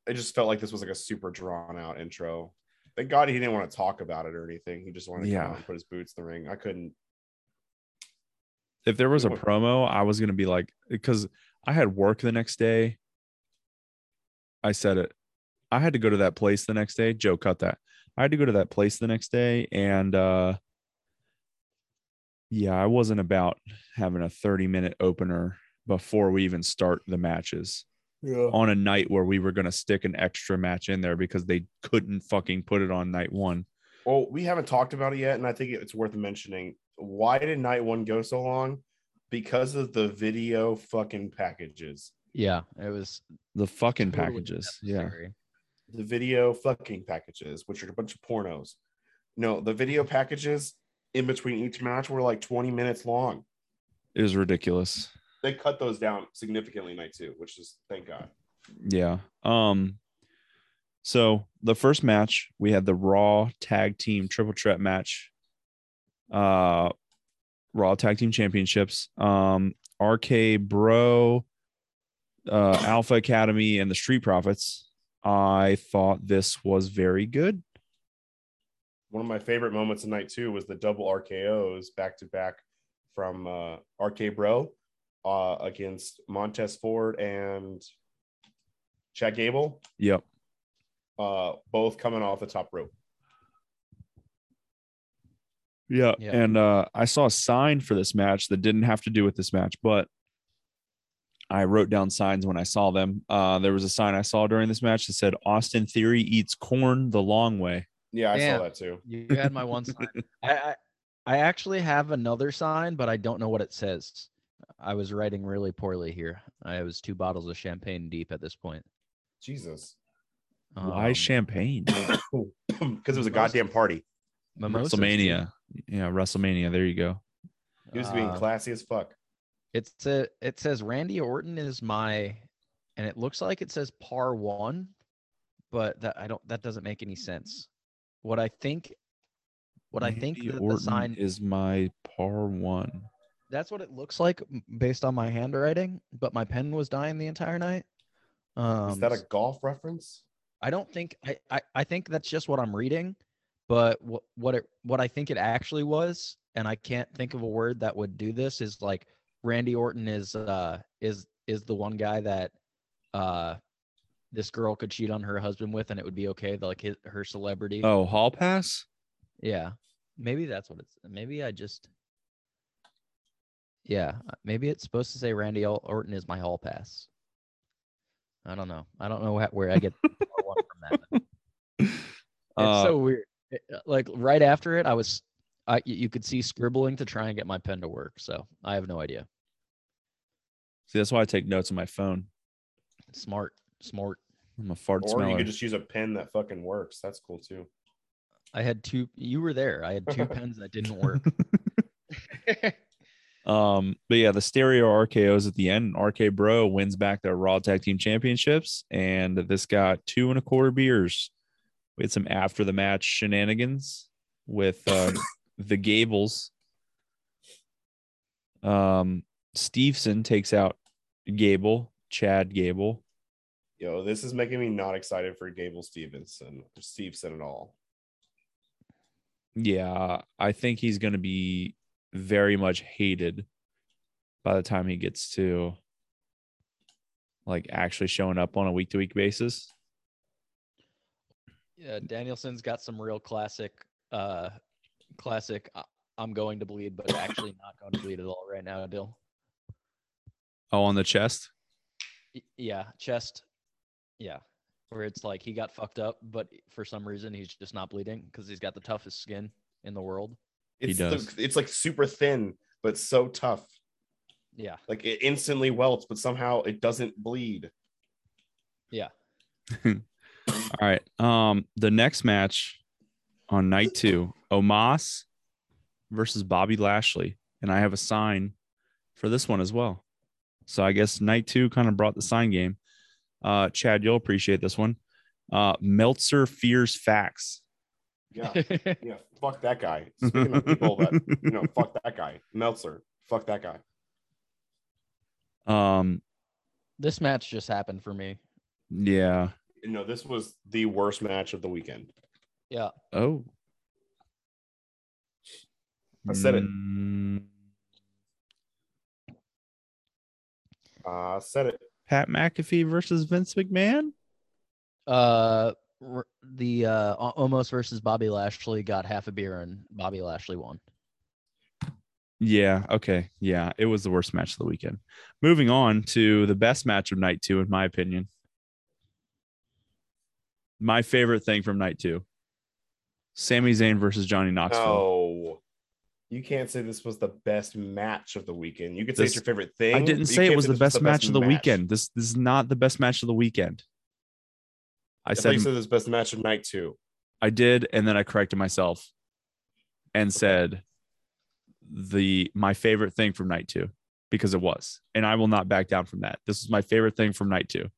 Speaker 3: I just felt like this was like a super drawn out intro. Thank God he didn't want to talk about it or anything. He just wanted to come
Speaker 1: Yeah.
Speaker 3: out and put his boots in the ring. I couldn't.
Speaker 1: If there was a
Speaker 3: What-
Speaker 1: promo, I was gonna be like, because I had work the next day. I said it. I had to go to that place the next day. Joe cut that. I had to go to that place the next day, and uh yeah, I wasn't about having a 30 minute opener before we even start the matches.
Speaker 3: Yeah.
Speaker 1: on a night where we were going to stick an extra match in there because they couldn't fucking put it on night one.
Speaker 3: Well, we haven't talked about it yet, and I think it's worth mentioning. Why did night one go so long? Because of the video fucking packages.
Speaker 2: yeah, it was
Speaker 1: The fucking
Speaker 2: totally
Speaker 1: packages. Yeah.
Speaker 2: necessary.
Speaker 3: The video fucking packages, which are a bunch of pornos. No, the video packages in between each match were like 20 minutes long.
Speaker 1: It was ridiculous.
Speaker 3: They cut those down significantly night two, which is thank God.
Speaker 1: Yeah. Um so the first match we had the Raw Tag Team Triple Threat match. Uh Raw Tag Team Championships. Um RK Bro uh Alpha Academy and the Street Profits. I thought this was very good.
Speaker 3: One of my favorite moments of night two was the double RKOs back to back from uh, RK Bro uh, against Montez Ford and Chad Gable.
Speaker 1: Yep.
Speaker 3: uh, both coming off the top rope.
Speaker 1: Yeah.
Speaker 2: Yeah.
Speaker 1: And uh, I saw a sign for this match that didn't have to do with this match, but I wrote down signs when I saw them. Uh, there was a sign I saw during this match that said Austin Theory eats corn the long way.
Speaker 3: Yeah, I
Speaker 2: Damn.
Speaker 3: saw that too.
Speaker 2: You had my one sign. I, I I actually have another sign, but I don't know what it says. I was writing really poorly here. I was two bottles of champagne deep at this point.
Speaker 3: Jesus,
Speaker 1: Why
Speaker 2: Um,
Speaker 1: champagne?
Speaker 3: because it was a goddamn party.
Speaker 2: mimosas, dude.
Speaker 1: WrestleMania. Yeah, WrestleMania. There you go.
Speaker 3: He was being
Speaker 2: Uh,
Speaker 3: classy as fuck.
Speaker 2: It's a, it says Randy Orton is my, and it looks like it says par one, but that I don't that doesn't make any sense. What I think, what I think
Speaker 1: Randy
Speaker 2: that the
Speaker 1: Orton
Speaker 2: sign
Speaker 1: is my par one.
Speaker 2: that's what it looks like m- based on my handwriting, but my pen was dying the entire night. Um,
Speaker 3: Is that a golf reference?
Speaker 2: I don't think I, I I think that's just what I'm reading, but what what it what I think it actually was, and I can't think of a word that would do this is like Randy Orton is uh is is the one guy that uh this girl could cheat on her husband with and it would be okay like his, her celebrity
Speaker 1: Oh, hall pass.
Speaker 2: yeah maybe that's what it's maybe i just yeah uh, maybe it's supposed to say randy Or- orton is my hall pass i don't know i don't know wh- where i get the one from that it's
Speaker 1: Uh,
Speaker 2: so weird It- uh, like right after it i was i y- you could see scribbling to try and get my pen to work so i have no idea
Speaker 1: see, that's why I take notes on my phone.
Speaker 2: smart smart
Speaker 1: I'm a fart
Speaker 3: Or you
Speaker 1: smeller.
Speaker 3: could just use a pen that fucking works. That's cool too.
Speaker 2: i had two you were there i had two pens that didn't work
Speaker 1: Um, but yeah, the stereo RKOs at the end. RK Bro wins back their Raw Tag Team Championships, and this got two and a quarter beers. We had some after the match shenanigans with uh, the Gables. Um, Steveson takes out Gable, Chad Gable.
Speaker 3: Yo, this is making me not excited for Gable Stevenson, Stevenson at all.
Speaker 1: Yeah, I think he's going to be very much hated by the time he gets to like actually showing up on a week to week basis.
Speaker 2: Yeah, Danielson's got some real classic, uh, classic. "I- I'm going to bleed, but actually not going to bleed at all right now, Dill.
Speaker 1: Oh, on the chest.
Speaker 2: Y- Yeah, chest. Yeah, where it's like he got fucked up, but for some reason he's just not bleeding because he's got the toughest skin in the world.
Speaker 3: It's
Speaker 1: does.
Speaker 3: The, it's like super thin, but so tough.
Speaker 2: Yeah,
Speaker 3: Like it instantly welts, but somehow it doesn't bleed.
Speaker 1: All right. Um, the next match on night two, Omas versus Bobby Lashley, and I have a sign for this one as well. So I guess night two kind of brought the sign game. Uh, Chad, you'll appreciate this one. Uh, Meltzer fears facts.
Speaker 3: Yeah. Yeah. Fuck that guy. Speaking of people that, you know, fuck that guy. Meltzer. Fuck that guy.
Speaker 1: um,
Speaker 2: this match just happened for me.
Speaker 1: yeah.
Speaker 3: No, this was the worst match of the weekend.
Speaker 2: Yeah,
Speaker 1: Oh,
Speaker 3: I said it.
Speaker 1: Mm,
Speaker 3: Uh said it.
Speaker 1: Pat McAfee versus Vince McMahon.
Speaker 2: uh, r- the uh, Al- almost versus Bobby Lashley got half a beer and Bobby Lashley won.
Speaker 1: Yeah. Okay. Yeah. It was the worst match of the weekend. Moving on to the best match of night two, in my opinion. My favorite thing from night two Sami Zayn versus Johnny
Speaker 3: Oh,
Speaker 1: Knoxville.
Speaker 3: No. You can't say this was the best match of the weekend. You could say
Speaker 1: This-
Speaker 3: it's your favorite thing.
Speaker 1: I
Speaker 3: but you
Speaker 1: didn't say
Speaker 3: can't
Speaker 1: it was the
Speaker 3: this
Speaker 1: best match of the weekend. This, this is not the best match of the weekend. I
Speaker 3: I said,
Speaker 1: said
Speaker 3: you said this best match of night two.
Speaker 1: I did, and then I corrected myself and said the my favorite thing from night two because it was, and I will not back down from that. This was my favorite thing from night two.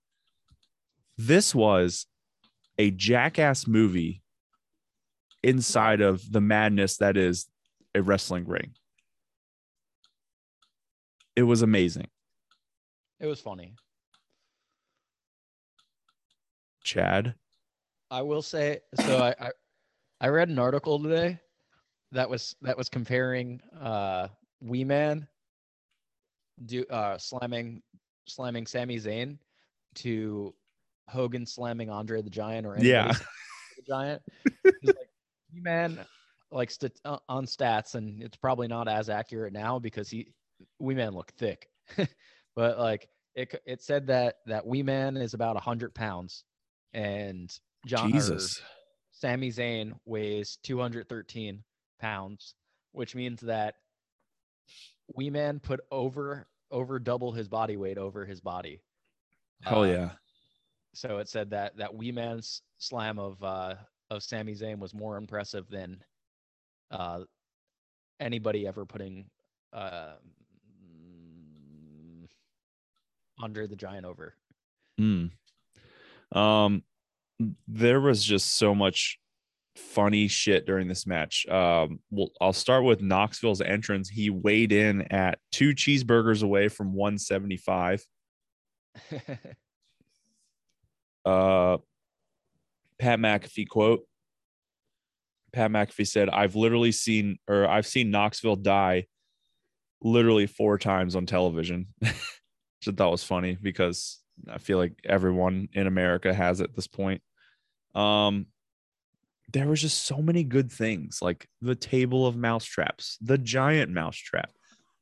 Speaker 1: This was a jackass movie inside of the madness that is a wrestling ring. It was amazing,
Speaker 2: It was funny.
Speaker 1: Chad.
Speaker 2: I will say so. I, I I read an article today that was that was comparing uh Wee Man do uh slamming slamming Sami Zayn to Hogan slamming Andre the Giant or anybody
Speaker 1: Yeah.
Speaker 2: slamming the Giant. He's like Wee Man like stat- uh, on stats and it's probably not as accurate now because he Wee Man looked thick, but like it c- it said that that Wee Man is about hundred pounds and John or
Speaker 1: Jesus,
Speaker 2: Sami Zayn weighs 213 pounds, which means that Wee Man put over over double his body weight over his body.
Speaker 1: hell
Speaker 2: Uh,
Speaker 1: yeah!
Speaker 2: So it said that that Wee Man's slam of uh, of Sami Zayn was more impressive than uh, anybody ever putting uh, mm, Andre the Giant over.
Speaker 1: Mm. Um, there was just so much funny shit during this match. Um, well, I'll start with Knoxville's entrance. He weighed in at two cheeseburgers away from 175. Uh, Pat McAfee quote. Pat McAfee said, "I've literally seen, or I've seen Knoxville die, literally four times on television." Which I thought was funny because I feel like everyone in America has at this point. Um, there was just so many good things, like the table of mousetraps, the giant mousetrap,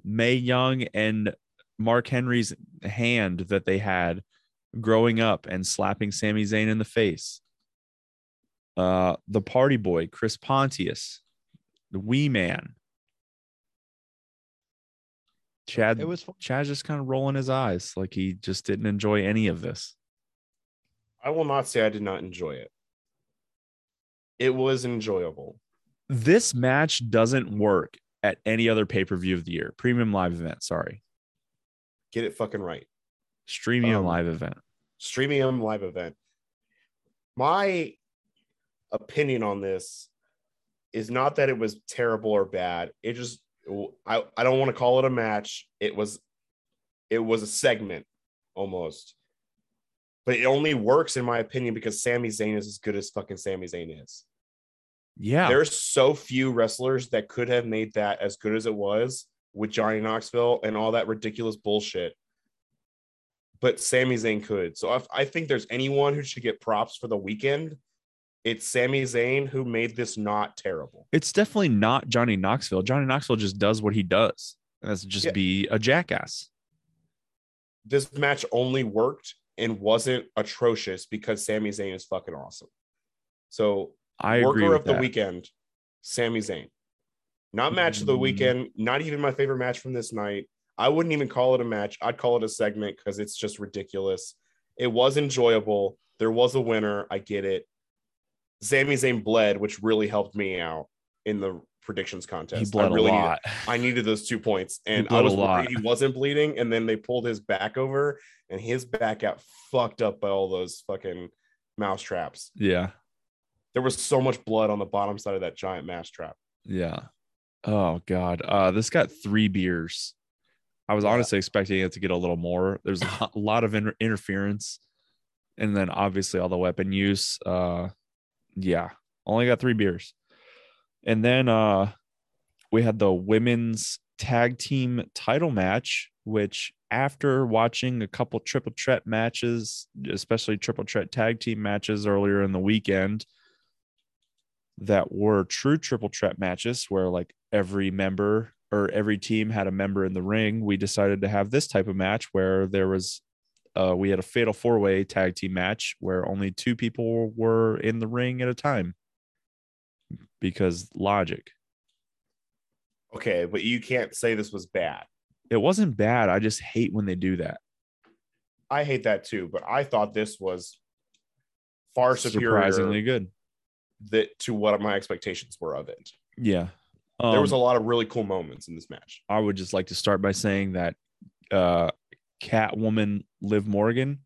Speaker 1: May Young and Mark Henry's hand that they had growing up and slapping Sami Zayn in the face. Uh, the party boy, Chris Pontius, the Wee Man. Chad
Speaker 2: It was fun.
Speaker 1: Chad's just kind of rolling his eyes like he just didn't enjoy any of this.
Speaker 3: I will not say I did not enjoy it. It was enjoyable.
Speaker 1: This match doesn't work at any other pay per view of the year. Premium live event, sorry.
Speaker 3: Get it fucking right.
Speaker 1: Streaming
Speaker 3: Um,
Speaker 1: live event.
Speaker 3: Streamium live event. My opinion on this is not that it was terrible or bad. It just I, I don't want to call it a match. It was it was a segment almost. But it only works in my opinion because Sami Zayn is as good as fucking Sami Zayn is.
Speaker 1: Yeah.
Speaker 3: There's so few wrestlers that could have made that as good as it was with Johnny Knoxville and all that ridiculous bullshit. But Sami Zayn could. So if I think there's anyone who should get props for the weekend, it's Sami Zayn who made this not terrible.
Speaker 1: It's definitely not Johnny Knoxville. Johnny Knoxville just does what he does. And that's just
Speaker 3: Yeah.
Speaker 1: be a jackass.
Speaker 3: This match only worked and wasn't atrocious because Sami Zayn is fucking awesome. So
Speaker 1: I agree.
Speaker 3: worker
Speaker 1: With
Speaker 3: of the
Speaker 1: that.
Speaker 3: weekend, Sami Zayn. Not match of the
Speaker 1: Mm.
Speaker 3: weekend, not even my favorite match from this night. I wouldn't even call it a match. I'd call it a segment because it's just ridiculous. It was enjoyable. There was a winner. I get it. Sami Zayn bled, which really helped me out in the predictions contest.
Speaker 1: He bled
Speaker 3: I really
Speaker 1: a
Speaker 3: needed-
Speaker 1: lot.
Speaker 3: I needed those two points, and I
Speaker 1: bled a
Speaker 3: was
Speaker 1: lot.
Speaker 3: worried he wasn't bleeding. And then they pulled his back over, and his back got fucked up by all those fucking mouse traps
Speaker 1: yeah.
Speaker 3: there was so much blood on the bottom side of that giant mass trap.
Speaker 1: Yeah. Oh God. Uh, this got three beers. I was
Speaker 3: Yeah.
Speaker 1: honestly expecting it to get a little more. There's a ho- lot of inter- interference, and then obviously all the weapon use. Uh, yeah, only got three beers, and then uh, we had the women's tag team title match, which after watching a couple triple threat matches, especially triple threat tag team matches earlier in the weekend, that were true triple threat matches where like every member or every team had a member in the ring we decided to have this type of match where there was uh, we had a fatal four way tag team match where only two people were in the ring at a time because logic
Speaker 3: Okay, but you can't say this was bad.
Speaker 1: it wasn't bad i just hate when they do that
Speaker 3: I hate that too, but I thought this was far superior
Speaker 1: surprisingly good
Speaker 3: that to what my expectations were of it.
Speaker 1: yeah
Speaker 3: there
Speaker 1: Um,
Speaker 3: was a lot of really cool moments in this match.
Speaker 1: I would just like to start by saying that uh, Catwoman Liv Morgan.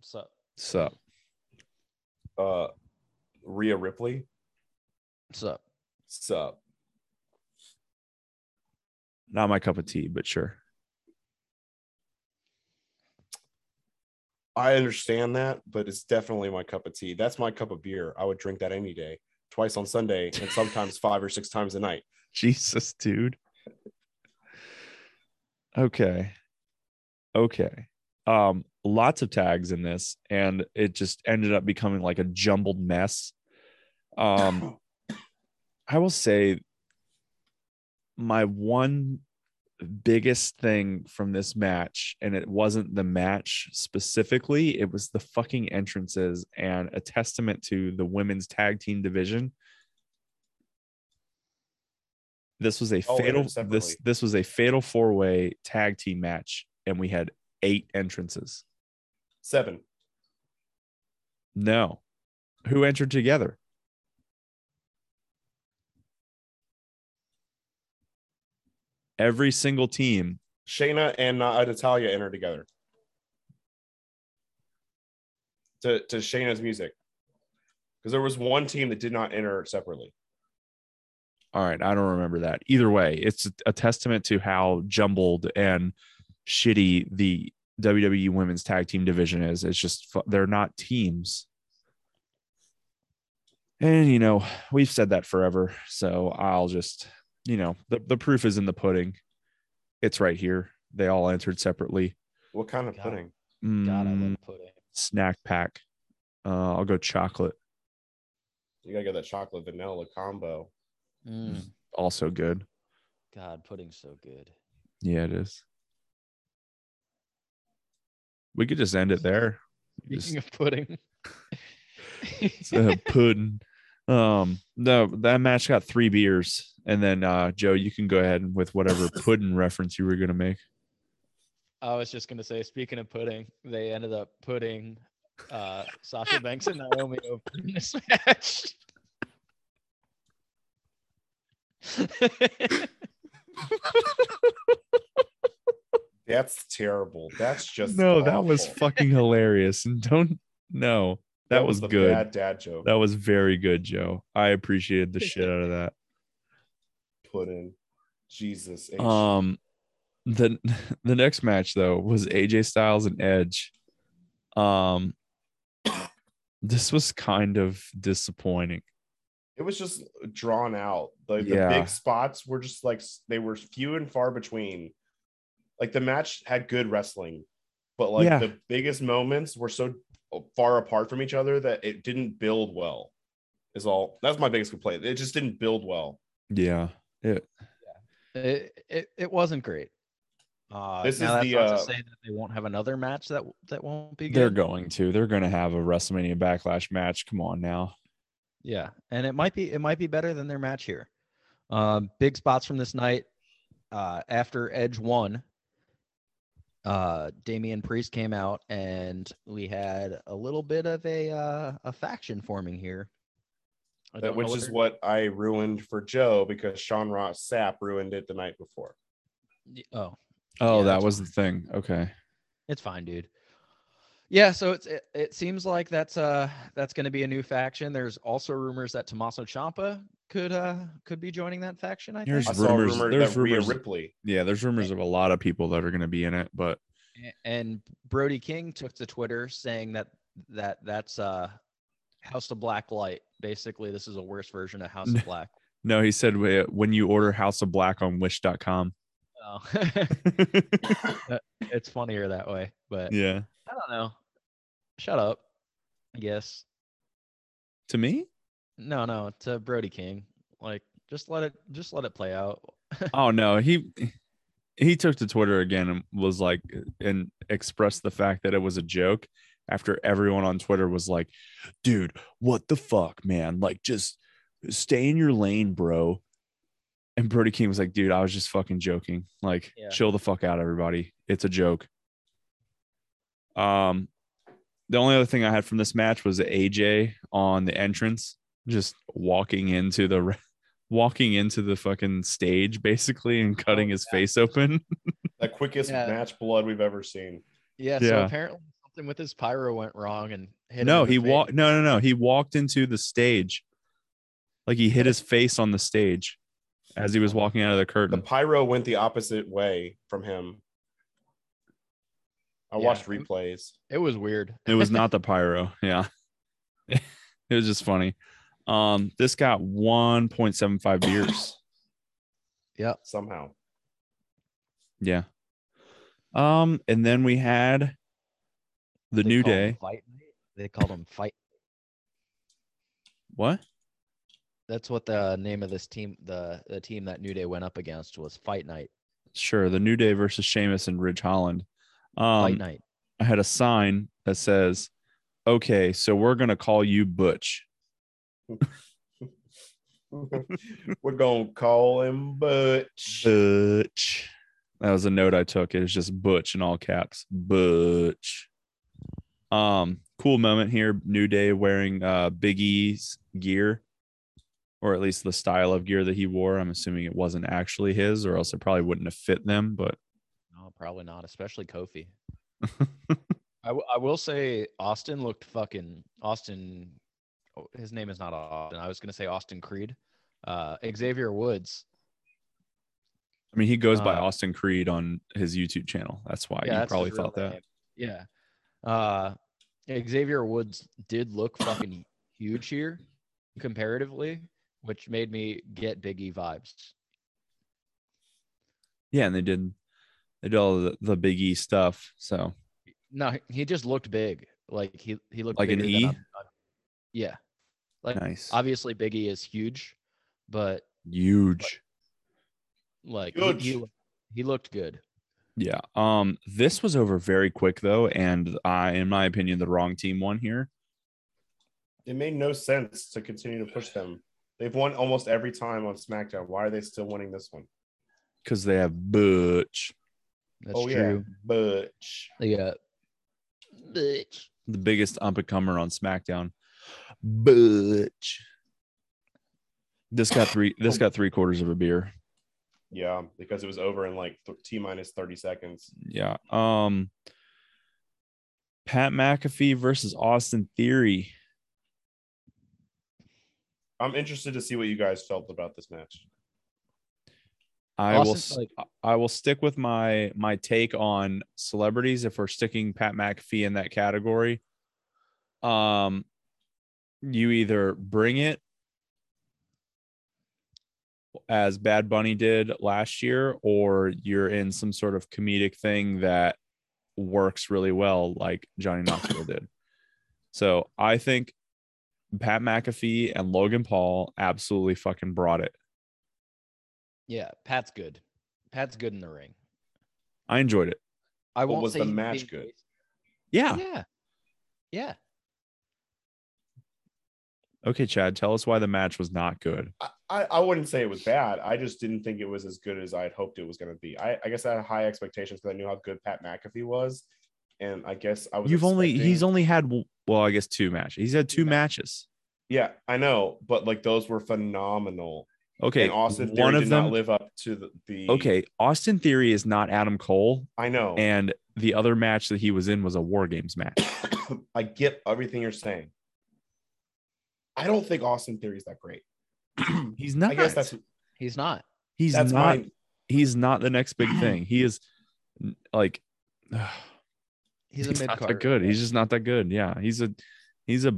Speaker 2: So
Speaker 1: So
Speaker 3: Uh Rhea Ripley,
Speaker 2: so
Speaker 3: sup.
Speaker 1: not my cup of tea, but sure.
Speaker 3: I understand that, but it's definitely my cup of tea. That's my cup of beer. I would drink that any day, twice on Sunday, and sometimes five or six times a night.
Speaker 1: Jesus, dude. Okay. Okay. Um, lots of tags in this, and it just ended up becoming like a jumbled mess. Um, I will say my one biggest thing from this match, and it wasn't the match specifically, it was the fucking entrances and a testament to the women's tag team division. This was a
Speaker 3: Oh, and
Speaker 1: fatal
Speaker 3: them separately.
Speaker 1: this this was a fatal four-way tag team match, and we had eight entrances.
Speaker 3: Seven.
Speaker 1: No. Who entered together? Every single team.
Speaker 3: Shayna and uh, Natalia enter together to, to Shayna's music because there was one team that did not enter separately.
Speaker 1: All right. I don't remember that. Either way, it's a testament to how jumbled and shitty the WWE women's tag team division is. It's just, fu- they're not teams. And, you know, we've said that forever. So I'll just, you know, the, the proof is in the pudding. It's right here. They all entered separately.
Speaker 3: What kind of
Speaker 2: God.
Speaker 3: pudding?
Speaker 2: God, I
Speaker 1: Mm,
Speaker 2: love pudding.
Speaker 1: snack pack. Uh, I'll go chocolate.
Speaker 3: You gotta get that chocolate vanilla combo.
Speaker 2: Mm,
Speaker 1: Also good.
Speaker 2: God, pudding's so good.
Speaker 1: Yeah, it is. We could just end it there. Just-
Speaker 2: Speaking of pudding.
Speaker 1: It's a pudding. Um, no, that match got three beers, and then uh, Joe, you can go ahead and with whatever pudding reference you were gonna make.
Speaker 2: I was just gonna say, speaking of pudding, they ended up putting uh, Sasha Banks and Naomi over in this match.
Speaker 3: That's terrible. That's just
Speaker 1: no, that was
Speaker 3: awful.
Speaker 1: fucking hilarious, and don't no, that, was,
Speaker 3: the
Speaker 1: good.
Speaker 3: Bad dad joke.
Speaker 1: That was very good, Joe. I appreciated the shit out of that.
Speaker 3: put in. Jesus. H.
Speaker 1: Um, the the next match though was AJ Styles and Edge. Um, this was kind of disappointing.
Speaker 3: it was just drawn out. Like
Speaker 1: Yeah.
Speaker 3: the big spots were just like s- they were few and far between. Like the match had good wrestling, but like
Speaker 1: Yeah.
Speaker 3: the biggest moments were so uh, far apart from each other that it didn't build well. Is all that's my biggest complaint. It just didn't build well.
Speaker 1: Yeah, it
Speaker 2: it, it it wasn't great. Uh,
Speaker 3: This
Speaker 2: now
Speaker 3: is
Speaker 2: that's
Speaker 3: the,
Speaker 2: not
Speaker 3: uh,
Speaker 2: to say that they won't have another match that that won't be good.
Speaker 1: they're going to they're going to have a WrestleMania Backlash match. Come on now.
Speaker 2: Yeah, and it might be it might be better than their match here. Um, big spots from this night. Uh, after Edge won, uh, Damian Priest came out, and we had a little bit of a uh, a faction forming here. I
Speaker 3: That,
Speaker 2: don't know
Speaker 3: which is
Speaker 2: they're-
Speaker 3: what I ruined for Joe because Sean Ross Sapp ruined it the night before.
Speaker 2: y- oh,
Speaker 1: Oh,
Speaker 2: Yeah,
Speaker 1: that
Speaker 2: that's
Speaker 1: was the thing. Okay.
Speaker 2: it's fine, dude. Yeah, so it's it, it seems like that's uh that's going to be a new faction. There's also rumors that Tommaso Ciampa could uh could be joining that faction. I
Speaker 1: Here's
Speaker 3: I
Speaker 2: think.
Speaker 3: saw a
Speaker 1: Rumors-
Speaker 3: rumor
Speaker 1: there's
Speaker 3: that Rhea
Speaker 1: rumors-
Speaker 3: Ripley.
Speaker 1: Yeah, there's rumors of a lot of people that are going to be in it, but
Speaker 2: A- and Brody King took to Twitter saying that that that's uh House of Black Light. Basically, this is a worse version of House of Black.
Speaker 1: no, he said "Wh- when you order House of Black on Wish.com.
Speaker 2: Oh, it's funnier that way, but
Speaker 1: yeah.
Speaker 2: I don't know. Shut up. I guess.
Speaker 1: To me?
Speaker 2: No, no, to Brody King. Like just let it just let it play out.
Speaker 1: Oh no, he he took to Twitter again and was like and expressed the fact that it was a joke after everyone on Twitter was like, "Dude, what the fuck, man? Like just stay in your lane, bro." And Brody King was like, "Dude, I was just fucking joking. Like
Speaker 2: Yeah.
Speaker 1: chill the fuck out everybody. It's a joke." Um the only other thing I had from this match was AJ on the entrance just walking into the re- walking into the fucking stage basically and cutting
Speaker 2: Oh,
Speaker 1: his
Speaker 2: yeah.
Speaker 1: face open.
Speaker 3: The quickest
Speaker 2: Yeah.
Speaker 3: match blood we've ever seen.
Speaker 2: Yeah, so
Speaker 1: Yeah.
Speaker 2: apparently something with his pyro went wrong and hit him
Speaker 1: no,
Speaker 2: in the
Speaker 1: he
Speaker 2: face.
Speaker 1: walked no no no, he walked into the stage. Like he hit his face on the stage as he was walking out of the
Speaker 3: The
Speaker 1: curtain.
Speaker 3: pyro went the opposite way from him. I
Speaker 2: Yeah.
Speaker 3: watched replays.
Speaker 2: It was weird.
Speaker 1: It was not the pyro. Yeah. it was just funny. Um this got 1.75 beers.
Speaker 3: somehow.
Speaker 1: Yeah. Um, and then we had the
Speaker 2: They
Speaker 1: new
Speaker 2: call 'em
Speaker 1: day.
Speaker 2: Fight night. They called him fight.
Speaker 1: What?
Speaker 2: That's what the name of this team, the the team that New Day went up against was Fight Night.
Speaker 1: Sure, the new day versus Sheamus and Ridge Holland.
Speaker 2: Fight
Speaker 1: Um,
Speaker 2: Night.
Speaker 1: I had a sign that says, "Okay, so we're gonna call you Butch."
Speaker 3: We're gonna call him Butch.
Speaker 1: Butch. That was a note I took. It was just Butch in all caps. Butch. Um, cool moment here. New Day wearing uh Big E's gear, or at least the style of gear that he wore. I'm assuming it wasn't actually his, or else it probably wouldn't have fit them. But
Speaker 2: No, probably not, especially Kofi. I, w- I will say Austin looked fucking Austin. oh, His name is not Austin. I was gonna say Austin Creed. Uh, Xavier Woods.
Speaker 1: I mean, he goes by
Speaker 2: Uh,
Speaker 1: Austin Creed on his YouTube channel. That's why Uh, you
Speaker 2: that's his
Speaker 1: probably
Speaker 2: real
Speaker 1: thought that.
Speaker 2: name. Yeah. Uh, Xavier Woods did look fucking huge here comparatively, which made me get Biggie vibes.
Speaker 1: Yeah, and they did. They did all the, the Big E stuff. So
Speaker 2: No, he- he just looked big. Like he he looked
Speaker 1: Like an
Speaker 2: bigger than
Speaker 1: E?
Speaker 2: I'm- I'm- yeah, like
Speaker 1: nice.
Speaker 2: obviously Biggie is huge, but
Speaker 1: Huge.
Speaker 2: like he, he,
Speaker 3: Huge.
Speaker 2: loo- he looked good.
Speaker 1: Yeah. Um, this was over very quick though, and I, in my opinion, the wrong team won here.
Speaker 3: It made no sense to continue to push them. They've won almost every time on SmackDown. Why are they still winning this one?
Speaker 1: because they have Butch,
Speaker 2: That's
Speaker 3: oh yeah,
Speaker 2: true.
Speaker 3: Butch.
Speaker 2: Yeah. Bitch.
Speaker 1: the biggest up and comer on SmackDown. Butch. This got three. This got three quarters of a beer.
Speaker 3: Yeah, because it was over in like th- t minus thirty seconds.
Speaker 1: Yeah. Um. Pat McAfee versus Austin Theory.
Speaker 3: I'm interested to see what you guys felt about this match.
Speaker 1: I will.
Speaker 2: Austin,
Speaker 1: s-
Speaker 2: like-
Speaker 1: I will stick with my my take on celebrities if we're sticking Pat McAfee in that category. Um, you either bring it as Bad Bunny did last year, or you're in some sort of comedic thing that works really well, like Johnny Knoxville did. So I think Pat McAfee and Logan Paul absolutely fucking brought it.
Speaker 2: Yeah. Pat's good. Pat's good in the ring.
Speaker 1: I enjoyed it.
Speaker 2: I
Speaker 3: But
Speaker 2: won't
Speaker 3: was
Speaker 2: say
Speaker 3: the
Speaker 2: he's
Speaker 3: match
Speaker 2: babyface.
Speaker 3: good?
Speaker 1: Yeah.
Speaker 2: Yeah. Yeah.
Speaker 1: Okay, Chad, tell us why the match was not good.
Speaker 3: I, I, I wouldn't say it was bad. I just didn't think it was as good as I had hoped it was going to be. I, I guess I had high expectations because I knew how good Pat McAfee was, and I guess I was.
Speaker 1: You've only he's
Speaker 3: expecting-
Speaker 1: only had w- well, I guess two matches. He's had two
Speaker 3: Yeah.
Speaker 1: matches.
Speaker 3: yeah, I know, but like those were phenomenal.
Speaker 1: Okay,
Speaker 3: and Austin Theory
Speaker 1: one of
Speaker 3: did
Speaker 1: them.
Speaker 3: not live up to the, the.
Speaker 1: okay, Austin Theory is not Adam Cole,
Speaker 3: I know,
Speaker 1: and the other match that he was in was a War Games match.
Speaker 3: I get everything you're saying. I don't think Austin Theory is that great.
Speaker 1: He's not.
Speaker 3: I guess that's
Speaker 2: He's not.
Speaker 1: he's
Speaker 3: that's
Speaker 1: not.
Speaker 3: my
Speaker 1: He's not the next big thing. He is n- like
Speaker 2: He's, a mid
Speaker 1: not that
Speaker 2: card.
Speaker 1: good. He's just not that good. Yeah, he's a he's a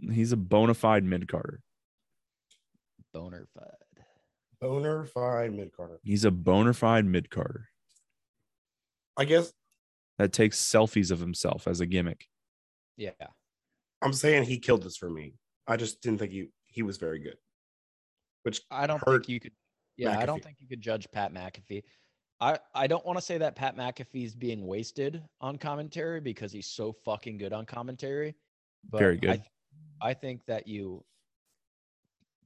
Speaker 1: he's a bona fide mid carder.
Speaker 2: boner fud.
Speaker 3: boner fine mid Carter.
Speaker 1: He's a bona fide mid carder
Speaker 3: I guess
Speaker 1: that takes selfies of himself as a gimmick.
Speaker 2: Yeah.
Speaker 3: I'm saying he killed this for me. I just didn't think he he was very good. Which
Speaker 2: I don't
Speaker 3: Hurt
Speaker 2: think you could. Yeah, I don't
Speaker 3: McAfee.
Speaker 2: think you could judge Pat McAfee. I, I don't want to say that Pat McAfee's being wasted on commentary because he's so fucking good on commentary. But
Speaker 1: Very
Speaker 2: I,
Speaker 1: good.
Speaker 2: th- I think that you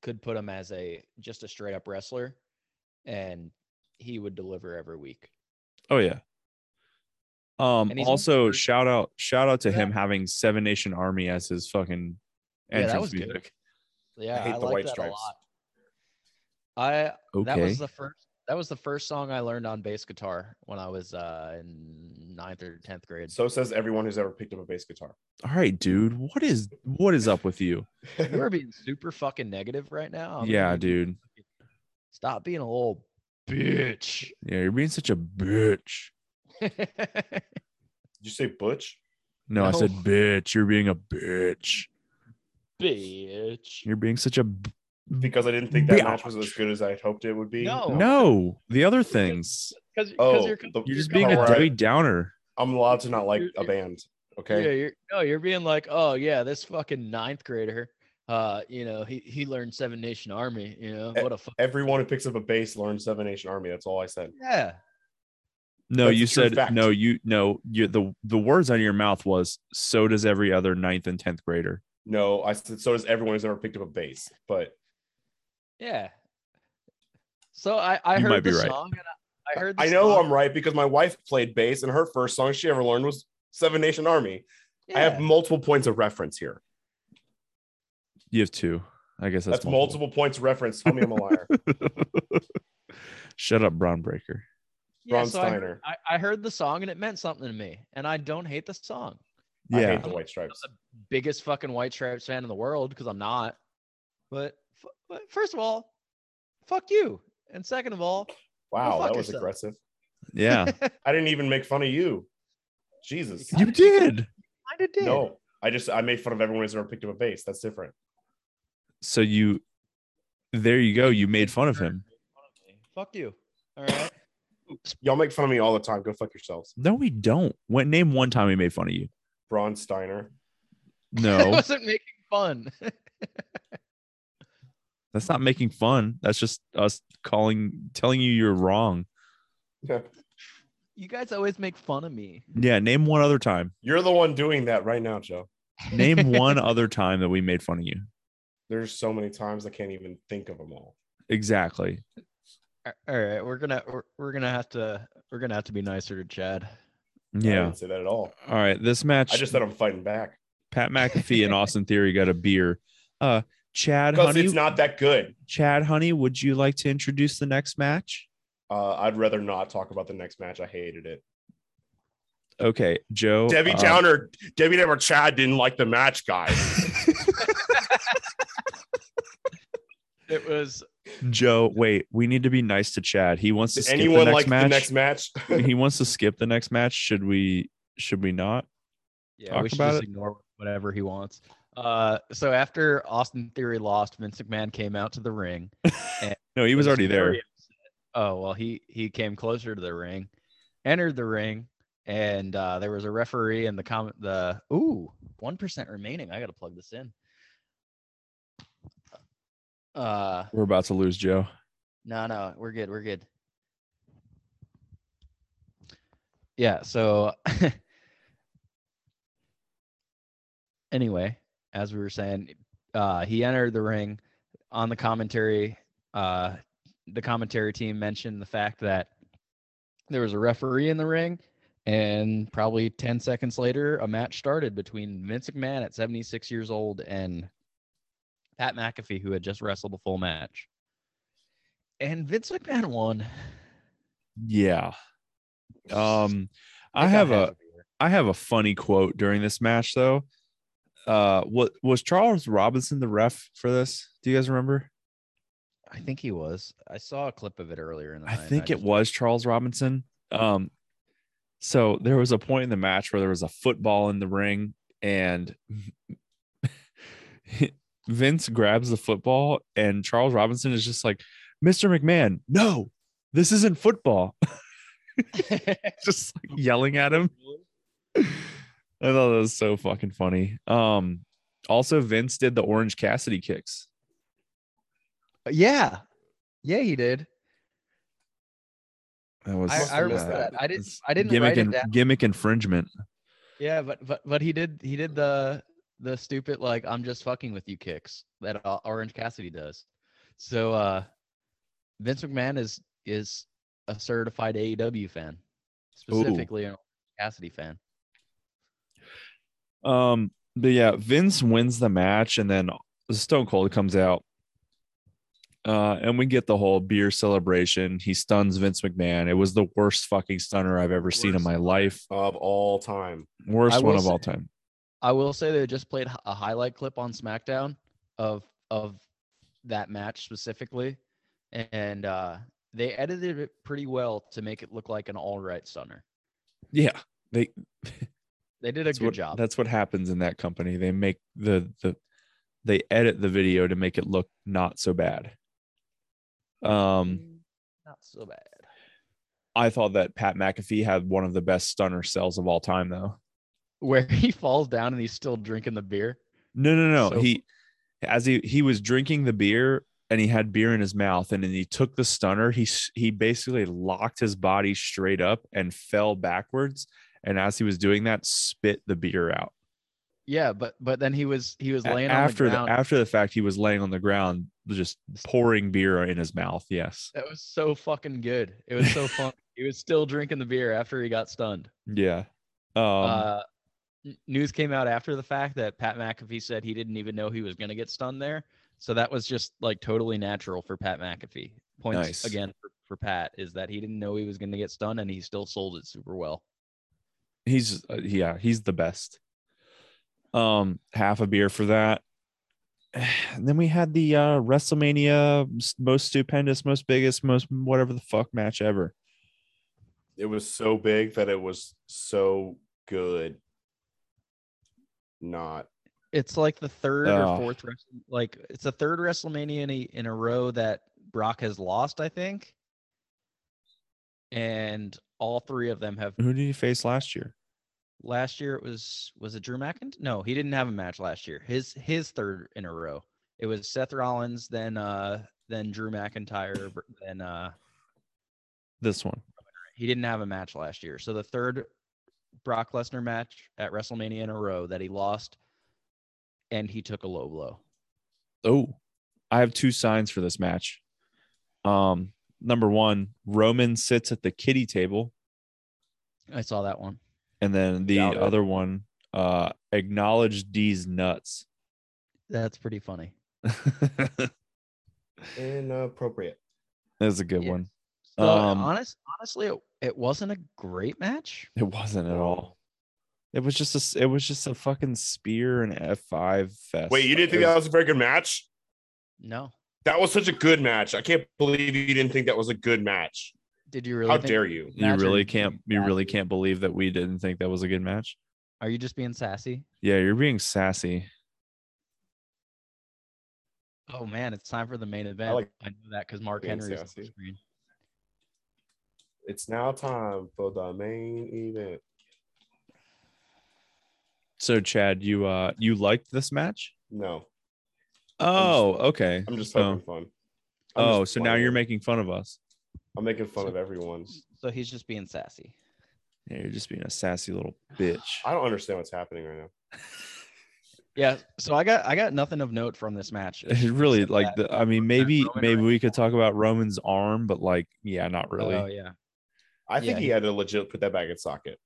Speaker 2: could put him as a just a straight up wrestler, and he would deliver every week.
Speaker 1: Oh yeah. Um
Speaker 2: And he's
Speaker 1: also
Speaker 2: injured.
Speaker 1: shout out shout out to
Speaker 2: Yeah.
Speaker 1: him having Seven Nation Army as his fucking
Speaker 2: Yeah, that
Speaker 1: entrance
Speaker 2: was good.
Speaker 1: music.
Speaker 2: Yeah, I,
Speaker 3: hate the
Speaker 2: like
Speaker 3: white
Speaker 2: that
Speaker 3: stripes.
Speaker 2: a lot. I that
Speaker 1: Okay.
Speaker 2: was the first that was the first song I learned on bass guitar when I was uh, in ninth or tenth grade.
Speaker 3: so says everyone who's ever picked up a bass guitar.
Speaker 1: All right, dude. What is what is up with you?
Speaker 2: You're being super fucking negative right now. I'm
Speaker 1: yeah,
Speaker 2: gonna be-
Speaker 1: dude.
Speaker 2: Stop being a little bitch.
Speaker 1: Yeah, you're being such a bitch.
Speaker 3: Did you say Butch?
Speaker 1: No, I
Speaker 2: No.
Speaker 1: said bitch. You're being a bitch.
Speaker 2: bitch.
Speaker 1: You're being such a b-
Speaker 3: Because I didn't think that
Speaker 1: Bitch.
Speaker 3: match was as good as I had hoped it would be.
Speaker 2: No.
Speaker 1: Mm-hmm. No, the other things.
Speaker 2: Because
Speaker 3: Oh,
Speaker 2: Oh, you're,
Speaker 3: the-
Speaker 1: You're just being a
Speaker 3: Alright.
Speaker 1: Debbie Downer.
Speaker 3: I'm allowed to not like a band.
Speaker 2: yeah,
Speaker 3: Okay.
Speaker 2: you're no, you're being like, oh yeah, this fucking ninth grader. Uh, you know, he he learned Seven Nation Army. You know,
Speaker 3: Eh,
Speaker 2: what a fuck.
Speaker 3: Everyone who picks up a bass learns Seven Nation Army. That's all I said.
Speaker 2: Yeah,
Speaker 1: No,
Speaker 3: That's
Speaker 1: you
Speaker 3: a true
Speaker 1: said
Speaker 3: fact.
Speaker 1: no. You no. You the the words out of your mouth was so does every other ninth and tenth grader.
Speaker 3: No, I said so does everyone who's ever picked up a bass. But
Speaker 2: yeah. So I I
Speaker 1: You might
Speaker 2: heard
Speaker 1: be
Speaker 2: the
Speaker 1: right.
Speaker 2: song and I, I heard. The
Speaker 3: I know
Speaker 2: song,
Speaker 3: I'm right because my wife played bass and her first song she ever learned was Seven Nation Army. I
Speaker 2: yeah.
Speaker 3: have multiple points of reference here.
Speaker 1: You have two. I guess that's,
Speaker 3: That's, multiple. points of reference. Tell me I'm a liar.
Speaker 1: Shut up, Braun Breaker.
Speaker 2: yeah,
Speaker 3: Ron
Speaker 2: so I,
Speaker 3: Steiner.
Speaker 2: heard, I, I heard the song and it meant something to me, and I don't hate the song.
Speaker 3: I
Speaker 1: Yeah.
Speaker 3: hate the White Stripes.
Speaker 2: biggest fucking White Stripes fan in the world because I'm not. But, f- but first of all, fuck you. And second of all,
Speaker 3: Wow,
Speaker 2: fuck
Speaker 3: that was
Speaker 2: yourself.
Speaker 3: aggressive.
Speaker 1: Yeah.
Speaker 3: I didn't even make fun of you. Jesus.
Speaker 1: you did.
Speaker 2: I did.
Speaker 3: No, I just I made fun of everyone who's ever picked up a bass. That's different.
Speaker 1: So you there you go. You made fun of him.
Speaker 2: Fuck you. All right.
Speaker 3: Y'all make fun of me all the time. Go fuck yourselves.
Speaker 1: No, we don't. When name one time we made fun of you.
Speaker 3: Braun Steiner.
Speaker 2: I
Speaker 1: No,
Speaker 2: wasn't making fun.
Speaker 1: that's not making fun. That's just us calling, telling you you're wrong.
Speaker 2: you guys always make fun of me.
Speaker 1: Yeah, name one other time.
Speaker 3: You're the one doing that right now, Joe.
Speaker 1: Name one other time that we made fun of you.
Speaker 3: There's so many times I can't even think of them all.
Speaker 1: Exactly.
Speaker 2: All right, we're gonna we're, we're gonna have to we're gonna have to be nicer to Chad.
Speaker 3: I
Speaker 1: Yeah.
Speaker 3: didn't say that at all.
Speaker 1: All right. This match,
Speaker 3: I just said I'm fighting back
Speaker 1: Pat McAfee and Austin Theory got a beer. Uh, Chad,
Speaker 3: because
Speaker 1: honey,
Speaker 3: it's not that good.
Speaker 1: Chad, honey, would you like to introduce the next match?
Speaker 3: Uh, I'd rather not talk about the next match. I hated it.
Speaker 1: Okay, Joe.
Speaker 3: Debbie
Speaker 1: uh,
Speaker 3: Downer, Debbie Downer, Chad didn't like the match, guys.
Speaker 2: It was
Speaker 1: Joe, wait. We need to be nice to Chad. He wants to
Speaker 3: Does
Speaker 1: skip
Speaker 3: anyone
Speaker 1: the
Speaker 3: like
Speaker 1: next match.
Speaker 3: the next match?
Speaker 1: he wants to skip the next match. Should we? Should we not?
Speaker 2: yeah,
Speaker 1: Talk
Speaker 2: we should
Speaker 1: about
Speaker 2: just
Speaker 1: it.
Speaker 2: ignore whatever he wants. Uh, so after Austin Theory lost, Vince McMahon came out to the ring.
Speaker 1: No, he was already there.
Speaker 2: very upset. Oh well, he he came closer to the ring, entered the ring, and uh, there was a referee and the comment the ooh one percent remaining. I gotta plug this in. Uh,
Speaker 1: We're about to lose Joe.
Speaker 2: no, no, we're good. We're good. Yeah, so anyway, as we were saying, uh he entered the ring on the commentary uh the commentary team mentioned the fact that there was a referee in the ring and probably 10 seconds later a match started between Vince McMahon at 76 years old and Pat McAfee who had just wrestled a full match and Vince McMahon won.
Speaker 1: Yeah. Um, I,
Speaker 3: got
Speaker 1: have
Speaker 3: half
Speaker 1: a
Speaker 3: of you.
Speaker 1: I have a funny quote during this match though. Uh, what was Charles Robinson the ref for this? Do you guys remember?
Speaker 2: I think he was. I saw a clip of it earlier in the
Speaker 1: I
Speaker 2: night. and
Speaker 1: think it
Speaker 2: just-
Speaker 1: was Charles Robinson. Um, so there was a point in the match where there was a football in the ring, and Vince grabs the football, and Charles Robinson is just like, "Mr. McMahon, no, this isn't football." just like yelling at him. I thought that was so fucking funny. Um, also, Vince did the Orange Cassidy kicks.
Speaker 2: Yeah. Yeah, he did.
Speaker 1: That was
Speaker 2: I,
Speaker 3: must
Speaker 2: I
Speaker 3: have
Speaker 2: remember
Speaker 3: missed
Speaker 2: that.
Speaker 3: that.
Speaker 2: I didn't I didn't
Speaker 1: gimmick
Speaker 2: write it
Speaker 1: and-
Speaker 2: down.
Speaker 1: gimmick infringement.
Speaker 2: Yeah, but but but he did he did the the stupid like I'm just fucking with you kicks that O- Orange Cassidy does. So uh Vince McMahon is is a certified AEW fan. Specifically an Orange Cassidy fan.
Speaker 1: Um, but yeah, Vince wins the match, and then Stone Cold comes out. Uh, and we get the whole beer celebration. He stuns Vince McMahon. It was the worst fucking stunner I've ever seen in
Speaker 2: Worst.
Speaker 1: my life.
Speaker 3: of all time.
Speaker 2: I
Speaker 1: Worst
Speaker 2: will
Speaker 1: one of
Speaker 2: say-
Speaker 1: all time.
Speaker 2: I will say they just played h- a highlight clip on SmackDown of of that match specifically, and uh, they edited it pretty well to make it look like an all right stunner.
Speaker 1: Yeah, they
Speaker 2: They did a
Speaker 1: that's
Speaker 2: good
Speaker 1: what,
Speaker 2: job.
Speaker 1: That's what happens in that company. They make the the they edit the video to make it look not so bad. Um,
Speaker 2: Mm, not so bad.
Speaker 1: I thought that Pat McAfee had one of the best stunner cells of all time, though.
Speaker 2: Where he falls down and he's still drinking the beer.
Speaker 1: No, no, no.
Speaker 2: So-
Speaker 1: he as he he was drinking the beer and he had beer in his mouth and then he took the stunner. He s- he basically locked his body straight up and fell backwards. And as he was doing that, spit the beer out.
Speaker 2: Yeah, but but then he was he was
Speaker 1: A-
Speaker 2: laying
Speaker 1: after
Speaker 2: on the ground.
Speaker 1: after the fact, he was laying on the ground, just pouring beer in his mouth. Yes,
Speaker 2: that was so fucking good. It was so fun. he was still drinking the beer after he got stunned.
Speaker 1: yeah. Um,
Speaker 2: uh, n- news came out after the fact that Pat McAfee said he didn't even know he was going to get stunned there. So that was just like totally natural for Pat McAfee. Points
Speaker 1: Nice.
Speaker 2: again for, for Pat is that he didn't know he was going to get stunned and he still sold it super well.
Speaker 1: he's uh, yeah, he's the best. Um, half a beer for that. And then we had the uh, WrestleMania s- most stupendous, most biggest, most whatever the fuck match ever.
Speaker 3: It was so big that it was so good. Not
Speaker 2: It's like the third
Speaker 1: Oh.
Speaker 2: or fourth, wrestling- like it's the third WrestleMania in a, in a row that Brock has lost, I think. and all three of them have.
Speaker 1: Who did he face last year?
Speaker 2: Last year it was was it Drew McIntyre? No, he didn't have a match last year. His his third in a row. It was Seth Rollins, then uh then Drew McIntyre, then uh
Speaker 1: This one.
Speaker 2: he didn't have a match last year. So the third Brock Lesnar match at WrestleMania in a row that he lost, and he took a low blow.
Speaker 1: Oh, I have two signs for this match. Um, number one, Roman sits at the kitty table,
Speaker 2: I saw that one.
Speaker 1: and then the
Speaker 3: Doubt it.
Speaker 1: other one, uh, acknowledge D's nuts.
Speaker 2: That's pretty funny.
Speaker 3: Inappropriate.
Speaker 1: That's a good
Speaker 2: Yeah.
Speaker 1: one.
Speaker 2: So
Speaker 1: Um,
Speaker 2: honest, honestly, it, it wasn't a great match.
Speaker 1: It wasn't at all. It was just a. s- It was just a fucking spear and F five fest.
Speaker 3: Wait, you didn't think
Speaker 1: It
Speaker 3: that was a very good match?
Speaker 2: No,
Speaker 3: That was such a good match. I can't believe you didn't think that was a good match.
Speaker 2: did you really?
Speaker 3: How
Speaker 2: think-
Speaker 3: dare you?
Speaker 1: You really
Speaker 2: Imagine-
Speaker 1: can't. You really can't believe that we didn't think that was a good match.
Speaker 2: Are you just being sassy?
Speaker 1: Yeah, you're being sassy.
Speaker 2: Oh man, it's time for the main event. I,
Speaker 3: like
Speaker 2: know that because Mark
Speaker 3: being
Speaker 2: Henry is on the
Speaker 3: sassy.
Speaker 2: screen.
Speaker 3: It's now time for the main event.
Speaker 1: So Chad, you uh, you liked this match?
Speaker 3: No,
Speaker 1: Oh, okay.
Speaker 3: I'm just
Speaker 1: So-
Speaker 3: having fun. I'm
Speaker 1: Oh,
Speaker 3: just
Speaker 1: so now you're
Speaker 3: playing.
Speaker 1: making fun of us.
Speaker 3: I'm making fun of everyone.
Speaker 2: So he's just being sassy.
Speaker 1: Yeah, you're just being a sassy little bitch.
Speaker 3: I don't understand what's happening right now.
Speaker 2: Yeah. So I got I got nothing of note from this match.
Speaker 1: It's really
Speaker 2: Except
Speaker 1: like
Speaker 2: that-
Speaker 1: the, I mean, maybe
Speaker 2: Roman
Speaker 1: maybe we could talk about Roman's arm, but like, yeah, not really.
Speaker 2: Oh yeah.
Speaker 3: I think
Speaker 2: Yeah,
Speaker 3: he
Speaker 2: he-
Speaker 3: had to legit put that back in socket.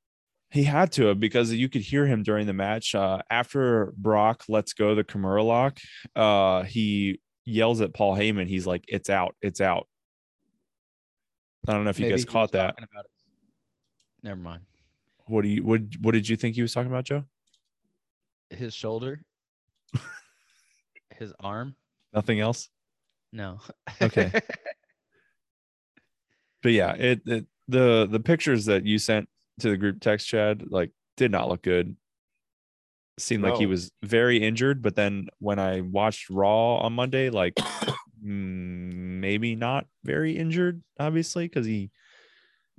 Speaker 1: He had to have because you could hear him during the match. Uh, after Brock lets go the Kimura lock, uh, he yells at Paul Heyman. He's like, "It's out, it's out." I don't know if you
Speaker 2: Maybe
Speaker 1: guys
Speaker 2: he was
Speaker 1: caught that.
Speaker 2: talking about it. Never mind.
Speaker 1: What do you what What did you think he was talking about, Joe?
Speaker 2: His shoulder. his arm.
Speaker 1: Nothing else.
Speaker 2: No.
Speaker 1: Okay. But yeah, it, it the the pictures that you sent to the group text, Chad, like did not look good. Seemed like he
Speaker 3: No.
Speaker 1: was very injured, but then when I watched Raw on Monday, like mm, maybe not very injured, obviously, because he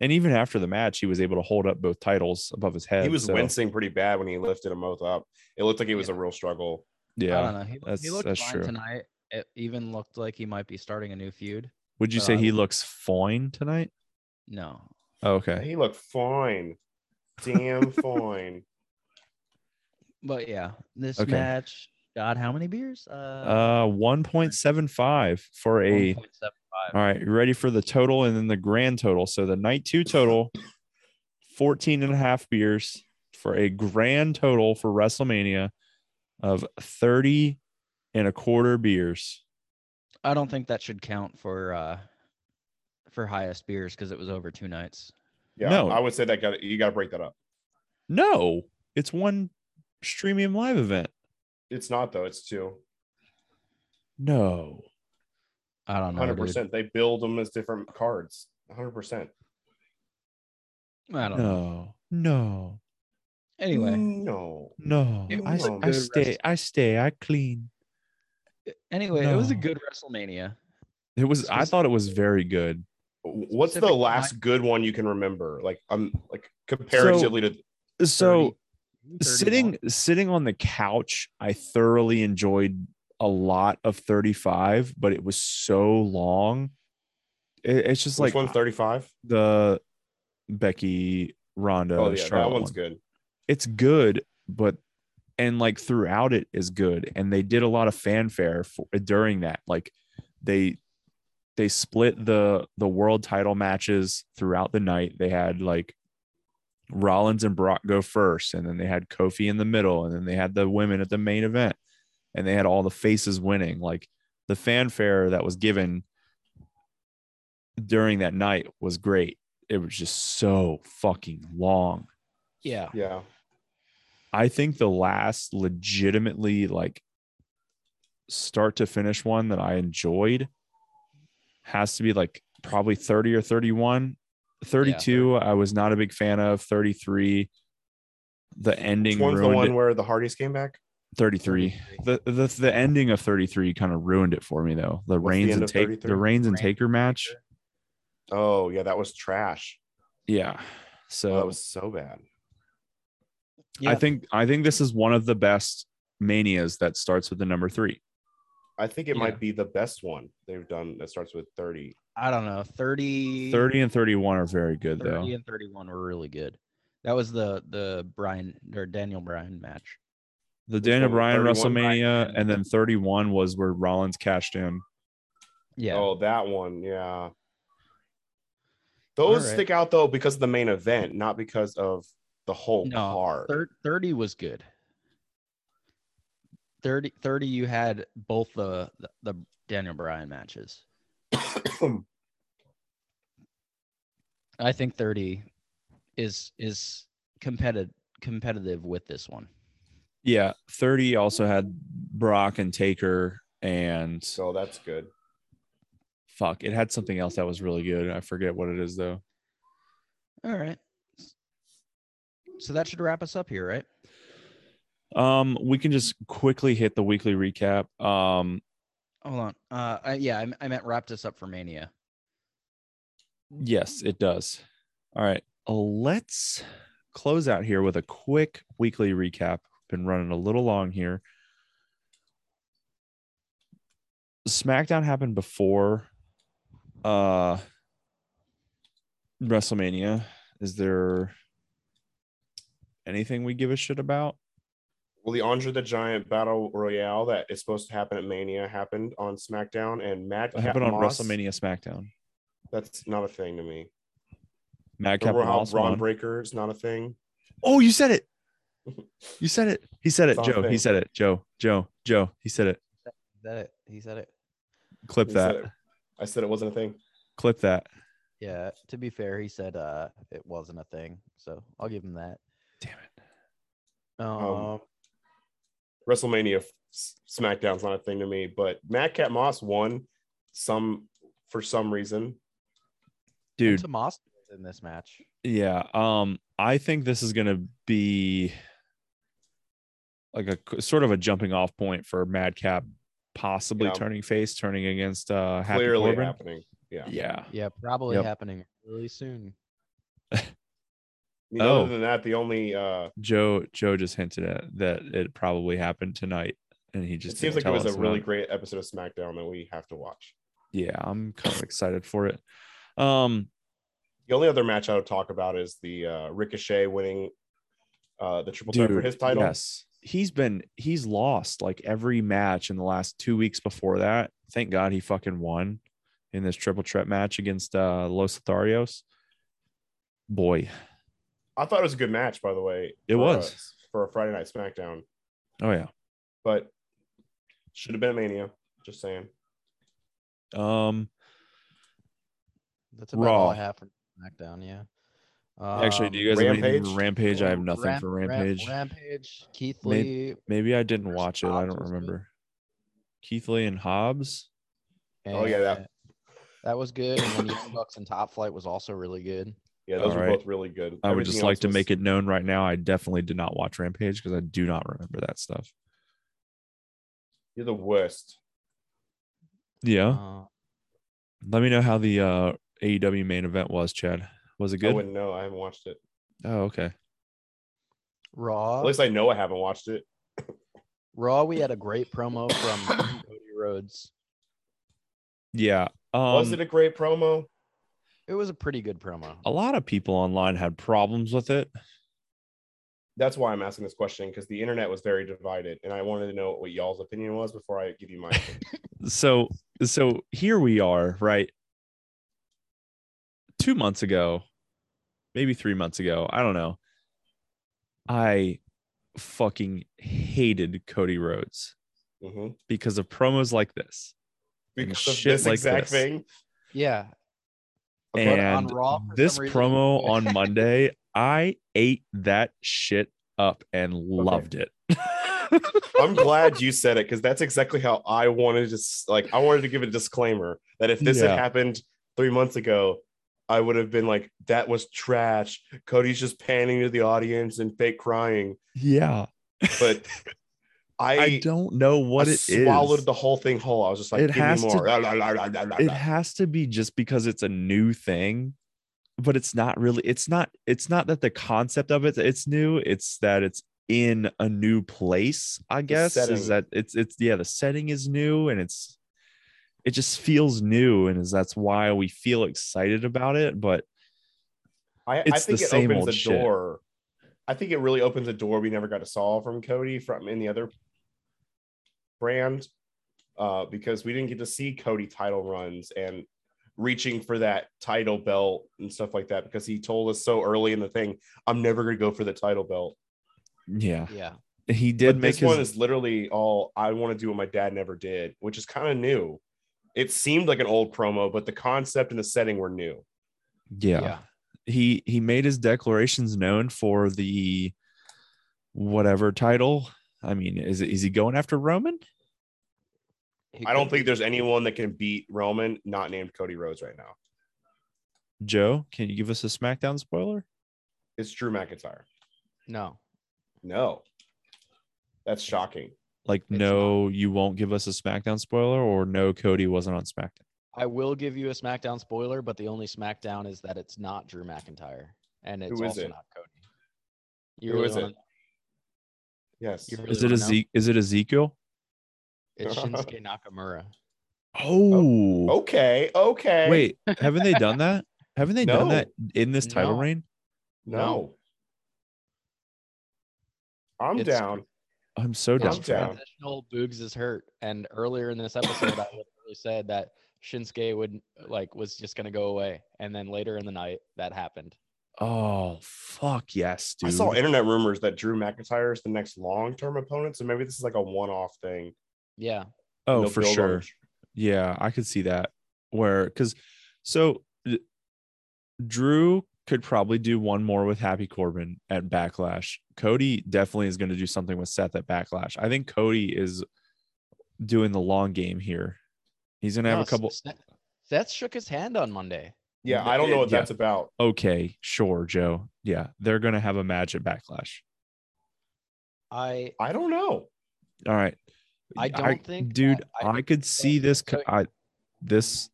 Speaker 1: and even after the match, he was able to hold up both titles above his head.
Speaker 3: He was
Speaker 1: so,
Speaker 3: wincing pretty bad when he lifted them both up. It looked like it was a real struggle.
Speaker 2: I
Speaker 1: Yeah.
Speaker 2: don't know. He, looked- he
Speaker 1: that's-
Speaker 2: looked
Speaker 1: that's
Speaker 2: fine
Speaker 1: true.
Speaker 2: tonight. It even looked like he might be starting a new feud.
Speaker 1: Would you
Speaker 2: No,
Speaker 1: say
Speaker 2: I
Speaker 1: he
Speaker 2: don't-
Speaker 1: looks fine tonight?
Speaker 2: No.
Speaker 1: Oh, okay.
Speaker 3: He looked fine. Damn fine.
Speaker 2: But yeah, this
Speaker 1: Okay.
Speaker 2: match. God, how many beers? Uh,
Speaker 1: Uh, one point seven five for a
Speaker 2: 1.75.
Speaker 1: All right, you ready for the total and then the grand total. So the night two total, 14 and a half beers for a grand total for WrestleMania of 30 and a quarter beers.
Speaker 2: I don't think that should count for uh for highest beers because it was over two nights.
Speaker 3: Yeah,
Speaker 1: No.
Speaker 3: I would say that got you got to break that up.
Speaker 1: No, it's one streamium live event.
Speaker 3: It's not though. It's two.
Speaker 1: No.
Speaker 2: I don't know.
Speaker 3: Hundred
Speaker 2: dude.
Speaker 3: percent. They build them as different cards. Hundred percent.
Speaker 2: I don't know.
Speaker 1: No. Mm, No.
Speaker 2: Anyway,
Speaker 3: no.
Speaker 1: No.
Speaker 2: It
Speaker 1: I,
Speaker 3: was a
Speaker 1: I
Speaker 3: good
Speaker 1: stay
Speaker 2: wrest-
Speaker 1: I stay I clean.
Speaker 2: anyway, it was a
Speaker 1: No.
Speaker 2: good WrestleMania.
Speaker 1: It was I
Speaker 2: Specific-
Speaker 1: thought it was very good.
Speaker 3: What's the
Speaker 2: Pacific
Speaker 3: last
Speaker 2: Time-
Speaker 3: good one you can remember? Like um, like comparatively to
Speaker 1: So
Speaker 2: 30, 31.
Speaker 1: sitting sitting on the couch i thoroughly enjoyed a lot of 35 but it was so long It- it's just
Speaker 3: which
Speaker 1: like
Speaker 3: one? Thirty five.
Speaker 1: the becky ronda
Speaker 3: Oh yeah,
Speaker 1: uh, Charlotte
Speaker 3: that one's
Speaker 1: one.
Speaker 3: good.
Speaker 1: it's good but and like throughout it is good and they did a lot of fanfare for, during that like they they split the the world title matches throughout the night they had like Rollins and Brock go first and then they had Kofi in the middle and then they had the women at the main event and they had all the faces winning like the fanfare that was given during that night was great it was just so fucking long
Speaker 2: yeah,
Speaker 3: Yeah.
Speaker 1: I think the last legitimately like start to finish one that I enjoyed has to be like probably 30 or 31. 32, I was not a big fan of. 33, the ending
Speaker 3: Which one's the
Speaker 1: ruined
Speaker 3: one
Speaker 1: it.
Speaker 3: where the Hardys came back?
Speaker 1: 33. The, the the ending of 33 kind of ruined it for me though. The
Speaker 3: What's the
Speaker 1: Reigns
Speaker 3: end
Speaker 1: and
Speaker 3: of
Speaker 1: take
Speaker 3: 33?
Speaker 1: the Reigns and
Speaker 2: Reigns
Speaker 1: Taker match.
Speaker 3: Oh yeah, that was trash. Oh,
Speaker 1: Yeah. So
Speaker 3: that was so bad.
Speaker 2: Yeah.
Speaker 1: I think I think this is one of the best manias that starts with the number three.
Speaker 3: I think it
Speaker 2: Yeah.
Speaker 3: might be the best one they've done that starts with 30.
Speaker 2: I don't know. 30,
Speaker 1: 30 and 31 are very good
Speaker 2: 30
Speaker 1: though.
Speaker 2: and 31 were really good. That was the the Brian or Daniel Bryan match.
Speaker 1: The Daniel
Speaker 3: one?
Speaker 1: Bryan
Speaker 3: 31 Bryan
Speaker 1: WrestleMania,
Speaker 2: Bryan.
Speaker 1: and then 31 was where Rollins cashed in.
Speaker 2: Yeah.
Speaker 3: Oh, that one. Yeah. Those
Speaker 2: Alright.
Speaker 3: stick out though because of the main event, not because of the whole
Speaker 2: No,
Speaker 3: card.
Speaker 2: Thir- 30 was good 30 30 you had both the the, the daniel bryan matches i think 30 is is competitive competitive with this one
Speaker 1: Yeah. 30 also had Brock and Taker and
Speaker 3: So that's good.
Speaker 1: fuck. It had something else that was really good. I forget what it is though.
Speaker 2: all right so that should wrap us up here right
Speaker 1: Um, we can just quickly hit the weekly recap. Um,
Speaker 2: hold on uh I, yeah I, I meant wrap this up for mania
Speaker 1: yes, it does. All right. Let's close out here with a quick weekly recap. Been running a little long here. SmackDown happened before uh WrestleMania. Is there anything we give a shit about?
Speaker 3: Well, the Andre the Giant battle royale that is supposed to happen at Mania happened on SmackDown and
Speaker 1: What
Speaker 3: Madcap
Speaker 1: happened on
Speaker 3: Moss-
Speaker 1: WrestleMania SmackDown?
Speaker 3: That's not a thing to me.
Speaker 1: Madcap
Speaker 3: Remember how
Speaker 1: Moss
Speaker 3: Braun
Speaker 1: won.
Speaker 3: Breaker is not a thing?
Speaker 1: Oh, you said it. You said it. He said it.
Speaker 3: It's on
Speaker 1: Joe. He
Speaker 3: thing.
Speaker 1: said it. Joe. Joe. Joe. He said it.
Speaker 2: is that it he said it
Speaker 1: Clip
Speaker 3: He
Speaker 1: that.
Speaker 3: said it. I said it wasn't a thing.
Speaker 1: Clip that.
Speaker 2: yeah to be fair he said uh it wasn't a thing so i'll give him that
Speaker 1: Damn it.
Speaker 2: um
Speaker 3: WrestleMania S- SmackDown's not a thing to me, but Madcap Moss won some for some reason.
Speaker 1: Dude.
Speaker 2: Tomas in this match.
Speaker 1: Yeah. Um, I think this is gonna be like a c- sort of a jumping off point for Madcap possibly
Speaker 3: Yeah.
Speaker 1: turning face, turning against uh Happy
Speaker 3: Clearly
Speaker 1: Corbin.
Speaker 3: happening. Yeah.
Speaker 1: Yeah.
Speaker 2: Yeah, probably
Speaker 1: Yep.
Speaker 2: happening really soon.
Speaker 3: I mean, Other
Speaker 1: Oh.
Speaker 3: than that, the only uh,
Speaker 1: Joe Joe just hinted at that it probably happened tonight and he just
Speaker 3: it seems
Speaker 1: didn't tell
Speaker 3: like it was
Speaker 1: us
Speaker 3: a
Speaker 1: about
Speaker 3: really
Speaker 1: it.
Speaker 3: great episode of SmackDown that we have to watch.
Speaker 1: yeah, I'm kind of excited for it. Um
Speaker 3: The only other match I would talk about is the uh, Ricochet winning uh, the triple threat for his title.
Speaker 1: Yes. He's been he's lost like every match in the last two weeks before that. Thank God he fucking won in this triple threat match against uh Los Lotharios. Boy.
Speaker 3: I thought it was a good match, by the way.
Speaker 1: It
Speaker 3: for
Speaker 1: was.
Speaker 3: a- for a Friday Night SmackDown,
Speaker 1: Oh yeah.
Speaker 3: but should have been at Mania. Just saying.
Speaker 1: Um
Speaker 2: That's about all
Speaker 1: Raw.
Speaker 2: I have for SmackDown. Yeah. Um,
Speaker 1: actually do you guys have anything for Rampage? I have nothing
Speaker 2: Ram-
Speaker 1: for
Speaker 2: Ram-
Speaker 1: Rampage.
Speaker 2: Rampage. Keith
Speaker 1: May-
Speaker 2: Lee.
Speaker 1: Maybe I didn't
Speaker 2: versus
Speaker 1: watch it. I
Speaker 2: Hobbs
Speaker 1: don't
Speaker 2: was good.
Speaker 1: remember. Keith Lee and Hobbs.
Speaker 3: Oh, yeah, that-
Speaker 2: and That was good. And then Young Bucks and Top Flight was also really good.
Speaker 3: Yeah, those
Speaker 1: All
Speaker 3: were
Speaker 1: right.
Speaker 3: both really good.
Speaker 1: I would
Speaker 3: Everything
Speaker 1: just like
Speaker 3: else
Speaker 1: to
Speaker 3: was-
Speaker 1: make it known right now. I definitely did not watch Rampage because I do not remember that stuff.
Speaker 3: You're the worst.
Speaker 1: Yeah.
Speaker 2: Uh,
Speaker 1: Let me know how the uh, AEW main event was, Chad. Was it
Speaker 3: I
Speaker 1: good?
Speaker 3: wouldn't know. I haven't watched it.
Speaker 1: Oh, okay.
Speaker 2: Raw.
Speaker 3: At least I know I haven't watched it.
Speaker 2: Raw. We had a great promo from Cody Rhodes.
Speaker 1: Yeah. Um,
Speaker 3: was it a great promo?
Speaker 2: It was a pretty good promo.
Speaker 1: a lot of people online had problems with it.
Speaker 3: That's why I'm asking this question because the internet was very divided, and I wanted to know what y'all's opinion was before I give you my opinion.
Speaker 1: So, so here we are, right? Two months ago, maybe three months ago, I don't know. I fucking hated Cody Rhodes
Speaker 3: Mhm.
Speaker 1: because of promos like this. And
Speaker 3: Because of
Speaker 1: shit
Speaker 3: this
Speaker 1: like
Speaker 3: exact
Speaker 1: this.
Speaker 3: thing.
Speaker 2: Yeah. But on
Speaker 1: and
Speaker 2: Raw, for some
Speaker 1: this
Speaker 2: reason-
Speaker 1: promo on Monday, I ate that shit up and loved it.
Speaker 3: I'm glad you said it because that's exactly how I wanted to s- like. I wanted to give a disclaimer that if this
Speaker 1: Yeah.
Speaker 3: had happened three months ago, I would have been like, "That was trash." Cody's just panning to the audience and fake crying,
Speaker 1: yeah.
Speaker 3: but I,
Speaker 1: I don't know what
Speaker 3: I
Speaker 1: it is.
Speaker 3: swallowed the whole thing whole. I was just like,
Speaker 1: It
Speaker 3: give
Speaker 1: has to-
Speaker 3: me more. Blah, blah, blah, blah, blah,
Speaker 1: it
Speaker 3: blah.
Speaker 1: has to be just because it's a new thing but it's not really it's not it's not that the concept of it it's new it's that it's in a new place i guess
Speaker 3: setting.
Speaker 1: is that it's it's yeah the setting is new and it's it just feels new and is that's why we feel excited about it but
Speaker 3: I, I
Speaker 1: it's the
Speaker 3: think it
Speaker 1: same
Speaker 3: opens
Speaker 1: old
Speaker 3: the
Speaker 1: shit.
Speaker 3: door. I think it really opens a door we never got to solve from Cody from any other brand uh, because we didn't get to see Cody title runs and reaching for that title belt and stuff like that because he told us so early in the thing, I'm never going to go for the title belt.
Speaker 1: yeah
Speaker 2: Yeah.
Speaker 1: he did
Speaker 3: but
Speaker 1: make
Speaker 3: this
Speaker 1: his
Speaker 3: one is literally all I want to do what my dad never did, which is kind of new. It seemed like an old promo, but the concept and the setting were new.
Speaker 1: yeah. he he made his declarations known for the whatever title i mean is is he going after roman
Speaker 2: He
Speaker 3: I don't
Speaker 2: could
Speaker 3: think
Speaker 2: be-
Speaker 3: there's anyone that can beat Roman not named Cody Rhodes right now.
Speaker 1: Joe, can you give us a SmackDown spoiler?
Speaker 3: It's Drew McIntyre.
Speaker 2: No.
Speaker 3: No, that's shocking.
Speaker 1: Like,
Speaker 2: It's
Speaker 1: no, you won't give us a SmackDown spoiler, or no, Cody wasn't on SmackDown.
Speaker 2: I will give you a SmackDown spoiler, but the only SmackDown is that it's not Drew McIntyre and it's
Speaker 3: Who is
Speaker 2: also
Speaker 3: it?
Speaker 2: not Cody. You
Speaker 3: Who
Speaker 2: really
Speaker 3: is it?
Speaker 2: wanna-
Speaker 3: Yes,
Speaker 2: you really
Speaker 1: Is it
Speaker 2: wanna know?
Speaker 1: Eze- is it Ezekiel?
Speaker 2: It's Shinsuke Nakamura.
Speaker 1: Oh,
Speaker 3: okay, okay.
Speaker 1: wait, haven't they done that? Haven't they done
Speaker 3: No.
Speaker 1: that in this title
Speaker 2: No.
Speaker 1: reign?
Speaker 3: no,
Speaker 2: no.
Speaker 3: I'm
Speaker 2: It's-
Speaker 3: down.
Speaker 1: I'm so down.
Speaker 3: It's
Speaker 1: For that.
Speaker 3: down.
Speaker 2: Transitional Boogs is hurt, and earlier in this episode, I literally said that Shinsuke would like was just gonna go away, and then later in the night, that happened.
Speaker 1: Oh, fuck yes, dude.
Speaker 3: I saw internet rumors that Drew McIntyre is the next long-term opponent, so maybe this is like a one-off thing.
Speaker 2: Yeah,
Speaker 1: Oh,
Speaker 3: They'll
Speaker 1: for
Speaker 3: build on
Speaker 1: sure.
Speaker 3: it.
Speaker 1: Yeah, I could see that. Where because so th- Drew could probably do one more with Happy Corbin at Backlash. Cody definitely is going to do something with Seth at Backlash. I think Cody is doing the long game here. He's going to have
Speaker 2: No,
Speaker 1: a couple.
Speaker 2: Seth, Seth shook his hand on Monday.
Speaker 3: Yeah, I don't know what
Speaker 1: Yeah.
Speaker 3: that's about.
Speaker 1: Okay, sure, Joe. Yeah, they're going to have a match at Backlash.
Speaker 2: I
Speaker 3: I don't know.
Speaker 1: All right.
Speaker 2: I don't think that-
Speaker 1: dude.
Speaker 2: I-
Speaker 1: I, could see this. co-
Speaker 2: so-
Speaker 1: I this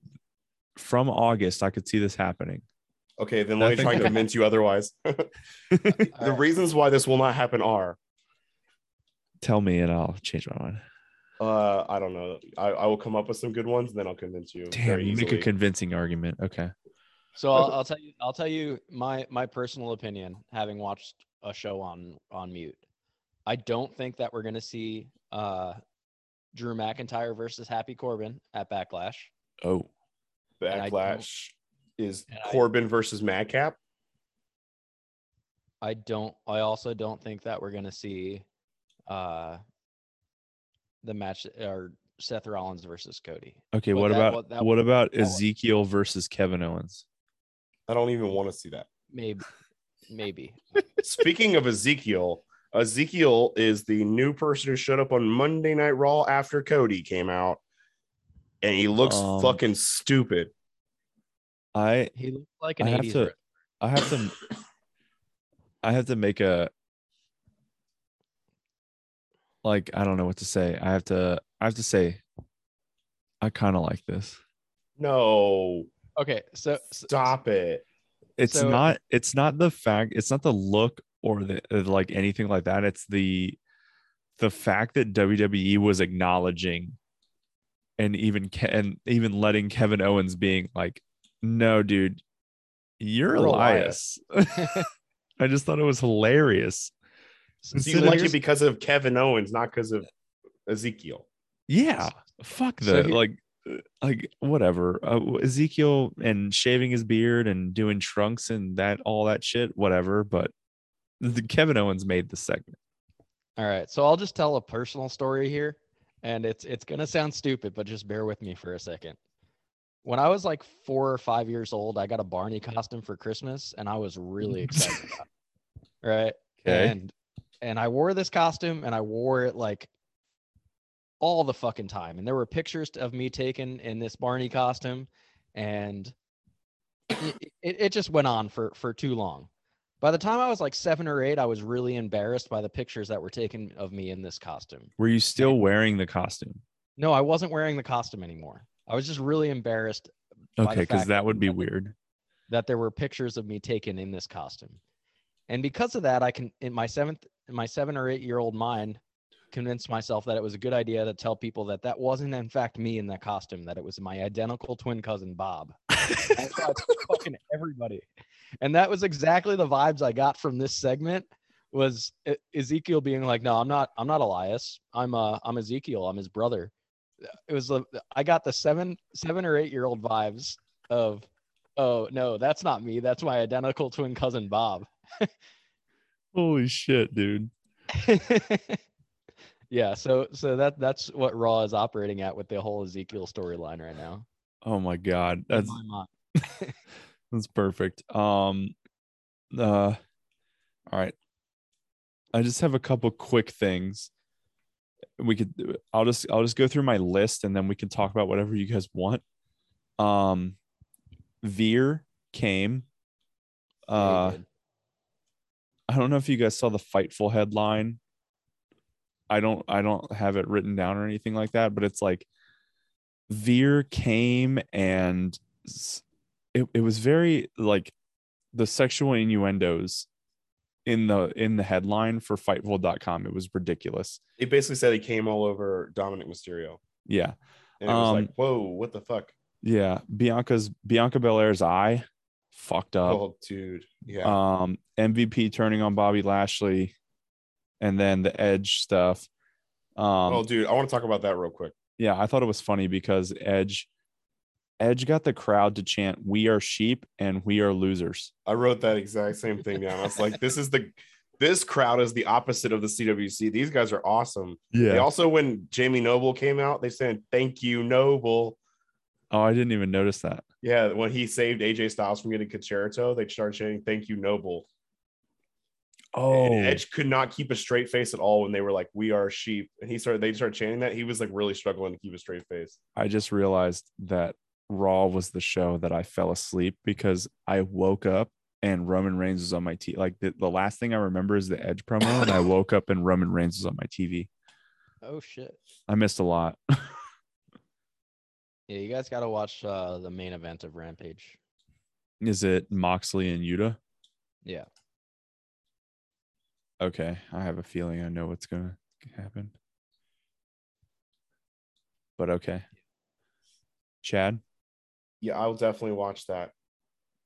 Speaker 1: from August. I could see this happening.
Speaker 3: Okay, then
Speaker 1: I
Speaker 3: let me
Speaker 1: think
Speaker 3: try and
Speaker 1: that-
Speaker 3: convince you otherwise. the
Speaker 2: right.
Speaker 3: reasons why this will not happen are
Speaker 1: Tell me, and I'll change my mind.
Speaker 3: Uh, I don't know. I, I will come up with some good ones, and then I'll convince you.
Speaker 1: Damn,
Speaker 3: very
Speaker 1: you make a
Speaker 3: easily.
Speaker 1: convincing argument. Okay.
Speaker 2: so I'll, I'll tell you I'll tell you my my personal opinion, having watched a show on on mute. I don't think that we're gonna see uh, Drew McIntyre versus Happy Corbin at Backlash.
Speaker 1: Oh,
Speaker 2: and I don't-
Speaker 3: Backlash is
Speaker 2: and I-
Speaker 3: Corbin versus Madcap.
Speaker 2: I don't. I also don't think that we're gonna see uh, the match or Seth Rollins versus Cody.
Speaker 1: okay.
Speaker 2: Well,
Speaker 1: What
Speaker 2: that
Speaker 1: about
Speaker 2: wa- that
Speaker 1: what about
Speaker 2: that wa-
Speaker 1: Ezekiel versus Kevin Owens?
Speaker 3: I don't even want to see that.
Speaker 2: Maybe, maybe.
Speaker 3: Speaking of Ezekiel, Ezekiel is the new person who showed up on Monday Night Raw after Cody came out, and he looks
Speaker 1: Um,
Speaker 3: fucking stupid.
Speaker 1: I
Speaker 2: He looked like an
Speaker 1: I have
Speaker 2: eighties.
Speaker 1: to- I have to I have to make a like I don't know what to say. I have to I have to say I kind of like this.
Speaker 3: No,
Speaker 2: Okay, so, so
Speaker 3: stop it.
Speaker 1: It's
Speaker 2: So-
Speaker 1: not it's not the fact it's not the look or the uh, like anything like that. It's the the fact that WWE was acknowledging and even Ke- and even letting Kevin Owens being like, no, dude, you're
Speaker 3: You're
Speaker 1: Elias. I just thought it was hilarious.
Speaker 2: so
Speaker 3: So you
Speaker 1: Consider-
Speaker 3: like it because of Kevin Owens, not because of Ezekiel.
Speaker 1: Yeah, fuck
Speaker 2: so
Speaker 1: the
Speaker 2: here-
Speaker 1: like, uh, like whatever. Uh, Ezekiel and shaving his beard and doing trunks and that all that shit, whatever. But the Kevin Owens made the segment.
Speaker 2: All right, so I'll just tell a personal story here, and it's it's gonna sound stupid, but just bear with me for a second. When I was like four or five years old, I got a Barney costume for Christmas, and I was really excited. about it, right, and and I wore this costume, and I wore it like all the fucking time, and there were pictures of me taken in this Barney costume, and it, it, it just went on for for too long. By the time I was like seven or eight, I was really embarrassed by the pictures that were taken of me in this costume.
Speaker 1: Were you still wearing the costume?
Speaker 2: No, I wasn't wearing the costume anymore. I was just really embarrassed By the
Speaker 1: Okay, because
Speaker 2: fact
Speaker 1: that would be
Speaker 2: that-
Speaker 1: weird.
Speaker 2: that there were pictures of me taken in this costume. And because of that, I can in my seventh, in my seven or eight year old mind, convinced myself that it was a good idea to tell people that that wasn't in fact me in that costume, that it was my identical twin cousin Bob. That's why I told fucking everybody. And that was exactly the vibes I got from this segment. Was E- Ezekiel being like, "No, I'm not. I'm not Elias. I'm uh, I'm Ezekiel. I'm his brother." It was. the- I got the seven, seven or eight year old vibes of oh no that's not me that's my identical twin cousin bob
Speaker 1: Holy shit, dude.
Speaker 2: yeah so so that that's what raw is operating at with the whole ezekiel storyline right now
Speaker 1: Oh my god.
Speaker 2: In
Speaker 1: That's
Speaker 2: my mind.
Speaker 1: that's perfect. Um uh all right. I just have a couple quick things. We could I'll just I'll just go through my list and then we can talk about whatever you guys want. Um Veer came. Uh
Speaker 2: Very good.
Speaker 1: I don't know if you guys saw the Fightful headline. I don't I don't have it written down or anything like that, but it's like Veer came and s- it, it was very like the sexual innuendos in the in the headline for fightful.com. It was ridiculous.
Speaker 3: He basically said he came all over Dominic Mysterio,
Speaker 1: Yeah.
Speaker 3: and it was
Speaker 1: Um,
Speaker 3: like, whoa, what the fuck?
Speaker 1: Yeah. Bianca's Bianca Belair's eye fucked up.
Speaker 3: oh, dude, yeah.
Speaker 1: uh, um MVP turning on Bobby Lashley and then the edge stuff. Um
Speaker 3: oh, dude, I want to talk about that real quick.
Speaker 1: yeah, I thought it was funny because Edge Edge got the crowd to chant "We are sheep and we are losers."
Speaker 3: I wrote that exact same thing down. I was like, this is the this crowd is the opposite of the CWC. These guys are awesome. They
Speaker 1: Yeah.
Speaker 3: also, when Jamie Noble came out, they said, "Thank you, Noble."
Speaker 1: Oh, I didn't even notice that.
Speaker 3: Yeah, when he saved AJ Styles from getting concerto, they started saying, "Thank you, Noble."
Speaker 1: Oh,
Speaker 3: And Edge could not keep a straight face at all when they were like, "We are sheep," and he started. They started chanting that. He was like really struggling to keep a straight face.
Speaker 1: I just realized that Raw was the show that I fell asleep because I woke up and Roman Reigns was on my TV. Like the, the last thing I remember is the Edge promo, and I woke up and Roman Reigns was on my TV.
Speaker 2: oh shit
Speaker 1: I missed a lot.
Speaker 2: yeah you guys gotta watch uh the main event of rampage
Speaker 1: is it Moxley and Yuta?
Speaker 2: Yeah.
Speaker 1: Okay, I have a feeling I know what's gonna happen. But okay. Chad,
Speaker 3: Yeah, I will definitely watch that.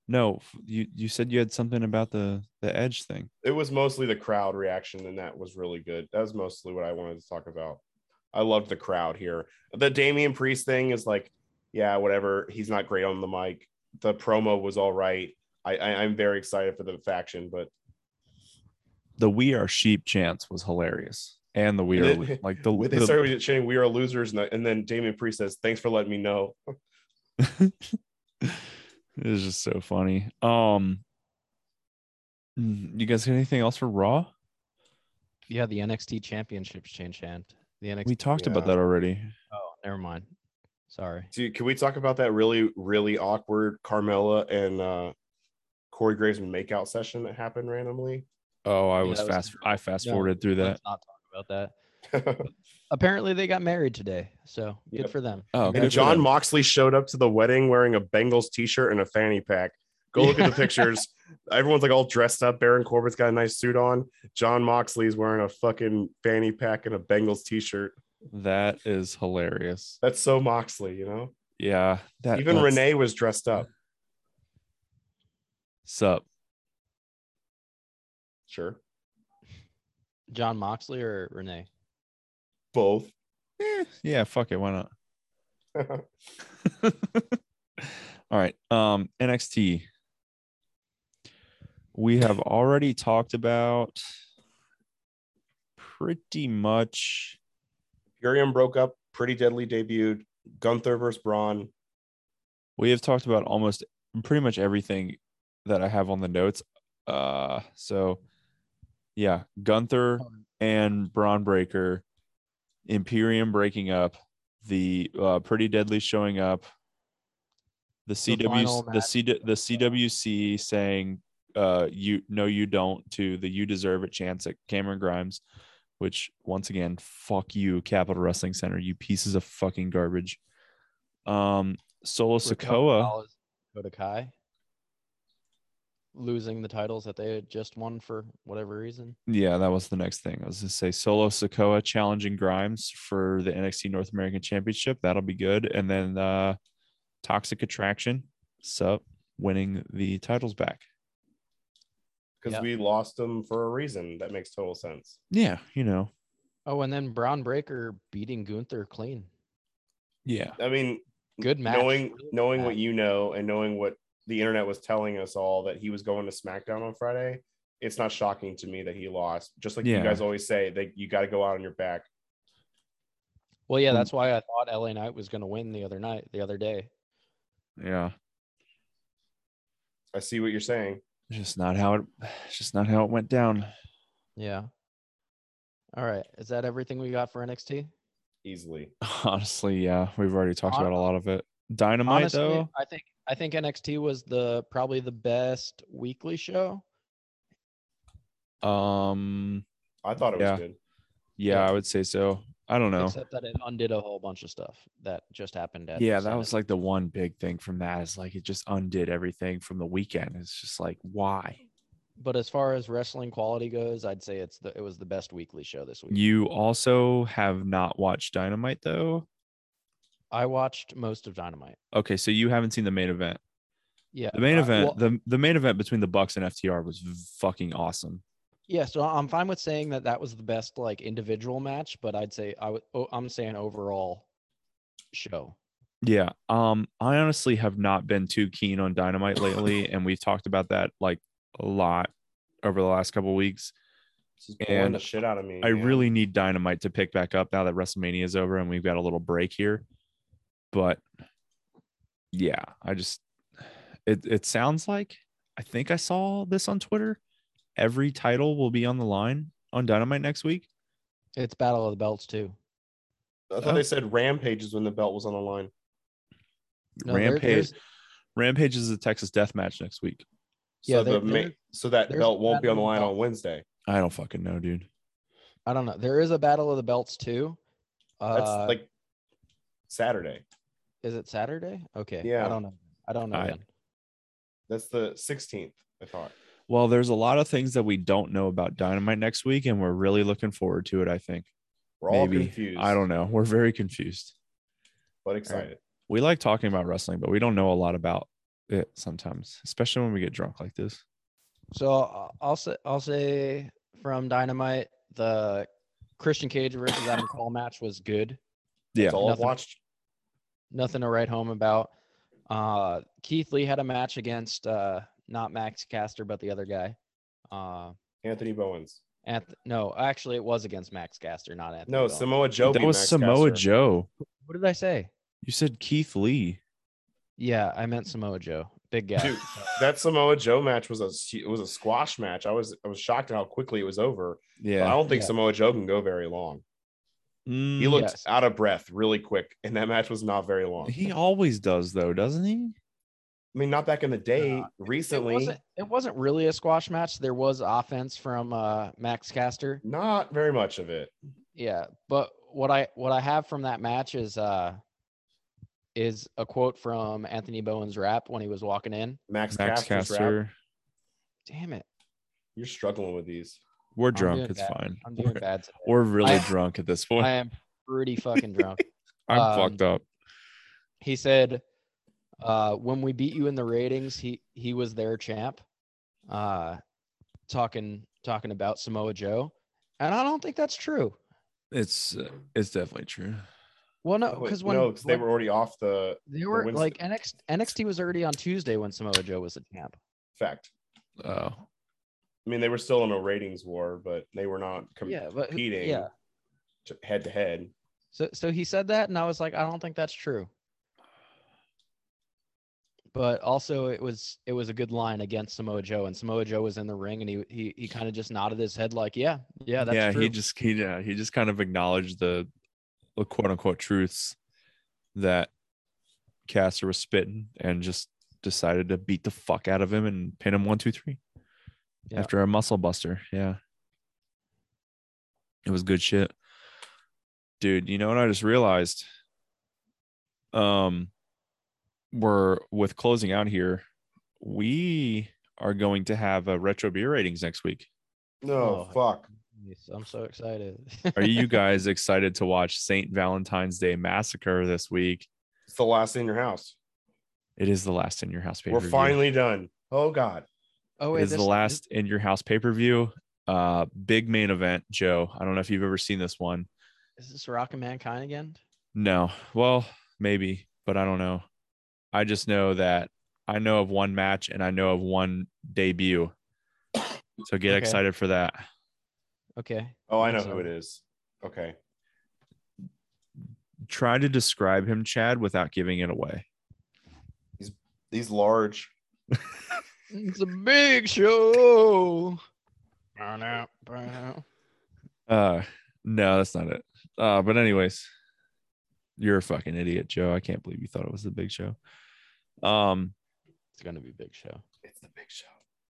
Speaker 1: no, f- you you said you had something about the the edge thing.
Speaker 3: It was mostly the crowd reaction, and that was really good. That was mostly what I wanted to talk about. I loved the crowd here. The Damian Priest thing is like, yeah, whatever. He's not great on the mic. The promo was all right. I, I I'm very excited for the faction, but
Speaker 1: The "We Are Sheep" chants was hilarious, and the "We
Speaker 3: And
Speaker 1: Are"
Speaker 3: then-
Speaker 1: Lo- like the,
Speaker 3: Wait, they
Speaker 1: the-
Speaker 3: started chanting, "We are losers," and, and then Damian Priest says, "Thanks for letting me know."
Speaker 1: it was just so funny. Um, mm, you guys got anything else for Raw?
Speaker 2: yeah the nxt championships change hand the nxt
Speaker 1: We talked about
Speaker 3: Yeah.
Speaker 1: that already.
Speaker 2: oh never mind sorry
Speaker 3: Dude, can we talk about that really, really awkward Carmella and uh, Corey Graves makeout session that happened randomly?
Speaker 1: Oh, I
Speaker 2: Yeah,
Speaker 1: was
Speaker 2: that was
Speaker 1: fast. I fast
Speaker 2: No,
Speaker 1: forwarded through that.
Speaker 2: let's not talk about that
Speaker 3: and
Speaker 2: apparently they got married today so
Speaker 3: Yep.
Speaker 2: good for them
Speaker 1: Oh,
Speaker 2: Good for
Speaker 3: John
Speaker 2: them.
Speaker 3: Moxley showed up to the wedding wearing a Bengals T-shirt and a fanny pack. Go look at the pictures. Everyone's like all dressed up. Baron Corbett's got a nice suit on. John Moxley's wearing a fucking fanny pack and a Bengals T-shirt.
Speaker 1: That is hilarious.
Speaker 3: That's so Moxley, you know.
Speaker 1: Yeah. That
Speaker 3: Even
Speaker 1: that's-
Speaker 3: Renee was dressed up.
Speaker 1: Sup.
Speaker 3: Sure,
Speaker 2: john moxley or renee
Speaker 3: both. Eh.
Speaker 1: Yeah, fuck it. Why not? All right. Um, NXT. We have already talked about pretty much
Speaker 3: Imperium broke up. Pretty Deadly debuted. Gunther versus Braun.
Speaker 1: we have talked about almost pretty much everything that I have on the notes. Uh so yeah, Gunther and Braun Breaker, Imperium breaking up, the uh, Pretty Deadly showing up, the CW
Speaker 2: final
Speaker 1: the
Speaker 2: match.
Speaker 1: C the CWC saying uh, you no you don't to the you deserve it chance at Cameron Grimes, which once again fuck you Capital Wrestling Center you pieces of fucking garbage. Um, Solo Sokoa.
Speaker 2: Dakota Kai losing the titles that they had just won for whatever reason.
Speaker 1: Yeah, that was the next thing. I was gonna say Solo Sokoa challenging Grimes for the NXT North American Championship. That'll be good. And then uh Toxic Attraction, sup, winning the titles back.
Speaker 3: because
Speaker 2: Yeah.
Speaker 3: we lost them for a reason. That makes total sense.
Speaker 1: Yeah, you know.
Speaker 2: Oh, and then Braun Breaker beating Gunther clean.
Speaker 1: Yeah.
Speaker 3: I mean,
Speaker 2: Good match.
Speaker 3: knowing
Speaker 2: Really good
Speaker 3: knowing what
Speaker 2: match.
Speaker 3: you know and knowing what the internet was telling us all that he was going to SmackDown on Friday, it's not shocking to me that he lost. Just like
Speaker 1: Yeah.
Speaker 3: you guys always say, that you got to go out on your back.
Speaker 2: Well, yeah,
Speaker 1: Mm.
Speaker 2: that's why I thought LA Knight was going to win the other night, the other day.
Speaker 1: Yeah.
Speaker 3: I see what you're saying.
Speaker 1: It's just not how it it's just not how it went down.
Speaker 2: Yeah. All right. Is that everything we got for NXT?
Speaker 3: Easily,
Speaker 1: Honestly, yeah. We've already talked about a lot of it. Dynamite
Speaker 2: Honestly,
Speaker 1: though.
Speaker 2: I think I think NXT was the probably the best weekly show.
Speaker 1: Um
Speaker 3: I thought it was
Speaker 1: Yeah.
Speaker 3: good.
Speaker 1: yeah,
Speaker 2: Yeah.
Speaker 1: I would say so. I don't know.
Speaker 2: Except that it undid a whole bunch of stuff that just happened at
Speaker 1: yeah, that
Speaker 2: Summit.
Speaker 1: was like the one big thing from that is like it just undid everything from the weekend. It's just like why?
Speaker 2: but as far as wrestling quality goes, I'd say it's the it was the best weekly show this week.
Speaker 1: You also have not watched Dynamite though.
Speaker 2: I watched most of Dynamite.
Speaker 1: Okay, so you haven't seen the main event.
Speaker 2: Yeah.
Speaker 1: The main
Speaker 2: uh,
Speaker 1: event,
Speaker 2: well,
Speaker 1: the, the main event between the Bucks and FTR was fucking awesome.
Speaker 2: yeah, so I'm fine with saying that that was the best like individual match, but I'd say I would oh, I'm saying overall show.
Speaker 1: Yeah. Um, I honestly have not been too keen on Dynamite lately, and we've talked about that like a lot over the last couple weeks.
Speaker 3: This is boring
Speaker 1: And
Speaker 3: the shit out of me.
Speaker 1: I
Speaker 3: man.
Speaker 1: really need Dynamite to pick back up now that WrestleMania is over and we've got a little break here. But yeah, I just it it sounds like I think I saw this on Twitter. Every title will be on the line on Dynamite next week.
Speaker 2: It's Battle of the Belts too.
Speaker 3: I thought they said Rampage is when the belt was on the line.
Speaker 2: No, there-
Speaker 1: Rampage
Speaker 2: there's-
Speaker 1: Rampage is the Texas death match next week.
Speaker 2: Yeah,
Speaker 3: So
Speaker 2: there-
Speaker 3: the ma-
Speaker 2: there-
Speaker 3: so that
Speaker 2: there's
Speaker 3: belt won't be on the
Speaker 2: Battle of
Speaker 3: line
Speaker 2: the
Speaker 3: on Wednesday.
Speaker 1: I don't fucking know, dude.
Speaker 2: I don't know. There is a Battle of the Belts too. Uh,
Speaker 3: That's like Saturday.
Speaker 2: is it Saturday? Okay.
Speaker 3: Yeah.
Speaker 2: I don't know. I don't know.
Speaker 1: I-
Speaker 2: then.
Speaker 3: That's the 16th. I thought.
Speaker 1: Well, there's a lot of things that we don't know about Dynamite next week, and we're really looking forward to it. I think
Speaker 3: We're all
Speaker 1: maybe
Speaker 3: confused.
Speaker 1: I don't know. We're very confused.
Speaker 3: But excited.
Speaker 1: We like talking about wrestling, but we don't know a lot about it sometimes, especially when we get drunk like this.
Speaker 2: So I- I'll say I'll say from Dynamite the Christian Cage versus Adam Cole match was good.
Speaker 1: Yeah,
Speaker 3: That's all I've
Speaker 2: nothing.
Speaker 3: watched.
Speaker 2: Nothing to write home about. Uh, Keith Lee had a match against uh, not Max Caster but the other guy. Uh,
Speaker 3: Anthony Bowens.
Speaker 2: Anth- no, actually it was against Max Caster, not Anthony.
Speaker 3: No,
Speaker 2: Bowens.
Speaker 3: Samoa Joe.
Speaker 1: that
Speaker 3: beat
Speaker 1: was
Speaker 3: Max
Speaker 1: Samoa
Speaker 3: Caster.
Speaker 1: Joe.
Speaker 2: What did I say?
Speaker 1: You said Keith Lee.
Speaker 2: Yeah, I meant Samoa Joe, big guy.
Speaker 3: Dude, that Samoa Joe match was a it was a squash match. I was I was shocked at how quickly it was over. I
Speaker 1: Yeah,
Speaker 3: don't think
Speaker 2: Yeah.
Speaker 3: Samoa Joe can go very long.
Speaker 1: Mm,
Speaker 3: He looked
Speaker 2: yes.
Speaker 3: out of breath really quick, and that match was not very long.
Speaker 1: Mm, he always does though, doesn't he?
Speaker 3: I mean, not back in the day.
Speaker 2: It
Speaker 3: recently,
Speaker 2: wasn't, it wasn't really a squash match. There was offense from uh, Max Caster.
Speaker 3: not very much of it.
Speaker 2: Yeah, but what I what I have from that match is uh is a quote from Anthony Bowen's rap when he was walking in.
Speaker 3: Max,
Speaker 1: Max
Speaker 3: Caster's rap.
Speaker 1: Caster.
Speaker 2: Damn it,
Speaker 3: You're struggling with these.
Speaker 1: We're
Speaker 2: doing
Speaker 1: drunk. It's
Speaker 2: bad.
Speaker 1: fine.
Speaker 2: I'm doing
Speaker 1: We're,
Speaker 2: bad. today.
Speaker 1: we're really
Speaker 2: I-
Speaker 1: drunk at this point.
Speaker 2: I am pretty fucking drunk.
Speaker 1: I'm
Speaker 2: um,
Speaker 1: fucked up.
Speaker 2: He said, uh, "When we beat you in the ratings, he he was their champ." Uh, talking talking about Samoa Joe, and I don't think that's true.
Speaker 1: It's uh, it's definitely true.
Speaker 2: Well, no,
Speaker 3: Oh, wait,
Speaker 2: because when
Speaker 3: no, 'cause they
Speaker 2: when-
Speaker 3: were already off the
Speaker 2: they were
Speaker 3: Wednesday-
Speaker 2: like NXT, NXT was already on Tuesday when Samoa Joe was the champ.
Speaker 3: fact.
Speaker 1: Oh,
Speaker 3: I mean, they were still in a ratings war, but they were not
Speaker 2: yeah, but who-
Speaker 3: competing
Speaker 2: yeah.
Speaker 3: head to head.
Speaker 2: So so he said that, and I was like, I don't think that's true. But also, it was it was a good line against Samoa Joe, and Samoa Joe was in the ring, and he he, he kind of just nodded his head like, yeah, yeah, that's
Speaker 1: yeah,
Speaker 2: true.
Speaker 1: he just he yeah, he just kind of acknowledged the, the quote unquote truths that Caster was spitting and just decided to beat the fuck out of him and pin him one two three.
Speaker 4: Yeah.
Speaker 1: after a muscle buster. Yeah. It was good shit. Dude, you know what I just realized? Um we're with closing out here. We are going to have a retro beer ratings next week.
Speaker 3: No,
Speaker 4: Oh.
Speaker 3: fuck.
Speaker 4: Yes, I'm so excited.
Speaker 1: Are you guys excited to watch St. Valentine's Day Massacre this week?
Speaker 3: It's the last in your house.
Speaker 1: It is the last in your house pay
Speaker 3: We're finally done. Oh God.
Speaker 4: oh,
Speaker 1: It
Speaker 4: wait,
Speaker 1: is
Speaker 4: this
Speaker 1: the last in your house pay per view. Uh, big main event, Joe. I don't know if you've ever seen this one.
Speaker 4: Is this Rock and Mankind again?
Speaker 1: No, well, maybe, but I don't know. I just know that I know of one match and I know of one debut. So get
Speaker 4: Okay.
Speaker 1: excited for that.
Speaker 4: Okay.
Speaker 3: Oh, I know
Speaker 4: So-
Speaker 3: who it is. Okay.
Speaker 1: Try to describe him, Chad, without giving it away.
Speaker 3: He's large.
Speaker 4: It's a big show. Burnout, burnout.
Speaker 1: Uh, no, that's not it. Uh, but anyways, you're a fucking idiot, Joe. I can't believe you thought it was the big show. Um,
Speaker 4: It's gonna be a big show.
Speaker 3: It's the big show.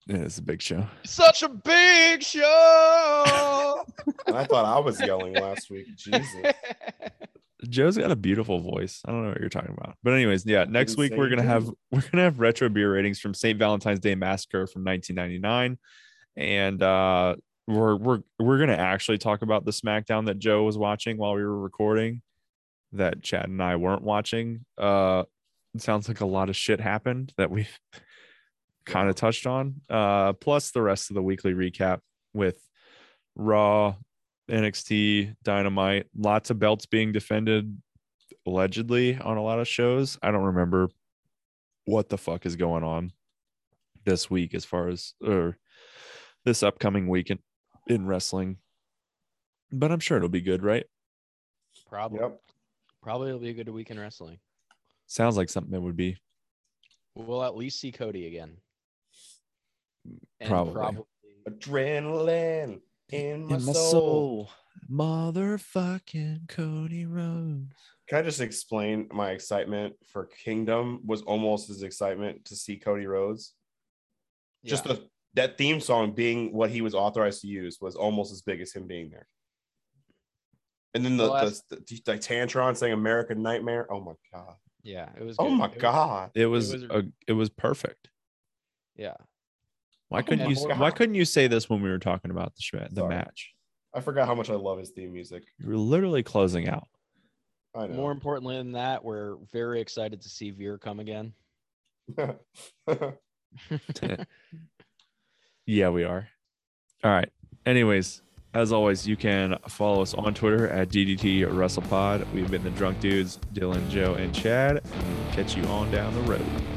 Speaker 1: it is a big show.
Speaker 4: Such a big show.
Speaker 3: I thought I was yelling last week. Jesus.
Speaker 1: Joe's got a beautiful voice. I don't know what you're talking about. But anyways, yeah, next week we're
Speaker 3: say
Speaker 1: gonna have
Speaker 3: who.
Speaker 1: we're gonna have retro beer ratings from St. Valentine's Day Massacre from 1999, and uh, we're we're we're gonna actually talk about the SmackDown that Joe was watching while we were recording, that Chad and I weren't watching. Uh, it sounds like a lot of shit happened that we kind of touched on. Uh, plus the rest of the weekly recap with Raw, NXT, Dynamite, lots of belts being defended allegedly on a lot of shows. I don't remember what the fuck is going on this week as far as or this upcoming week in, in wrestling. But I'm sure it'll be good, right?
Speaker 4: Probably,
Speaker 3: Yep.
Speaker 4: probably it'll be a good week in wrestling.
Speaker 1: Sounds like something that would be.
Speaker 4: We'll at least see Cody again. And
Speaker 1: Probably.
Speaker 3: Adrenaline in my,
Speaker 1: In my
Speaker 3: soul.
Speaker 1: soul. Motherfucking Cody Rhodes.
Speaker 3: Can I just explain my excitement for Kingdom was almost as excitement to see Cody Rhodes? Just
Speaker 4: Yeah.
Speaker 3: the that theme song being what he was authorized to use was almost as big as him being there. And then the
Speaker 4: Well, that's-
Speaker 3: the, the, the Tantron saying American Nightmare. Oh my god.
Speaker 4: yeah, it was.
Speaker 3: Oh
Speaker 4: good.
Speaker 3: my
Speaker 4: It was-
Speaker 3: god.
Speaker 1: It was,
Speaker 4: was-
Speaker 1: a, it was perfect.
Speaker 4: yeah,
Speaker 1: Why couldn't
Speaker 4: my
Speaker 1: you
Speaker 3: God.
Speaker 1: why couldn't you say this when we were talking about the sh- the
Speaker 3: Sorry.
Speaker 1: match?
Speaker 3: I forgot how much I love his theme music.
Speaker 1: You're literally closing out.
Speaker 3: I know.
Speaker 4: More importantly than that, we're very excited to see Veer come again.
Speaker 1: Yeah, we are. All right. Anyways, as always, you can follow us on Twitter at DDT WrestlePod. We've been the Drunk Dudes, Dylan, Joe, and Chad. And we'll catch you on down the road.